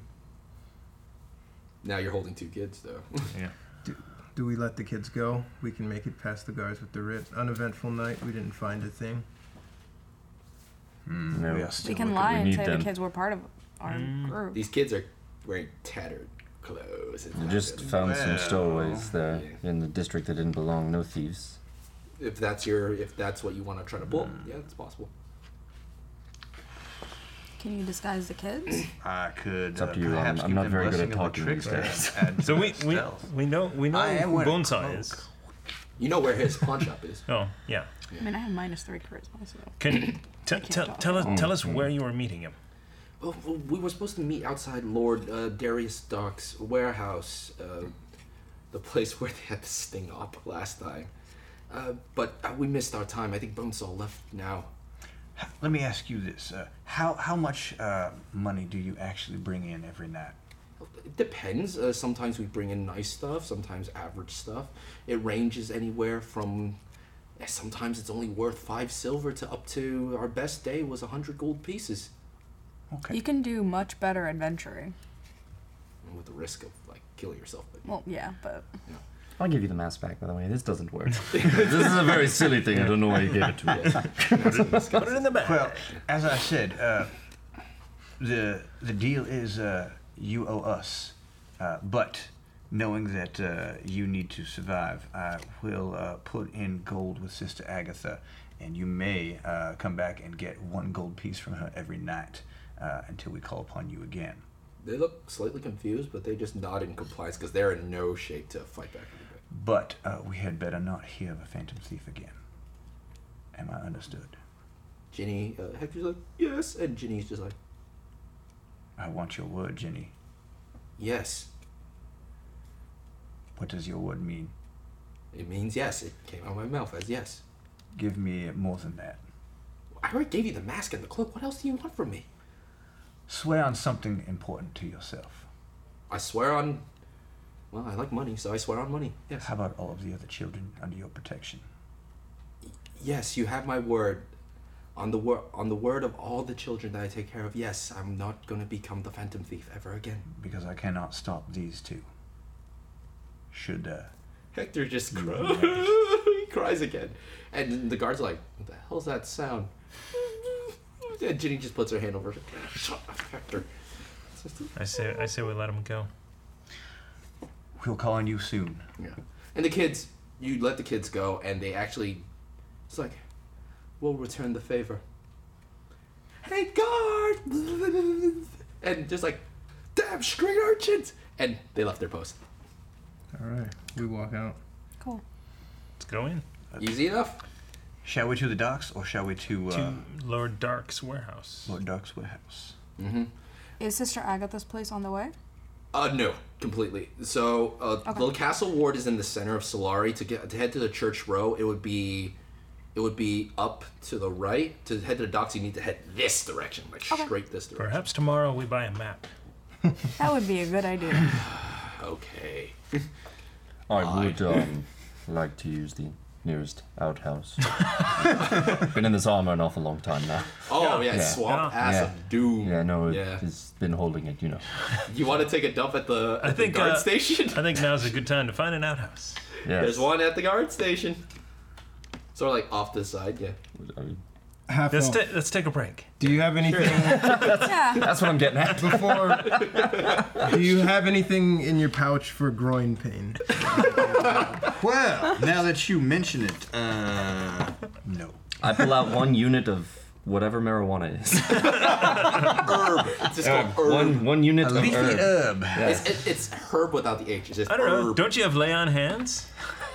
Now you're holding two kids though. Yeah. Do, do we let the kids go? We can make it past the guards with the writ. Uneventful night. We didn't find a thing. No. We are still We can looking- lie we and need say them. the kids were part of our group. These kids are wearing tattered clothes. It's I not just really- found some Well, stowaways there in the district that didn't belong. No thieves. if that's your if that's what you want to try to pull, yeah, it's possible. Can you disguise the kids? I could. It's up uh, to you, I'm- perhaps I'm give not them very good blessing at of the talking these trickster days. and- and So we we, stealth. we know we know I am who wearing a Bonesaw cloak. is. You know where his pawn shop is. Oh yeah. I mean, I have minus three charisma, so. Can t- can't tell talk. tell us tell us where you are meeting him. Oh, well, we were supposed to meet outside Lord uh, Darius Dock's warehouse, uh, the place where they had the sting up last time. Uh, but uh, we missed our time. I think Bonesaw left now. Let me ask you this: uh, How how much uh, money do you actually bring in every night? It depends. Uh, sometimes we bring in nice stuff, sometimes average stuff. It ranges anywhere from. eh, Sometimes it's only worth five silver to up to our best day was a hundred gold pieces, Okay. You can do much better adventuring. with the risk of like killing yourself. But Well, yeah, but I'll give you the mask back, by the way. This doesn't work. this is a very silly thing. I don't know why you gave it to me. Put it in the bag. Well, as I said, uh, the the deal is uh, you owe us Uh, but knowing that uh, you need to survive, I will uh, put in gold with Sister Agatha, and you may uh, come back and get one gold piece from her every night uh, until we call upon you again. They look slightly confused, but they just nod in compliance because they're in no shape to fight back. But uh, we had better not hear of a phantom thief again. Am I understood? Ginny, uh, Hector's like, yes, and Ginny's just like, I want your word, Jenny. yes. What does your word mean? It means yes. It came out of my mouth as yes. Give me more than that. I already gave you the mask and the cloak. What else do you want from me? Swear on something important to yourself. I swear on. Well, I like money, so I swear on money. Yes. How about all of the other children under your protection? Yes, you have my word. On the word, on the word of all the children that I take care of. Yes, I'm not gonna become the Phantom Thief ever again. Because I cannot stop these two. Should, uh, Hector just cries. he cries again, and the guards are like, "What the hell's that sound?" and Ginny just puts her hand over. her- Shut up, Hector. I say, I say we let him go. we'll call on you soon. Yeah. And the kids, you let the kids go, and they actually, it's like, we'll return the favor. Hey, guard! And just like, damn straight urchins! And they left their post. All right, we walk out. Cool. Let's go in Easy enough. Shall we to the docks or shall we to, uh, to Lord Dark's warehouse. Lord Dark's warehouse? Is Sister Agatha's place on the way? Uh, no, completely. So, uh, the castle ward is in the center of Solari. To get to head to the church row, it would be, it would be up to the right. To head to the docks, you need to head this direction, like straight this direction. Perhaps tomorrow we buy a map. That would be a good idea. Okay. I would um, like to use the nearest outhouse. Been in this armor an awful long time now. Oh yeah, swamp ass Yeah. of doom. Yeah, no, it, Yeah. it's been holding it, you know. You want to take a dump at the, at I think, the guard uh, station? I think now's a good time to find an outhouse. Yeah. There's one at the guard station. Sort of like off this side, yeah. I mean, Half Let's, elf, ta- let's take a break. do you have anything yeah. that's what I'm getting at. before? do you have anything in your pouch for groin pain? Well, now that you mention it, uh, no. I pull out one unit of whatever marijuana is. It's just called herb. Uh, One one unit of Leafy herb. herb. It's, it, it's herb without the H. It's just I don't know. herb. Don't you have lay on hands?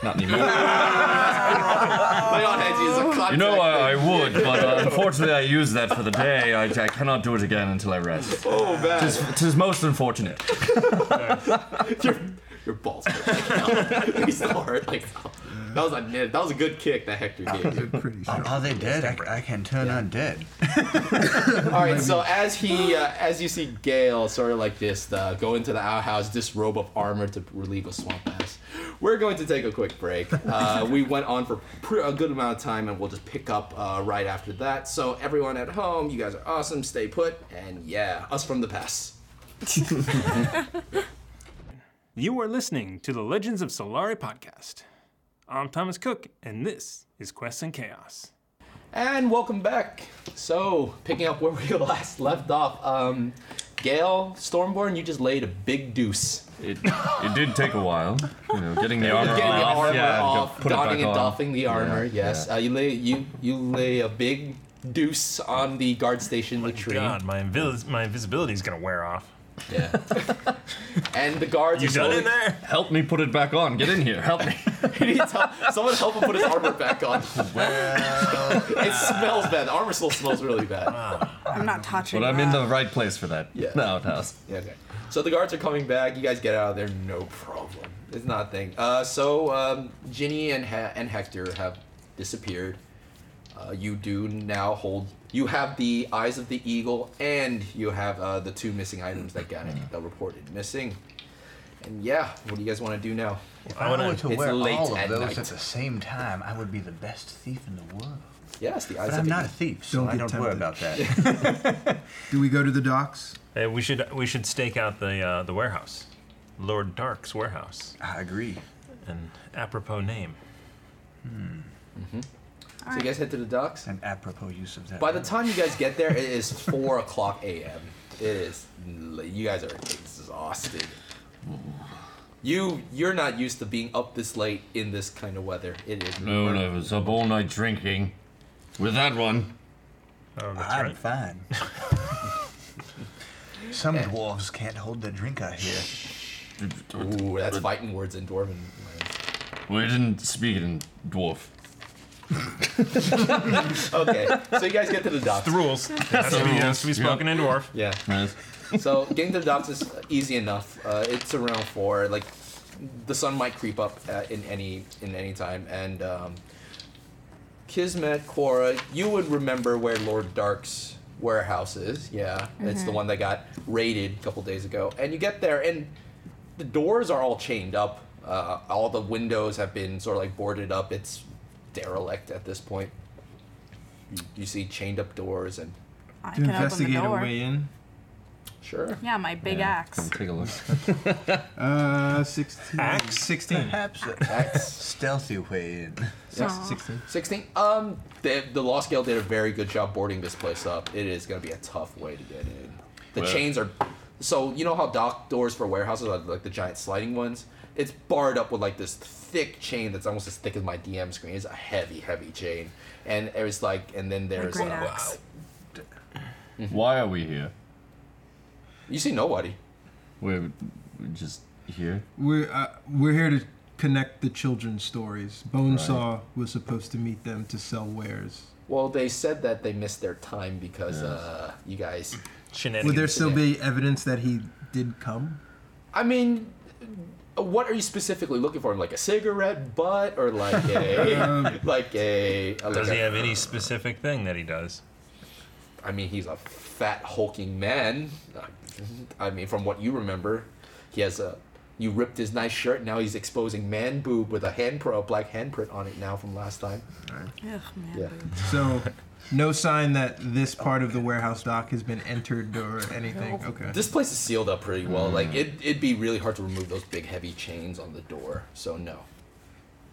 Not anymore. Lay on hands, use a contact You know, I, I thing. would, but uh, unfortunately, I used that for the day. I, I cannot do it again until I rest. Oh, man. Tis most unfortunate. your, your balls. He's still hurt. Like, that was a that was a good kick that Hector gave you. Pretty sure. Are they dead? I, I can turn undead. All right, so as he, uh, as you see Gale sort of like this, uh, go into the outhouse, disrobe of armor to relieve a swamp ass. We're going to take a quick break. Uh, we went on for pr- a good amount of time, and we'll just pick up uh, right after that. So everyone at home, you guys are awesome. Stay put, and yeah, us from the past. You are listening to the Legends of Solari podcast. I'm Thomas Cook, and this is Quests and Chaos. And welcome back. So picking up where we last left off, um, Gale Stormborn, you just laid a big deuce. It, it did take a while, you know, getting the armor Getting the off, armor yeah, go off, put it donning back and on. doffing the armor. Yeah, yes, yeah. Uh, you lay you you lay a big deuce on the guard station latrine. God, my invis- my invisibility is gonna wear off. Yeah, and the guards. You are done in slowly- there? Help me put it back on. Get in here. Help me. He needs help. Someone help him put his armor back on. it smells bad. The armor still smells really bad. I'm not touching But I'm that. in the right place for that. Yeah. No, outhouse. Yeah, okay. So the guards are coming back. You guys get out of there, no problem. It's not a thing. Uh, so um, Ginny and ha- and Hector have disappeared. Uh, you do now hold. You have the eyes of the eagle, and you have uh, the two missing items that got Mm-hmm. that reported missing. And yeah, what do you guys want to do now? If I, wanna- were to It's wear late all at of those night. at the same time, I would be the best thief in the world. Yes, the eyes But of I'm the not a eagle. thief, so Don't I get don't worry about tempted. that. Do we go to the docks? Uh, we should we should stake out the uh, the warehouse, Lord Dark's warehouse. I agree. An apropos name. So you guys head to the docks. An apropos use of that. By the word. time you guys get there, it is four o'clock a.m. It is. l- You guys are exhausted. You you're not used to being up this late in this kind of weather. It is No, no, I was up all night drinking. With that one. Oh, that's I'm right. fine. Some dwarves can't hold their drink, I hear. Ooh, that's fighting words in Dwarven. lands. We didn't speak it in dwarf. Okay, so you guys get to the docks. The rules. It has to be, it has to be spoken in dwarf. Yeah. Yes. So getting to the docks is easy enough. Uh, it's around four. Like the sun might creep up uh, in any in any time. And um, Kismet, Cora, you would remember where Lord Dark's warehouse is. Yeah, it's the one that got raided a couple days ago. And you get there, and the doors are all chained up. Uh, all the windows have been sort of like boarded up. It's derelict at this point. You, you see chained up doors and I To can open investigate the a door. way in. sure. Yeah, my big Yeah, axe. Come take a look. Uh, 16. Axe? 16. Perhaps That's stealthy way in. Aw. 16. 16 um the, the law scale did a very good job boarding this place up it is going to be a tough way to get in the Well- chains are so you know how dock doors for warehouses are like the giant sliding ones it's barred up with like this thick chain that's almost as thick as my dm screen it's a heavy heavy chain and it was like and then there's uh, great like, axe. Why are we here? you see nobody We're we're just here. We're, uh, we're here to connect the children's stories. Bonesaw was supposed to meet them to sell wares. well they said that they missed their time because uh you guys Shenanigans. Would there still be evidence that he did come? i mean what are you specifically looking for? Like a cigarette butt, or like a like a? like Does he a- have any specific thing that he does? I mean, he's a fat, hulking man. I mean, from what you remember, he has a. You ripped his nice shirt. Now he's exposing man boob with a hand pro, a black handprint on it now from last time. Ugh, man. Yeah. So, no sign that this part of the warehouse dock has been entered or anything. Okay. This place is sealed up pretty well. Like it, it'd be really hard to remove those big, heavy chains on the door. So no.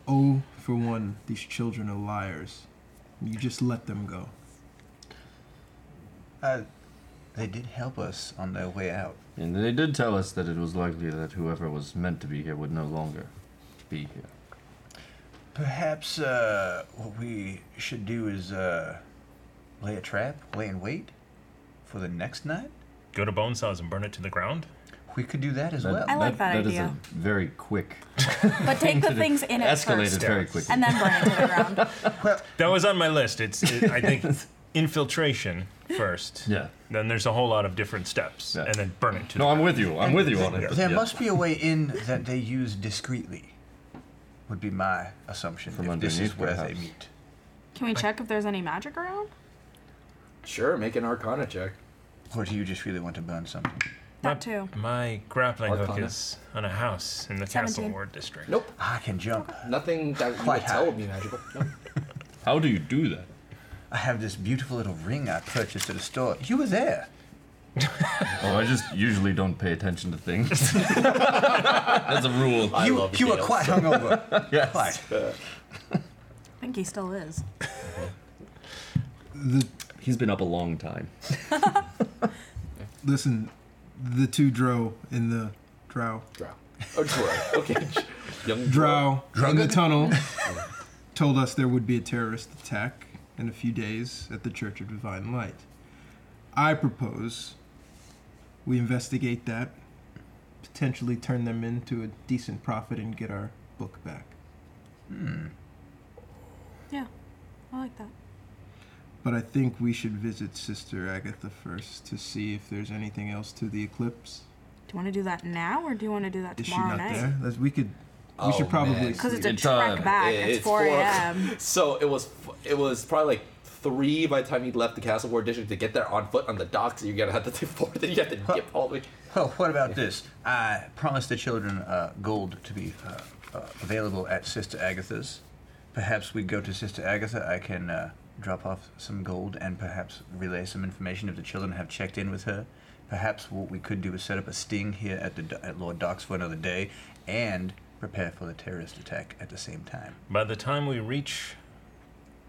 Oh, for one, these children are liars. You just let them go. Uh, they did help us on their way out. And they did tell us that it was likely that whoever was meant to be here would no longer be here. Perhaps uh, what we should do is uh, lay a trap, lay in wait for the next night. Go to bone saws and burn it to the ground? We could do that as That- well. I like that that is a idea. very quick But take the things in it escalated first, very quickly. and then burn it to the ground. That was on my list. It's, it, I think, infiltration first. Yeah. Then there's a whole lot of different steps, Yeah. and then burn it to No, I'm with you. I'm with you on it. There Yeah. must be a way in that they use discreetly. Would be my assumption. From if this is underneath, where they perhaps. meet. Can we check if there's any magic around? Sure, make an Arcana check. Or do you just really want to burn something? That too. My grappling hook Arcana. is on a house in the Castle Seventeen. Ward district. Nope, I can jump. nothing that you Quite would tell high. would be magical. No. How do you do that? I have this beautiful little ring I purchased at a store. You were there. Oh, I just usually don't pay attention to things. That's a rule. I you love you were deals. quite hungover. Yes. Quite. I think he still is. The, He's been up a long time. listen, the two dro in the drow. Drow. Oh, drow. Okay. Young Drow in the tunnel told us there would be a terrorist attack in a few days at the Church of Divine Light. I propose we investigate that, potentially turn them into a decent profit and get our book back. Yeah, I like that. But I think we should visit Sister Agatha first to see if there's anything else to the eclipse. Do you want to do that now, or do you want to do that Is she tomorrow not night? there? That's, we could. We Oh, should probably. man. Because it's a Good trek time. back. Yeah, it's, 4 a.m. So it was it was probably like three by the time you left the Castle Ward district to get there on foot on the docks. You're gonna have to do four. Then you have to dip all the way. Oh, what about this? I promised the children uh, gold to be uh, uh, available at Sister Agatha's. Perhaps we go to Sister Agatha. I can uh, drop off some gold and perhaps relay some information if the children have checked in with her. Perhaps what we could do is set up a sting here at the at Lord Docks for another day, and prepare for the terrorist attack at the same time. By the time we reach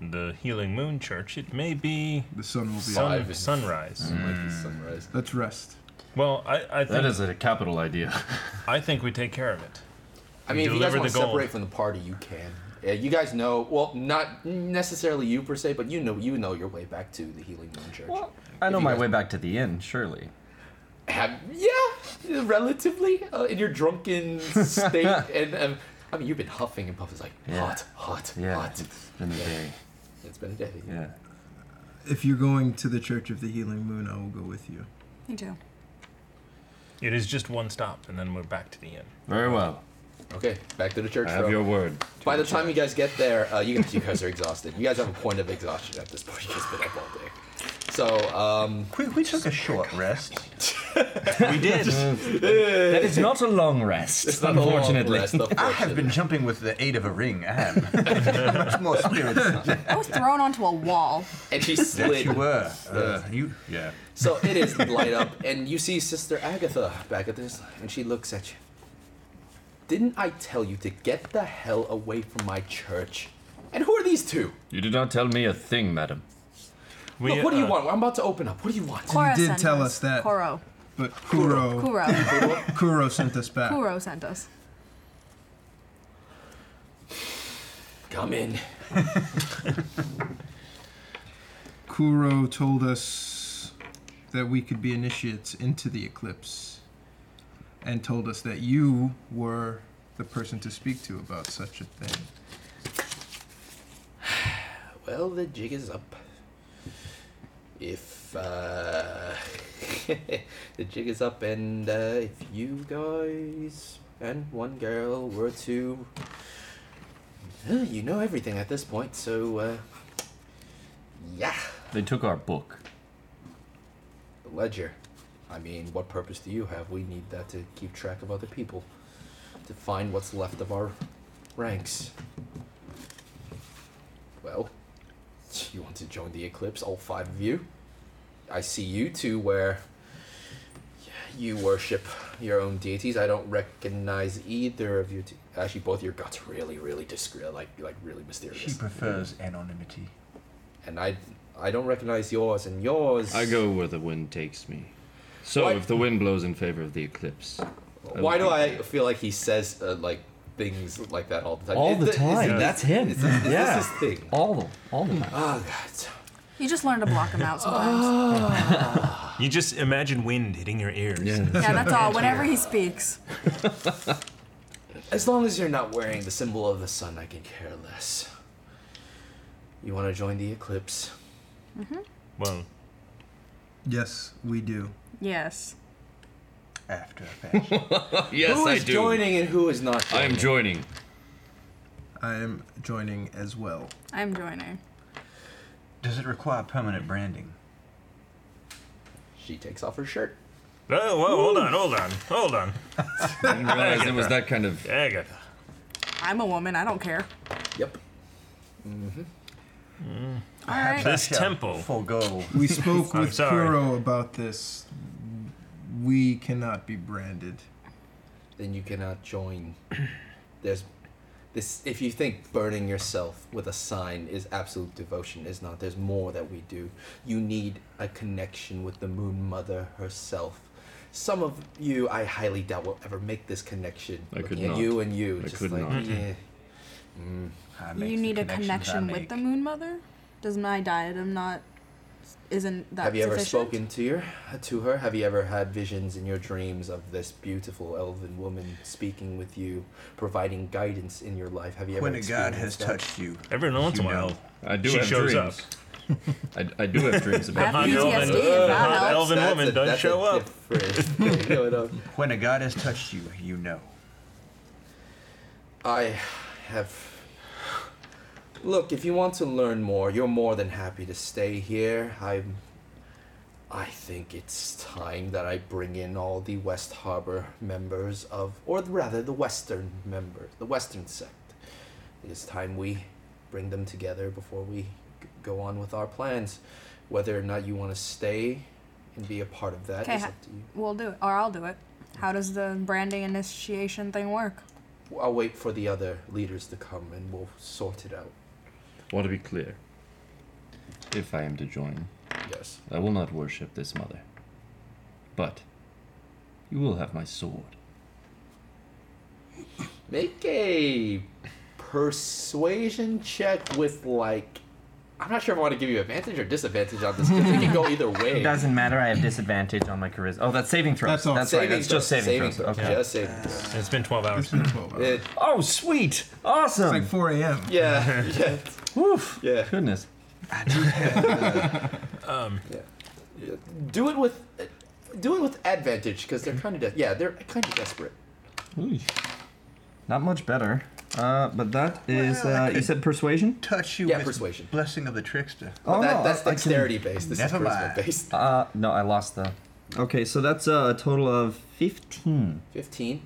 the Healing Moon Church, it may be The sun will be up. sun, Five. sunrise. Might be sunrise. Let's rest. Well, I, I think That is a capital idea. I think we take care of it. I mean, if you guys Deliver want to the gold. separate from the party, you can. Yeah, you guys know. Well, not necessarily you per se, but you know, you know your way back to the Healing Moon Church. I know you my guys- way back to the inn, surely. Have, yeah, relatively uh, in your drunken state, and um, I mean, you've been huffing and puffing. It's like Yeah. hot, hot, Yeah, hot. it's been a day. It's been a day. Yeah. If you're going to the Church of the Healing Moon, I will go with you. Me too. It is just one stop, and then we're back to the inn. Very well. Okay, back to the church. I have bro. your word. By the time you guys get there, uh, you, guys, you guys are exhausted. You guys have a point of exhaustion at this point. You just been up all day. So, um, We, we took a short rest. We did. that is not a long rest, it's not a long rest, I have been unfortunately. jumping with the aid of a ring. I have much more spirits than I was thrown onto a wall. And she that slid. you were. Uh, you, yeah. So it is light up, and you see Sister Agatha back at this, and she looks at you. Didn't I tell you to get the hell away from my church? And who are these two? You did not tell me a thing, madam. We, Look, what do you uh, want? I'm about to open up. What do you want? Cora did sent tell us that. Oh. Koro. But Kuro, Kuro. Kuro sent us back. Kuro sent us. Come in. Kuro told us that we could be initiates into the eclipse and told us that you were the person to speak to about such a thing. Well, the jig is up. If uh, the jig is up, and uh, if you guys and one girl were to, Uh, you know everything at this point, so uh, yeah, They took our book. ledger. I mean, what purpose do you have? We need that to keep track of other people, to find what's left of our ranks. Well, you want to join the eclipse, all five of you? I see you two where you worship your own deities. I don't recognize either of you. Two. Actually, both your gods are really, really discreet, like like really mysterious. She prefers anonymity. And I, I don't recognize yours and yours. I go where the wind takes me. So Why- if the wind blows in favor of the eclipse, Why do would I feel like he says uh, like things like that all the time? All Is the th- is time. it- That's him. Is, this- is Yeah. this his thing? All the, all the Ah, time. Oh god. You just learn to block them out sometimes. You just imagine wind hitting your ears. yeah, that's all. Whenever he speaks. As long as you're not wearing the symbol of the sun, I can care less. You want to join the eclipse? Well, Yes, we do. Yes. After a fashion. yes, who I is do. joining and who is not? I Joining? am joining. I am joining as well. I'm joining. Does it require permanent branding? She takes off her shirt. oh, whoa, hold on, hold on, hold on. I didn't realize it was that kind of. Agatha. I'm a woman. I don't care. Yep. All right. This temple. Forgo. We spoke I'm with sorry. Kuro about this. We cannot be branded. Then you cannot join. There's this. If you think burning yourself with a sign is absolute devotion, is not. There's more that we do. You need a connection with the Moon Mother herself. Some of you, I highly doubt, will ever make this connection. I could Looking at not. You and you, I just could like not. yeah. You need a connection with the them. Moon Mother. Does my diadem not? Isn't that Have you ever sufficient? spoken to your to her? Have you ever had visions in your dreams of this beautiful elven woman speaking with you, providing guidance in your life? Have you ever When a god has experienced that? touched you, Every once in a You know. while, I do she have shows dreams. up. I, I do have dreams I have about. Hot PTSD. elven- if hot that helps. elven That's woman a- doesn't that's a show up. different thing going on. when a god has touched you, you know. I have. Look, if you want to learn more, you're more than happy to stay here. I'm. I think it's time that I bring in all the West Harbor members of, or rather, the Western members, the Western sect. It's time we bring them together before we g- go on with our plans. Whether or not you want to stay and be a part of that Okay, is ha- up to you. We'll do it, or I'll do it. How does the branding initiation thing work? I'll wait for the other leaders to come and we'll sort it out. Want to be clear. If I am to join, Yes. I will not worship this mother. But You will have my sword. Make a persuasion check with like. I'm not sure if I want to give you advantage or disadvantage on this because it can go either way. It doesn't matter. I have disadvantage on my charisma. Oh, that's saving throws. That's all. right. That's just throw, saving, throws. throw, Okay. Just saving. throw. It's been 12 hours. It's been 12 hours. It, Oh, sweet! Awesome! It's like 4 a.m. yeah, yeah, Woof! yeah. Goodness. Do it with, do it with advantage because they're kind of de- yeah they're kind of desperate. Not much better. Uh, but that is. Well, I Uh, you could- said persuasion? Touch you Yeah, with persuasion. blessing of the trickster. Oh, that, no, that's I- I can- dexterity based. This Never is charisma mind. based. Uh, no, I lost the. Okay, so that's uh, a total of 15. Fifteen.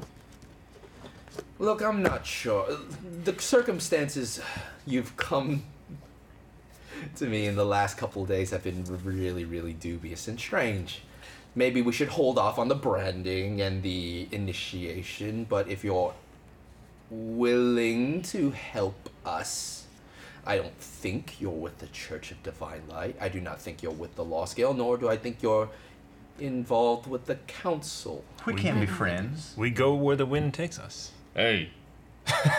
Look, I'm not sure. The circumstances you've come to me in the last couple of days have been really, really dubious and strange. Maybe we should hold off on the branding and the initiation, but if you're willing to help us, I don't think you're with the Church of Divine Light. I do not think you're with the Law Scale, nor do I think you're involved with the Council. We can't be friends. We go where the wind takes us. Hey,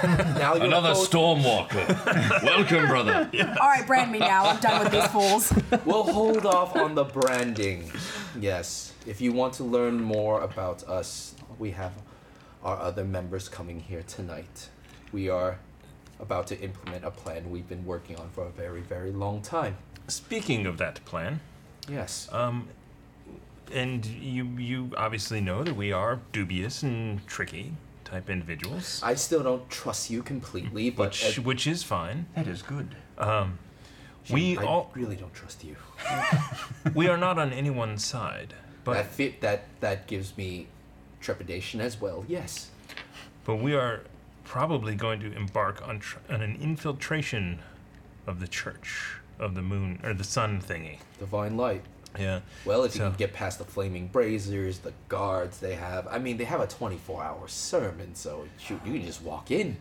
Now you're another both- Stormwalker. Welcome, brother. All right, brand me now. I'm done with these fools. We'll hold off on the branding. Yes. If you want to learn more about us, we have our other members coming here tonight. We are about to implement a plan we've been working on for a very, very long time. Speaking of that plan, Yes. and you you obviously know that we are dubious and tricky type individuals, I still don't trust you completely, but which, uh, which is fine. Um, That is good. We I all really don't trust you. we are not on anyone's side, I but feel that that gives me trepidation as well. Yes. but we are probably going to embark on, tr- on an infiltration of the church of the moon or the sun thingy. Divine light. Yeah. Well, if you So- can get past the flaming braziers, the guards they have. I mean, they have a 24 hour sermon, so shoot, you can just walk in.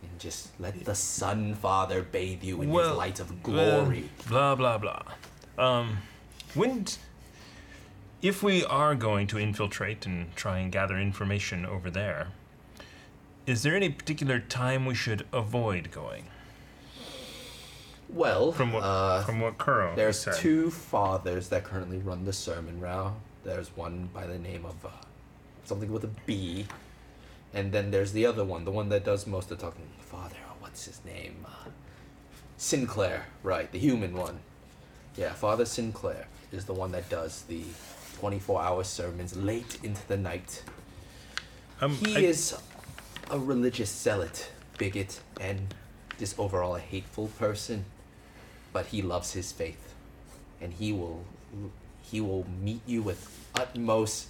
And just let the Sun Father bathe you in his light of glory. Well, blah blah blah. Um, when, d- if we are going to infiltrate and try and gather information over there, is there any particular time we should avoid going? Well, From what uh, from what Kuro there's said. two fathers that currently run the sermon route. There's one by the name of uh, something with a B, and then there's the other one, the one that does most of the talking. Father, oh, what's his name? Uh, Sinclair, right, the human one. Yeah, Father Sinclair is the one that does the 24-hour sermons late into the night. Um, He I- is a religious zealot, bigot, and just overall a hateful person. But he loves his faith, and he will he will meet you with utmost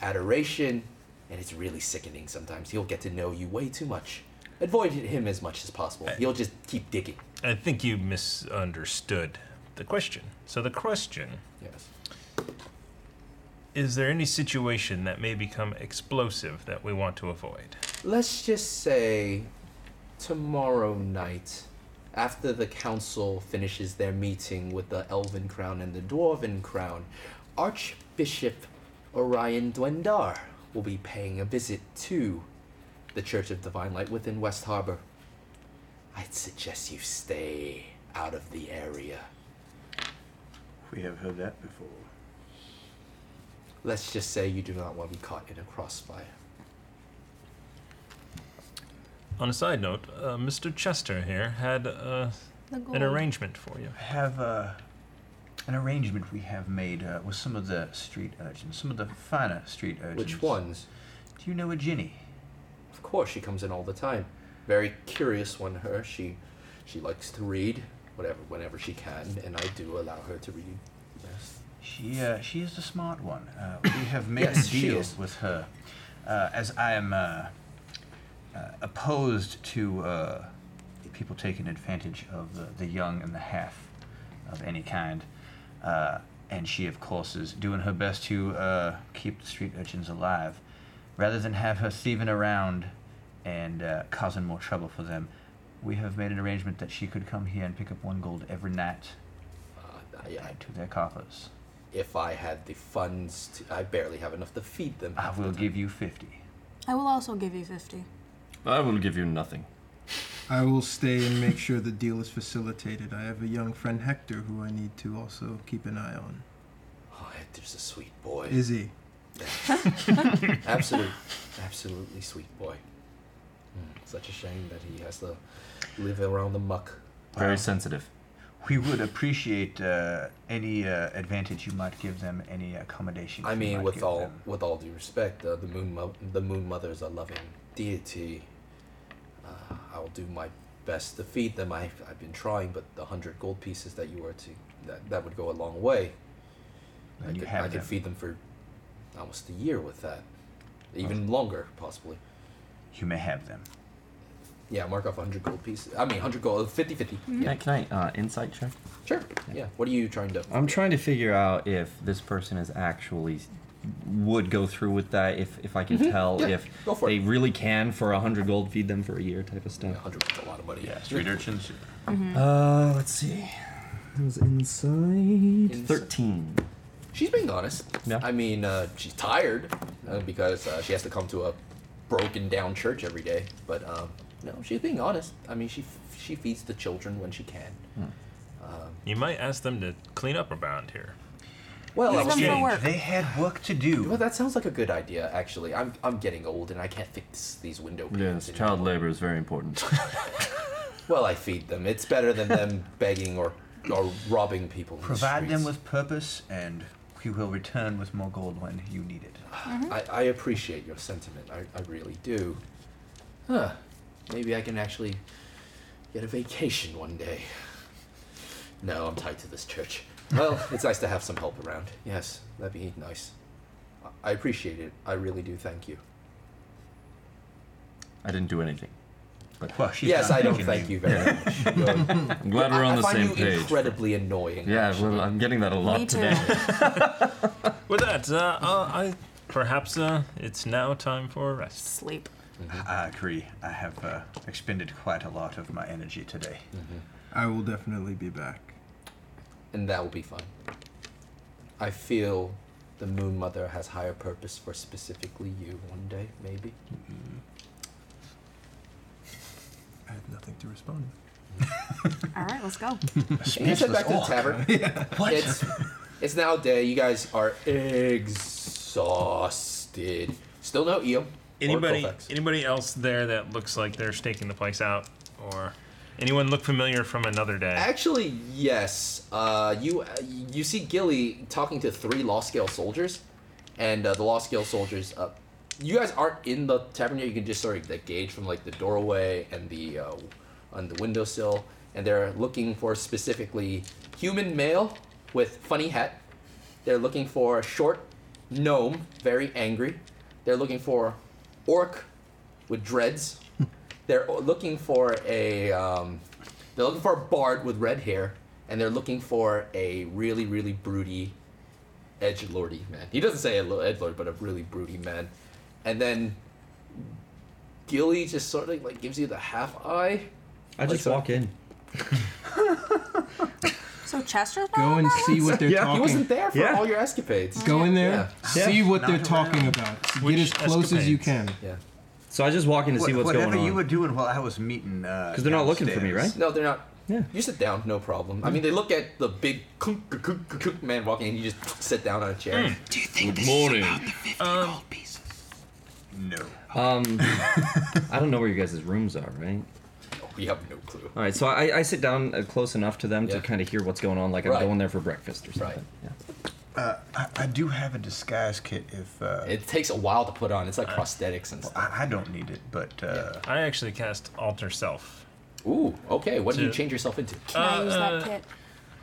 adoration, and it's really sickening sometimes. He'll get to know you way too much. Avoid him as much as possible. He'll just keep digging. I think you misunderstood the question. So the question Yes. is: There any situation that may become explosive that we want to avoid? Let's just say tomorrow night, after the council finishes their meeting with the Elven Crown and the Dwarven Crown, Archbishop Orion Dwendar will be paying a visit to the Church of Divine Light within West Harbor. I'd suggest you stay out of the area. We have heard that before. Let's just say you do not want to be caught in a crossfire. On a side note, uh, Mr. Chester here had uh, an arrangement for you. Have uh, an arrangement we have made uh, with some of the street urchins, some of the finer street urchins. Which ones? Do you know a Ginny? Of course, she comes in all the time. Very curious one. Her, she, she likes to read whatever, whenever she can, and I do allow her to read. Yes. She uh, she is the smart one. Uh, we have made Yes, a she deal is. with her, uh, as I am uh, uh, opposed to uh, people taking advantage of the, the young and the half of any kind. Uh, and she, of course, is doing her best to uh, keep the street urchins alive, rather than have her thieving around and uh, causing more trouble for them. We have made an arrangement that she could come here and pick up one gold every night Uh, I, I, add to their coffers. if I had the funds to. I barely have enough to feed them. I will give you 50. I will also give you 50. I will give you nothing. I will stay and make sure the deal is facilitated. I have a young friend Hector who I need to also keep an eye on. Oh, Hector's a sweet boy. Is he? Absolute, absolutely sweet boy. Mm, Such a shame that he has to live around the muck. Very sensitive. We would appreciate uh, any uh, advantage you might give them, any accommodation. I you mean, might with give all them. with all due respect, uh, the moon mo- the moon mother is a loving deity. Uh, I'll do my best to feed them. I've, I've been trying, but the hundred gold pieces that you were to that, that would go a long way. I And you could, have I could them. feed them for almost a year with that, even longer possibly. You may have them. Yeah, mark off 100 gold pieces. I mean, 100 gold, 50 50. Yeah, can I uh, insight check? Sure. Yeah. What are you trying to? I'm trying to figure out if this person is actually would go through with that. If if I can tell Mm-hmm. Yeah, if go for they it. really can for a hundred gold feed them for a year type of stuff. 100 is a lot of money. Yeah, street urchins. Uh, let's see. That was inside Insight. thirteen. She's being honest. Yeah. I mean, uh, she's tired uh, because uh, she has to come to a broken down church every day. But um, no, she's being honest. I mean, she f- she feeds the children when she can. You might ask them to clean up around here. Well, I Use Oh, was them getting- for work. They had work to well, do. that sounds like a good idea. Actually, I'm I'm getting old and I can't fix these window panes. Yes, anymore. child labor is very important. Well, I feed them. It's better than them begging or or robbing people. in the Provide them streets. with purpose, and we will return with more gold when you need it. I, I appreciate your sentiment. I, I really do. Huh. Maybe I can actually get a vacation one day. No, I'm tied to this church. Well, it's nice to have some help around. Yes, that'd be nice. I- I appreciate it. I really do thank you. I didn't do anything. Well, she's yes, not I don't thanking thank you very much. You're- I'm glad we're I, on I the find same you page. incredibly annoying. yeah, actually. well, I'm getting that a lot Me too. today. With that, uh, uh, I perhaps uh, it's now time for a rest. Sleep. I agree. I have uh, expended quite a lot of my energy today. I will definitely be back. and that will be fun. I feel the Moon Mother has higher purpose for specifically you one day, maybe. I have nothing to respond to. All right, let's go. And you head back to the orc. tavern. It's it's now day. You guys are exhausted. Still no Eel. or Anybody, Colfax. anybody else there that looks like they're staking the place out, or anyone look familiar from another day? Actually, yes. Uh, you you see Gilly talking to three Lost Scale soldiers, and uh, the Lost Scale soldiers. Uh, you guys aren't in the tavern yet. You can just sort of like, gauge from like the doorway and the uh, on the windowsill, and they're looking for specifically human male with funny hat. They're looking for a short gnome, very angry. They're looking for orc with dreads. they're looking for a um, they're looking for a bard with red hair, and they're looking for a really really broody edge lordy man. He doesn't say edge lord, but a really broody man. And then Gilly just sort of like gives you the half eye. I just Like, walk in. So Chester's not Go on and that see list? what they're He talking. wasn't there for Yeah. all your escapades. Go in there, Yeah. see what they're Not talking around. about. Which Get as close as you can. escapades? Yeah. So I just walk in to see Wha- what's Whatever going on. you were doing while I was meeting. uh, Because 'Cause they're not looking for me, right? No, they're not. Yeah. You sit down, no problem. I mean, they look at the big kook, kook, kook, kook, kook man walking in, you just sit down on a chair. Good morning. No. Um, I don't know where you guys' rooms are, right? Oh, We have no clue. All right, so I, I sit down uh, close enough to them Yeah. to kind of hear what's going on, like Right. I'm going there for breakfast or something. Right. Yeah. I, I do have a disguise kit if. Uh, It takes a while to put on. It's like prosthetics and stuff. I, I don't need it, but. Uh, I actually cast alter self. Ooh, okay. What do you Two. change yourself into? Can I use that kit?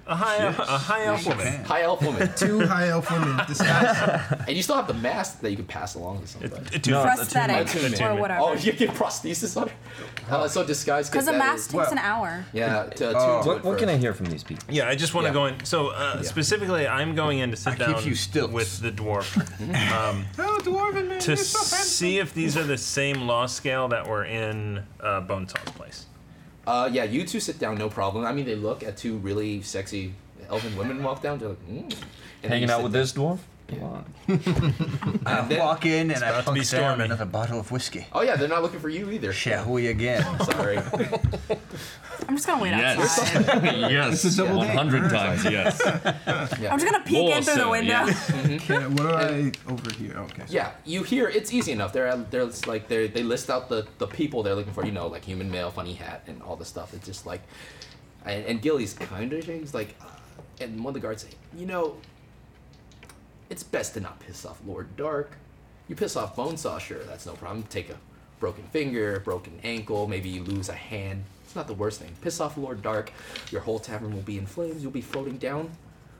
A high, a high elf woman. High elf woman. Two high elf women disguise. and you still have the mask that you can pass along to somebody. A two- Prosthetic or uh, attunement. whatever. Oh, you get prosthesis on her? Uh, so disguise Because a that mask is- takes an hour. Yeah, to, to, to Uh, What, it what can I first. hear from these people? Yeah, I just want to Yeah. go in. So uh, specifically, I'm going in to sit I give down you stilts. Oh, with the dwarf Um, to see if these are the same law scale that were in uh, Bonesaw's place. Uh, yeah, you two sit down, no problem. I mean, they look at two really sexy Elven women walk down. They're like, mm. And Hanging you out sit with there. this dwarf? Come on. I then- walk in and I about to be punk down stormy. another bottle of whiskey. Oh yeah, they're not looking for you either. Shall we again? Sorry. I'm just gonna wait Yes. outside. yes. It's a double One date. hundred times. Yes. I'm just gonna peek More in through the so, window. yeah. Can, what do I over here? Okay. Yeah, you hear it's easy enough. They're they're it's like they they list out the the people they're looking for. You know, like human male, funny hat, and all this stuff. It's just like, and, and Gilly's kind of he's like, uh, and one of the guards say, you know, it's best to not piss off Lord Dark. You piss off Bonesaw, sure, that's no problem. Take a broken finger, a broken ankle, maybe you lose a hand. It's not the worst thing. Piss off Lord Dark, your whole tavern will be in flames. You'll be floating down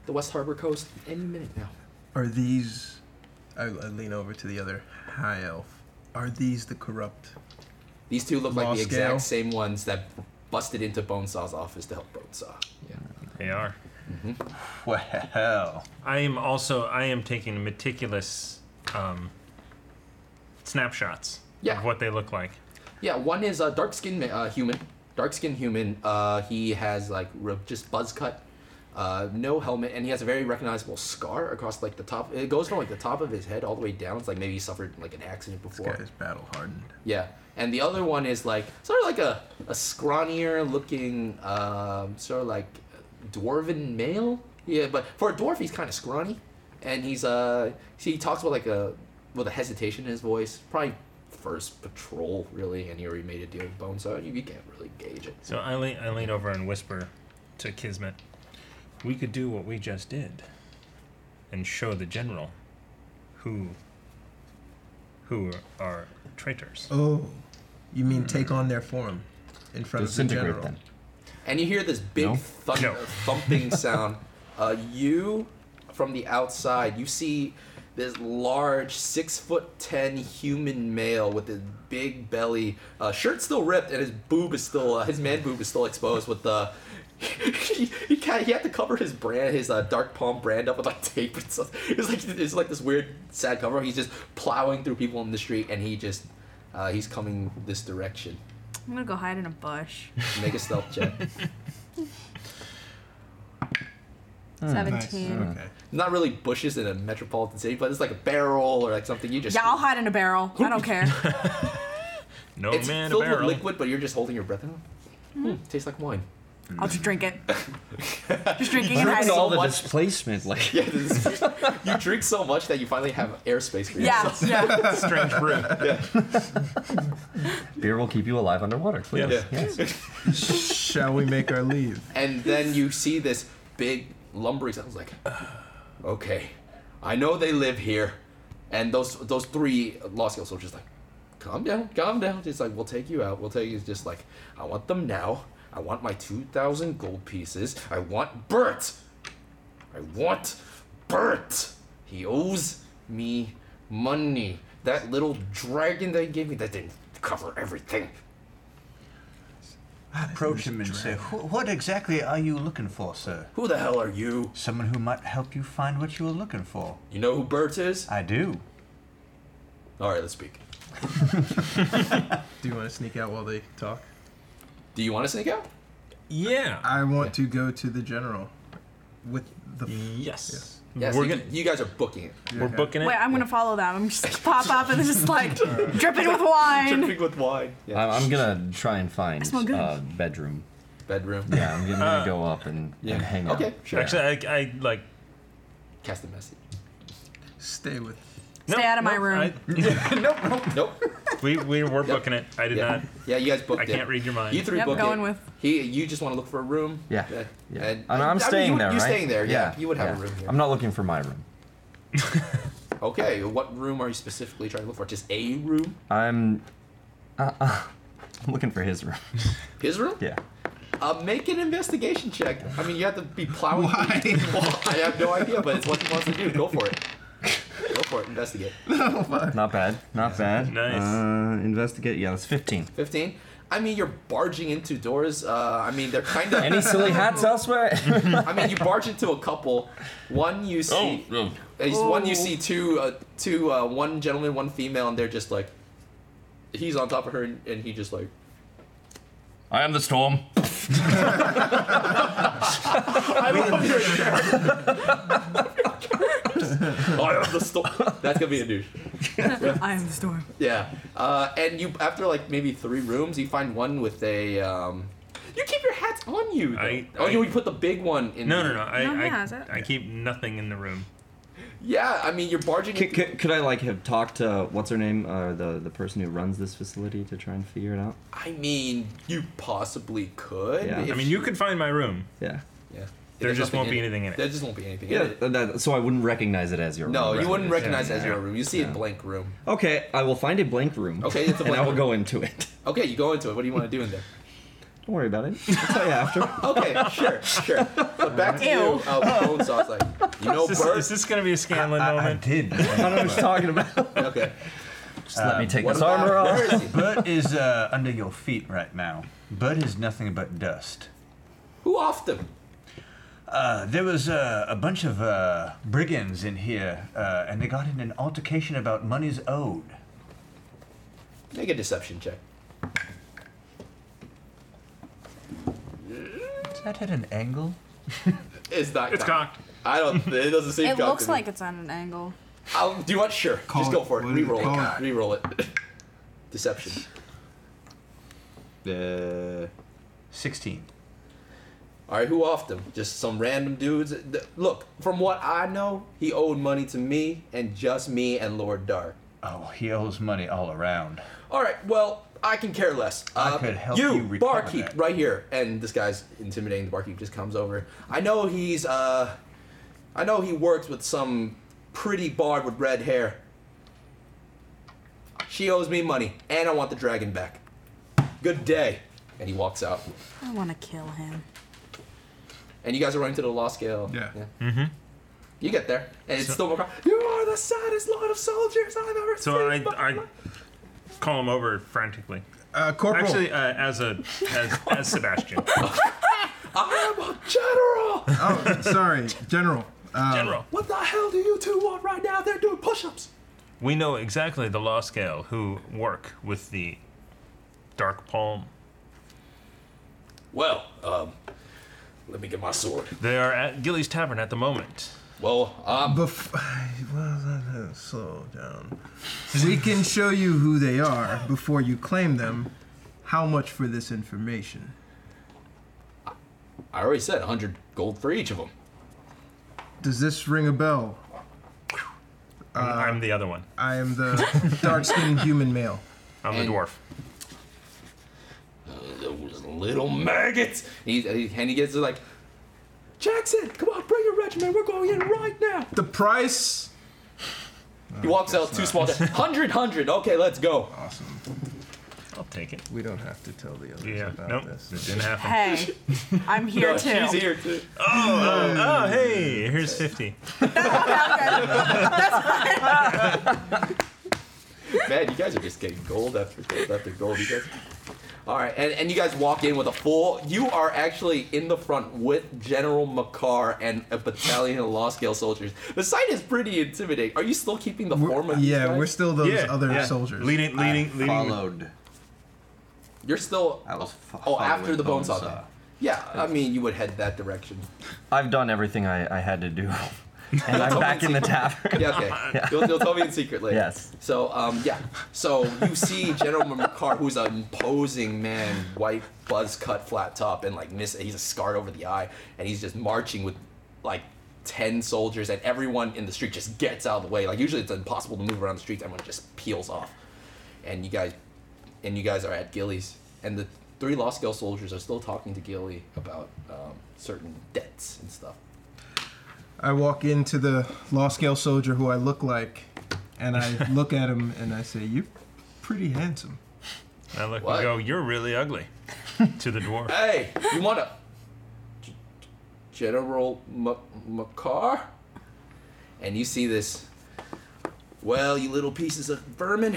the West Harbor coast any minute now. Are these? I, I lean over to the other high elf. Are these the corrupt? These two look like Law the exact scale. same ones that busted into Bonesaw's office to help Bonesaw. They are. well, I am also I am taking meticulous um, snapshots Yeah. of what they look like. Yeah, one is a dark skinned uh, human. Dark skinned human. Uh, he has like re- just buzz cut, uh, no helmet, and he has a very recognizable scar across like the top. It goes from like the top of his head all the way down. It's like maybe he suffered like an accident This before. guy is battle hardened. Yeah. And the other one is like sort of like a, a scrawnier looking, um, sort of like dwarven male. Yeah, but for a dwarf, he's kind of scrawny, and he's uh, see, he talks with like a with a hesitation in his voice. Probably first patrol, really, and he already made a deal with Bones, so you, you can't really gauge it. So I lean I lean over and whisper to Kismet, "We could do what we just did, and show the general who who are traitors." Oh, you mean take on their form in front of the Disintegrate general? them. and you hear this big No? thun- No. thumping sound. Uh, you, from the outside, you see this large six foot ten human male with his big belly, uh, shirt still ripped, and his boob is still uh, his man boob is still exposed with the. he, he, ca- he had to cover his brand, his uh, dark palm brand up with like tape and stuff. It's like it's like this weird sad cover. He's just plowing through people in the street, and he just uh, he's coming this direction. I'm gonna go hide in a bush. Make a stealth check. Nice. Seventeen. Okay. not really bushes in a metropolitan city, but it's like a barrel or like something. You just Yeah, I'll hide in a barrel. I don't care. No It's Oh, man, a filled with barrel. liquid, but you're just holding your breath. In. Hmm, tastes like wine. I'll just drink it. Just drinking and Drinks hiding. all the much. displacement. Like Yeah, this is, you drink so much that you finally have airspace for Yeah, yourself. yeah. Strange brew. Beer will keep you alive underwater, clearly. Yeah. Yes. Shall we make our leave? And then you see this big lumbering sound. It's like, okay, I know they live here, and those those three lost girls were just like, calm down, calm down. It's like we'll take you out. We'll take you. It's just like I want them now. I want my two thousand gold pieces. I want Bert. I want Bert. He owes me money. That little dragon that he gave me that didn't cover everything. I approach him and say, "Wh- "What exactly are you looking for, sir? Who the hell are you? Someone who might help you find what you are looking for." You know who Bert is? I do. All right, let's speak. Do you want to sneak out while they talk? Do you want to sneak out? Ah, Yeah. I want to go to the general with the. Yes. Yes, we're you, gonna, you guys are booking it. we're booking it. Wait, I'm gonna follow them. I'm just gonna pop up and just like dripping with wine. with wine. Yeah. I'm, I'm gonna try and find smell good. uh, bedroom. Bedroom. Yeah, I'm gonna go up and, and hang out. Okay, sure. Actually, I, I like. Cast a message. Stay with. no, Stay out of my no, room. I- Nope. we we were booking it. I did Yeah. not. yeah, you guys booked I it. can't read your mind. You three Yep, booked going it. with- He, you just want to look for a room. Yeah. Uh, yeah. And, And I I'm mean, staying you, there, You're right? staying there. Yeah. You would have a yeah. room here. I'm not looking for my room. Okay. What room are you specifically trying to look for? Just a room. I'm. Uh, uh, I'm looking for his room. His room. yeah. Uh, make an investigation check. I mean, you have to be plowing. Why? I have no idea, but it's what he wants to do. Go for it. Go for it. Investigate. Not bad. Not bad. Nice. Uh, investigate. Yeah, that's 15. 15. I mean, you're barging into doors. Uh, I mean, they're kind of. Any silly hats elsewhere? I mean, you barge into a couple. One you see, oh, is one you see two, uh, two, uh, one gentleman, one female, and they're just like, he's on top of her, and, and he just like, I am the storm. I love your I am the storm. That's gonna be a douche. I am the storm. Yeah. Uh, and you, after like maybe three rooms, you find one with a. Um, you keep your hats on you. Though. I- oh, I- you, you put the big one in. No, the- no, no. I, No one I, has it. I keep nothing in the room. Yeah, I mean you're barging. Could, into- could, could I like have talked to what's her name, uh, the the person who runs this facility to try and figure it out? I mean, you possibly could. Yeah. if I I mean, you could find my room. Yeah. Yeah. There There's just nothing won't be in anything in it. There just won't be anything. Yeah. in it. th- that- so I wouldn't recognize it as your. No, room, you wouldn't right? recognize it as yeah. your room. You see a blank room. Okay, I will find a blank room. Okay, it's a and blank I will room. go into it. Okay, you go into it. What do you want to do in there? Don't worry about it. I'll tell you after. Okay, sure, sure. But back to you, Ew. uh, Bone Saw. It's like, you know, Is this, Bert. is this going to be a Scanlan I, I moment? did. I don't know what you're talking about. Okay. Just let me take Uh, What this about- armor off. Where is he? Bert is uh, under your feet right now. Bert is nothing but dust. Who offed him? Uh, there was uh, a bunch of uh, brigands in here, uh, and they got in an altercation about monies owed. Make a deception check. Is that at an angle? It's not. It's cocked. I don't. It doesn't seem. It cocked looks to me. like it's at an angle. I'll, do you want? Sure. Call Just it. go for it. What is it? Reroll Call it. it. Reroll it. Deception. Uh, 16. All right, who offed him? Just some random dudes. Th- Look, from what I know, he owed money to me and just me and Lord Dark. Oh, he owes money all around. All right, well, I can care less. Uh, I could help you recover barkeep, that. right here. And this guy's intimidating. The barkeep just comes over. I know he's, uh, I know he works with some pretty bard with red hair. She owes me money, and I want the dragon back. Good day. And he walks out. I want to kill him. And you guys are running to the Lost Scale. Yeah. Mm-hmm. You get there, and it's still more. cry- You are the saddest lot of soldiers I've ever So seen. I, I call him over frantically. Uh, Corporal. Actually, uh, as a as, as Sebastian, I am a general. oh, sorry, General. Uh, general. what the hell do you two want right now? They're doing push-ups. We know exactly the law scale who work with the dark palm. Well, um, let me get my sword. They are at Gilly's Tavern at the moment. Well, um, Bef- well, uh, slow down. We can show you who they are before you claim them. How much for this information? I already said 100 gold for each of them. Does this ring a bell? I'm the other one. I am the dark-skinned human male. I'm the and- dwarf. Those little maggots. And he, and he gets like, Jackson, come on, bring your regiment. We're going in right now. The price. He walks out two small. 100, 100. Okay, let's go. Awesome. I'll take it. We don't have to tell the others Yeah. about Nope. this. It didn't happen. Hey, I'm here No, too. she's here too. Oh, hey, here's 50. Man, you guys are just getting gold after gold after gold. You guys. All right, and, and you guys walk in with a full. You are actually in the front with General Makar and a battalion of Law Scale soldiers. The sight is pretty intimidating. Are you still keeping the We're- form of these yeah, guys? we're still those yeah, other yeah. soldiers. Leading, leading, leading. Followed. You're still. I was fo- oh, after following uh, the bone saw. Bonesaw. guy. Yeah, I mean, you would head that direction. I've done everything I, I had to do, and I'm back in the tavern. Yeah, okay. You'll, you'll tell me in secret later. Yes. So, um, yeah. So you see General McCart, who's an imposing man, white buzz cut, flat top, and like miss. He's a scarred over the eye, and he's just marching with like ten soldiers, and everyone in the street just gets out of the way. Like usually it's impossible to move around the streets. Everyone just peels off, and you guys, and you guys are at Gilly's, and the three Lost Scale soldiers are still talking to Gilly about um, certain debts and stuff. I walk into the law scale soldier who I look like, and I look at him and I say, "You're pretty handsome." I look What? and go, you're really ugly to the dwarf. Hey, you want to General M- Makar? And you see this. Well, you little pieces of vermin.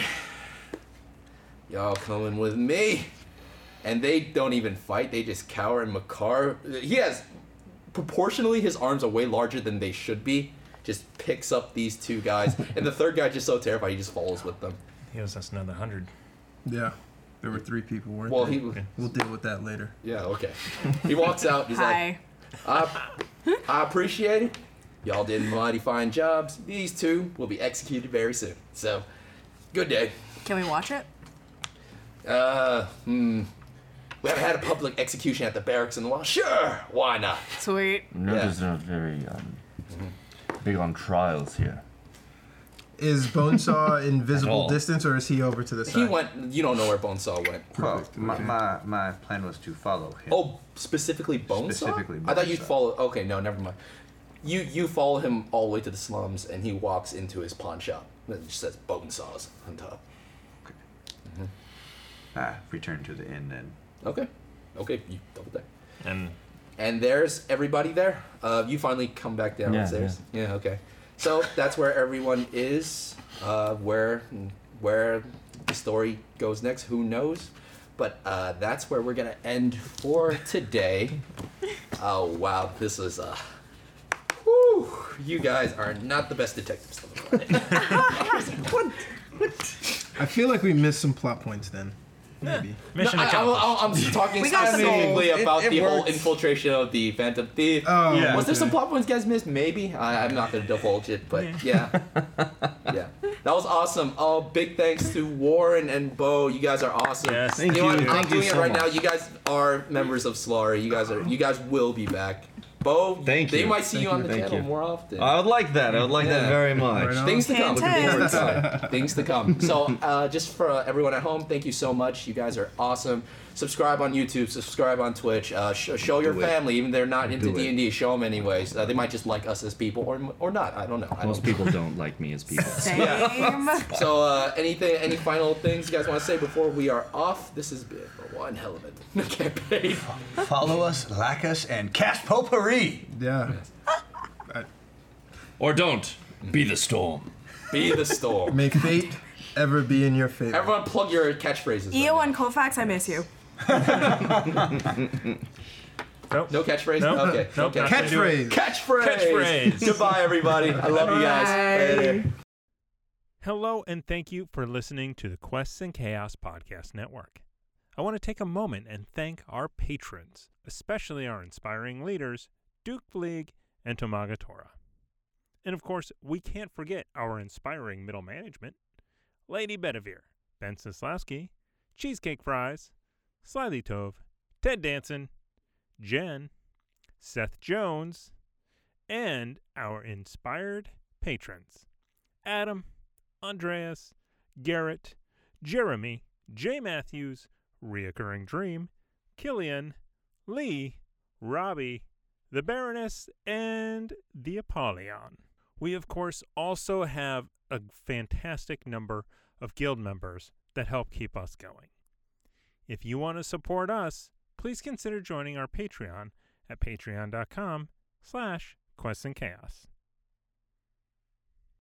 Y'all coming with me? And they don't even fight. They just cower. And Makar, he has proportionally his arms are way larger than they should be. Just picks up these two guys, and the third guy just so terrified he just follows with them. He owes us another 100. Yeah. There were three people, weren't Well, there? he was. We'll deal with that later. Yeah, okay. He walks out. He's like, Hi. I, I appreciate it. Y'all did mighty fine jobs. These two will be executed very soon. So, good day. Can we watch it? Uh, hmm. We haven't had a public execution at the barracks in a while. Sure, why not? Sweet. Notice not very um, big on trials here. Is Bonesaw invisible all. distance, or is he over to the side? He went. Oh, You don't know where Bonesaw went. Well, my, okay. my, my plan was to follow him. Oh, specifically Bonesaw. Specifically I thought you'd Bonesaw. follow. Okay, no, never mind. You you follow him all the way to the slums, and he walks into his pawn shop. It just says Bonesaws on top. I returned to the inn then. Okay, okay, you double there. And And there's everybody there. Uh, you finally come back down Yeah, downstairs. Yeah. okay. So that's where everyone is. Uh, where where the story goes next, who knows? But uh, that's where we're gonna end for today. oh wow, this is uh, whew, you guys are not the best detectives. on the planet. I feel like we missed some plot points then. Maybe. mission I, accomplished. am talking We got sold. specifically It- about it the whole works. infiltration of the Phantom Thief. Oh, Yeah. Was there some okay. plot points you guys missed? Maybe. I, I'm not going to divulge it, but yeah. yeah. That was awesome. Oh, big thanks to Warren and Bo. You guys are awesome. Yes. Thank you. Know what? you. I'm Thank you doing it so right now. much. You guys are members of Slaughter. You guys are. You guys will be back. Bo, Thank they you. might see Thank you on you, the thank channel you. more often. I would like that. I would like Yeah. that very much. Right on. Things to come. Hint, Looking forward hint. to it. Things to come. So, uh, just for uh, everyone at home, thank you so much. You guys are awesome. Subscribe on YouTube. Subscribe on Twitch. Uh, sh- show your it. family, even if they're not into Do it. D and D. Show them anyways. Uh, they might just like us as people, or or not. I don't know. I Most don't people don't like me as people. Same. so, uh, anything, any final things you guys want to say before we are off? This has been one hell of a campaign. Follow us, like us, and cast potpourri. Yeah. or don't. Be the storm. Be the storm. May fate ever be in your favor. Everyone, plug your catchphrases. right Eo now. and Colfax, I miss you. Nope. No catchphrase. No. Okay. No. Okay. No. Catchphrase. Catchphrase. Catchphrase. Goodbye, everybody. I love you guys. Bye. Later. Hello, and thank you for listening to the Quests and Chaos Podcast Network. I want to take a moment and thank our patrons, especially our inspiring leaders, Duke League and Tomaga Tora. And of course, we can't forget our inspiring middle management Lady Bedivere, Ben Sislowski, Cheesecake Fries, Slyly Tove, Ted Danson, Jen, Seth Jones, and our inspired patrons. Adam, Andreas, Garrett, Jeremy, Jay Matthews, Reoccurring Dream, Killian, Lee, Robbie, the Baroness, and the Apollyon. We, of course, also have a fantastic number of guild members that help keep us going. If you want to support us, please consider joining our Patreon at patreon.com slash quests and chaos.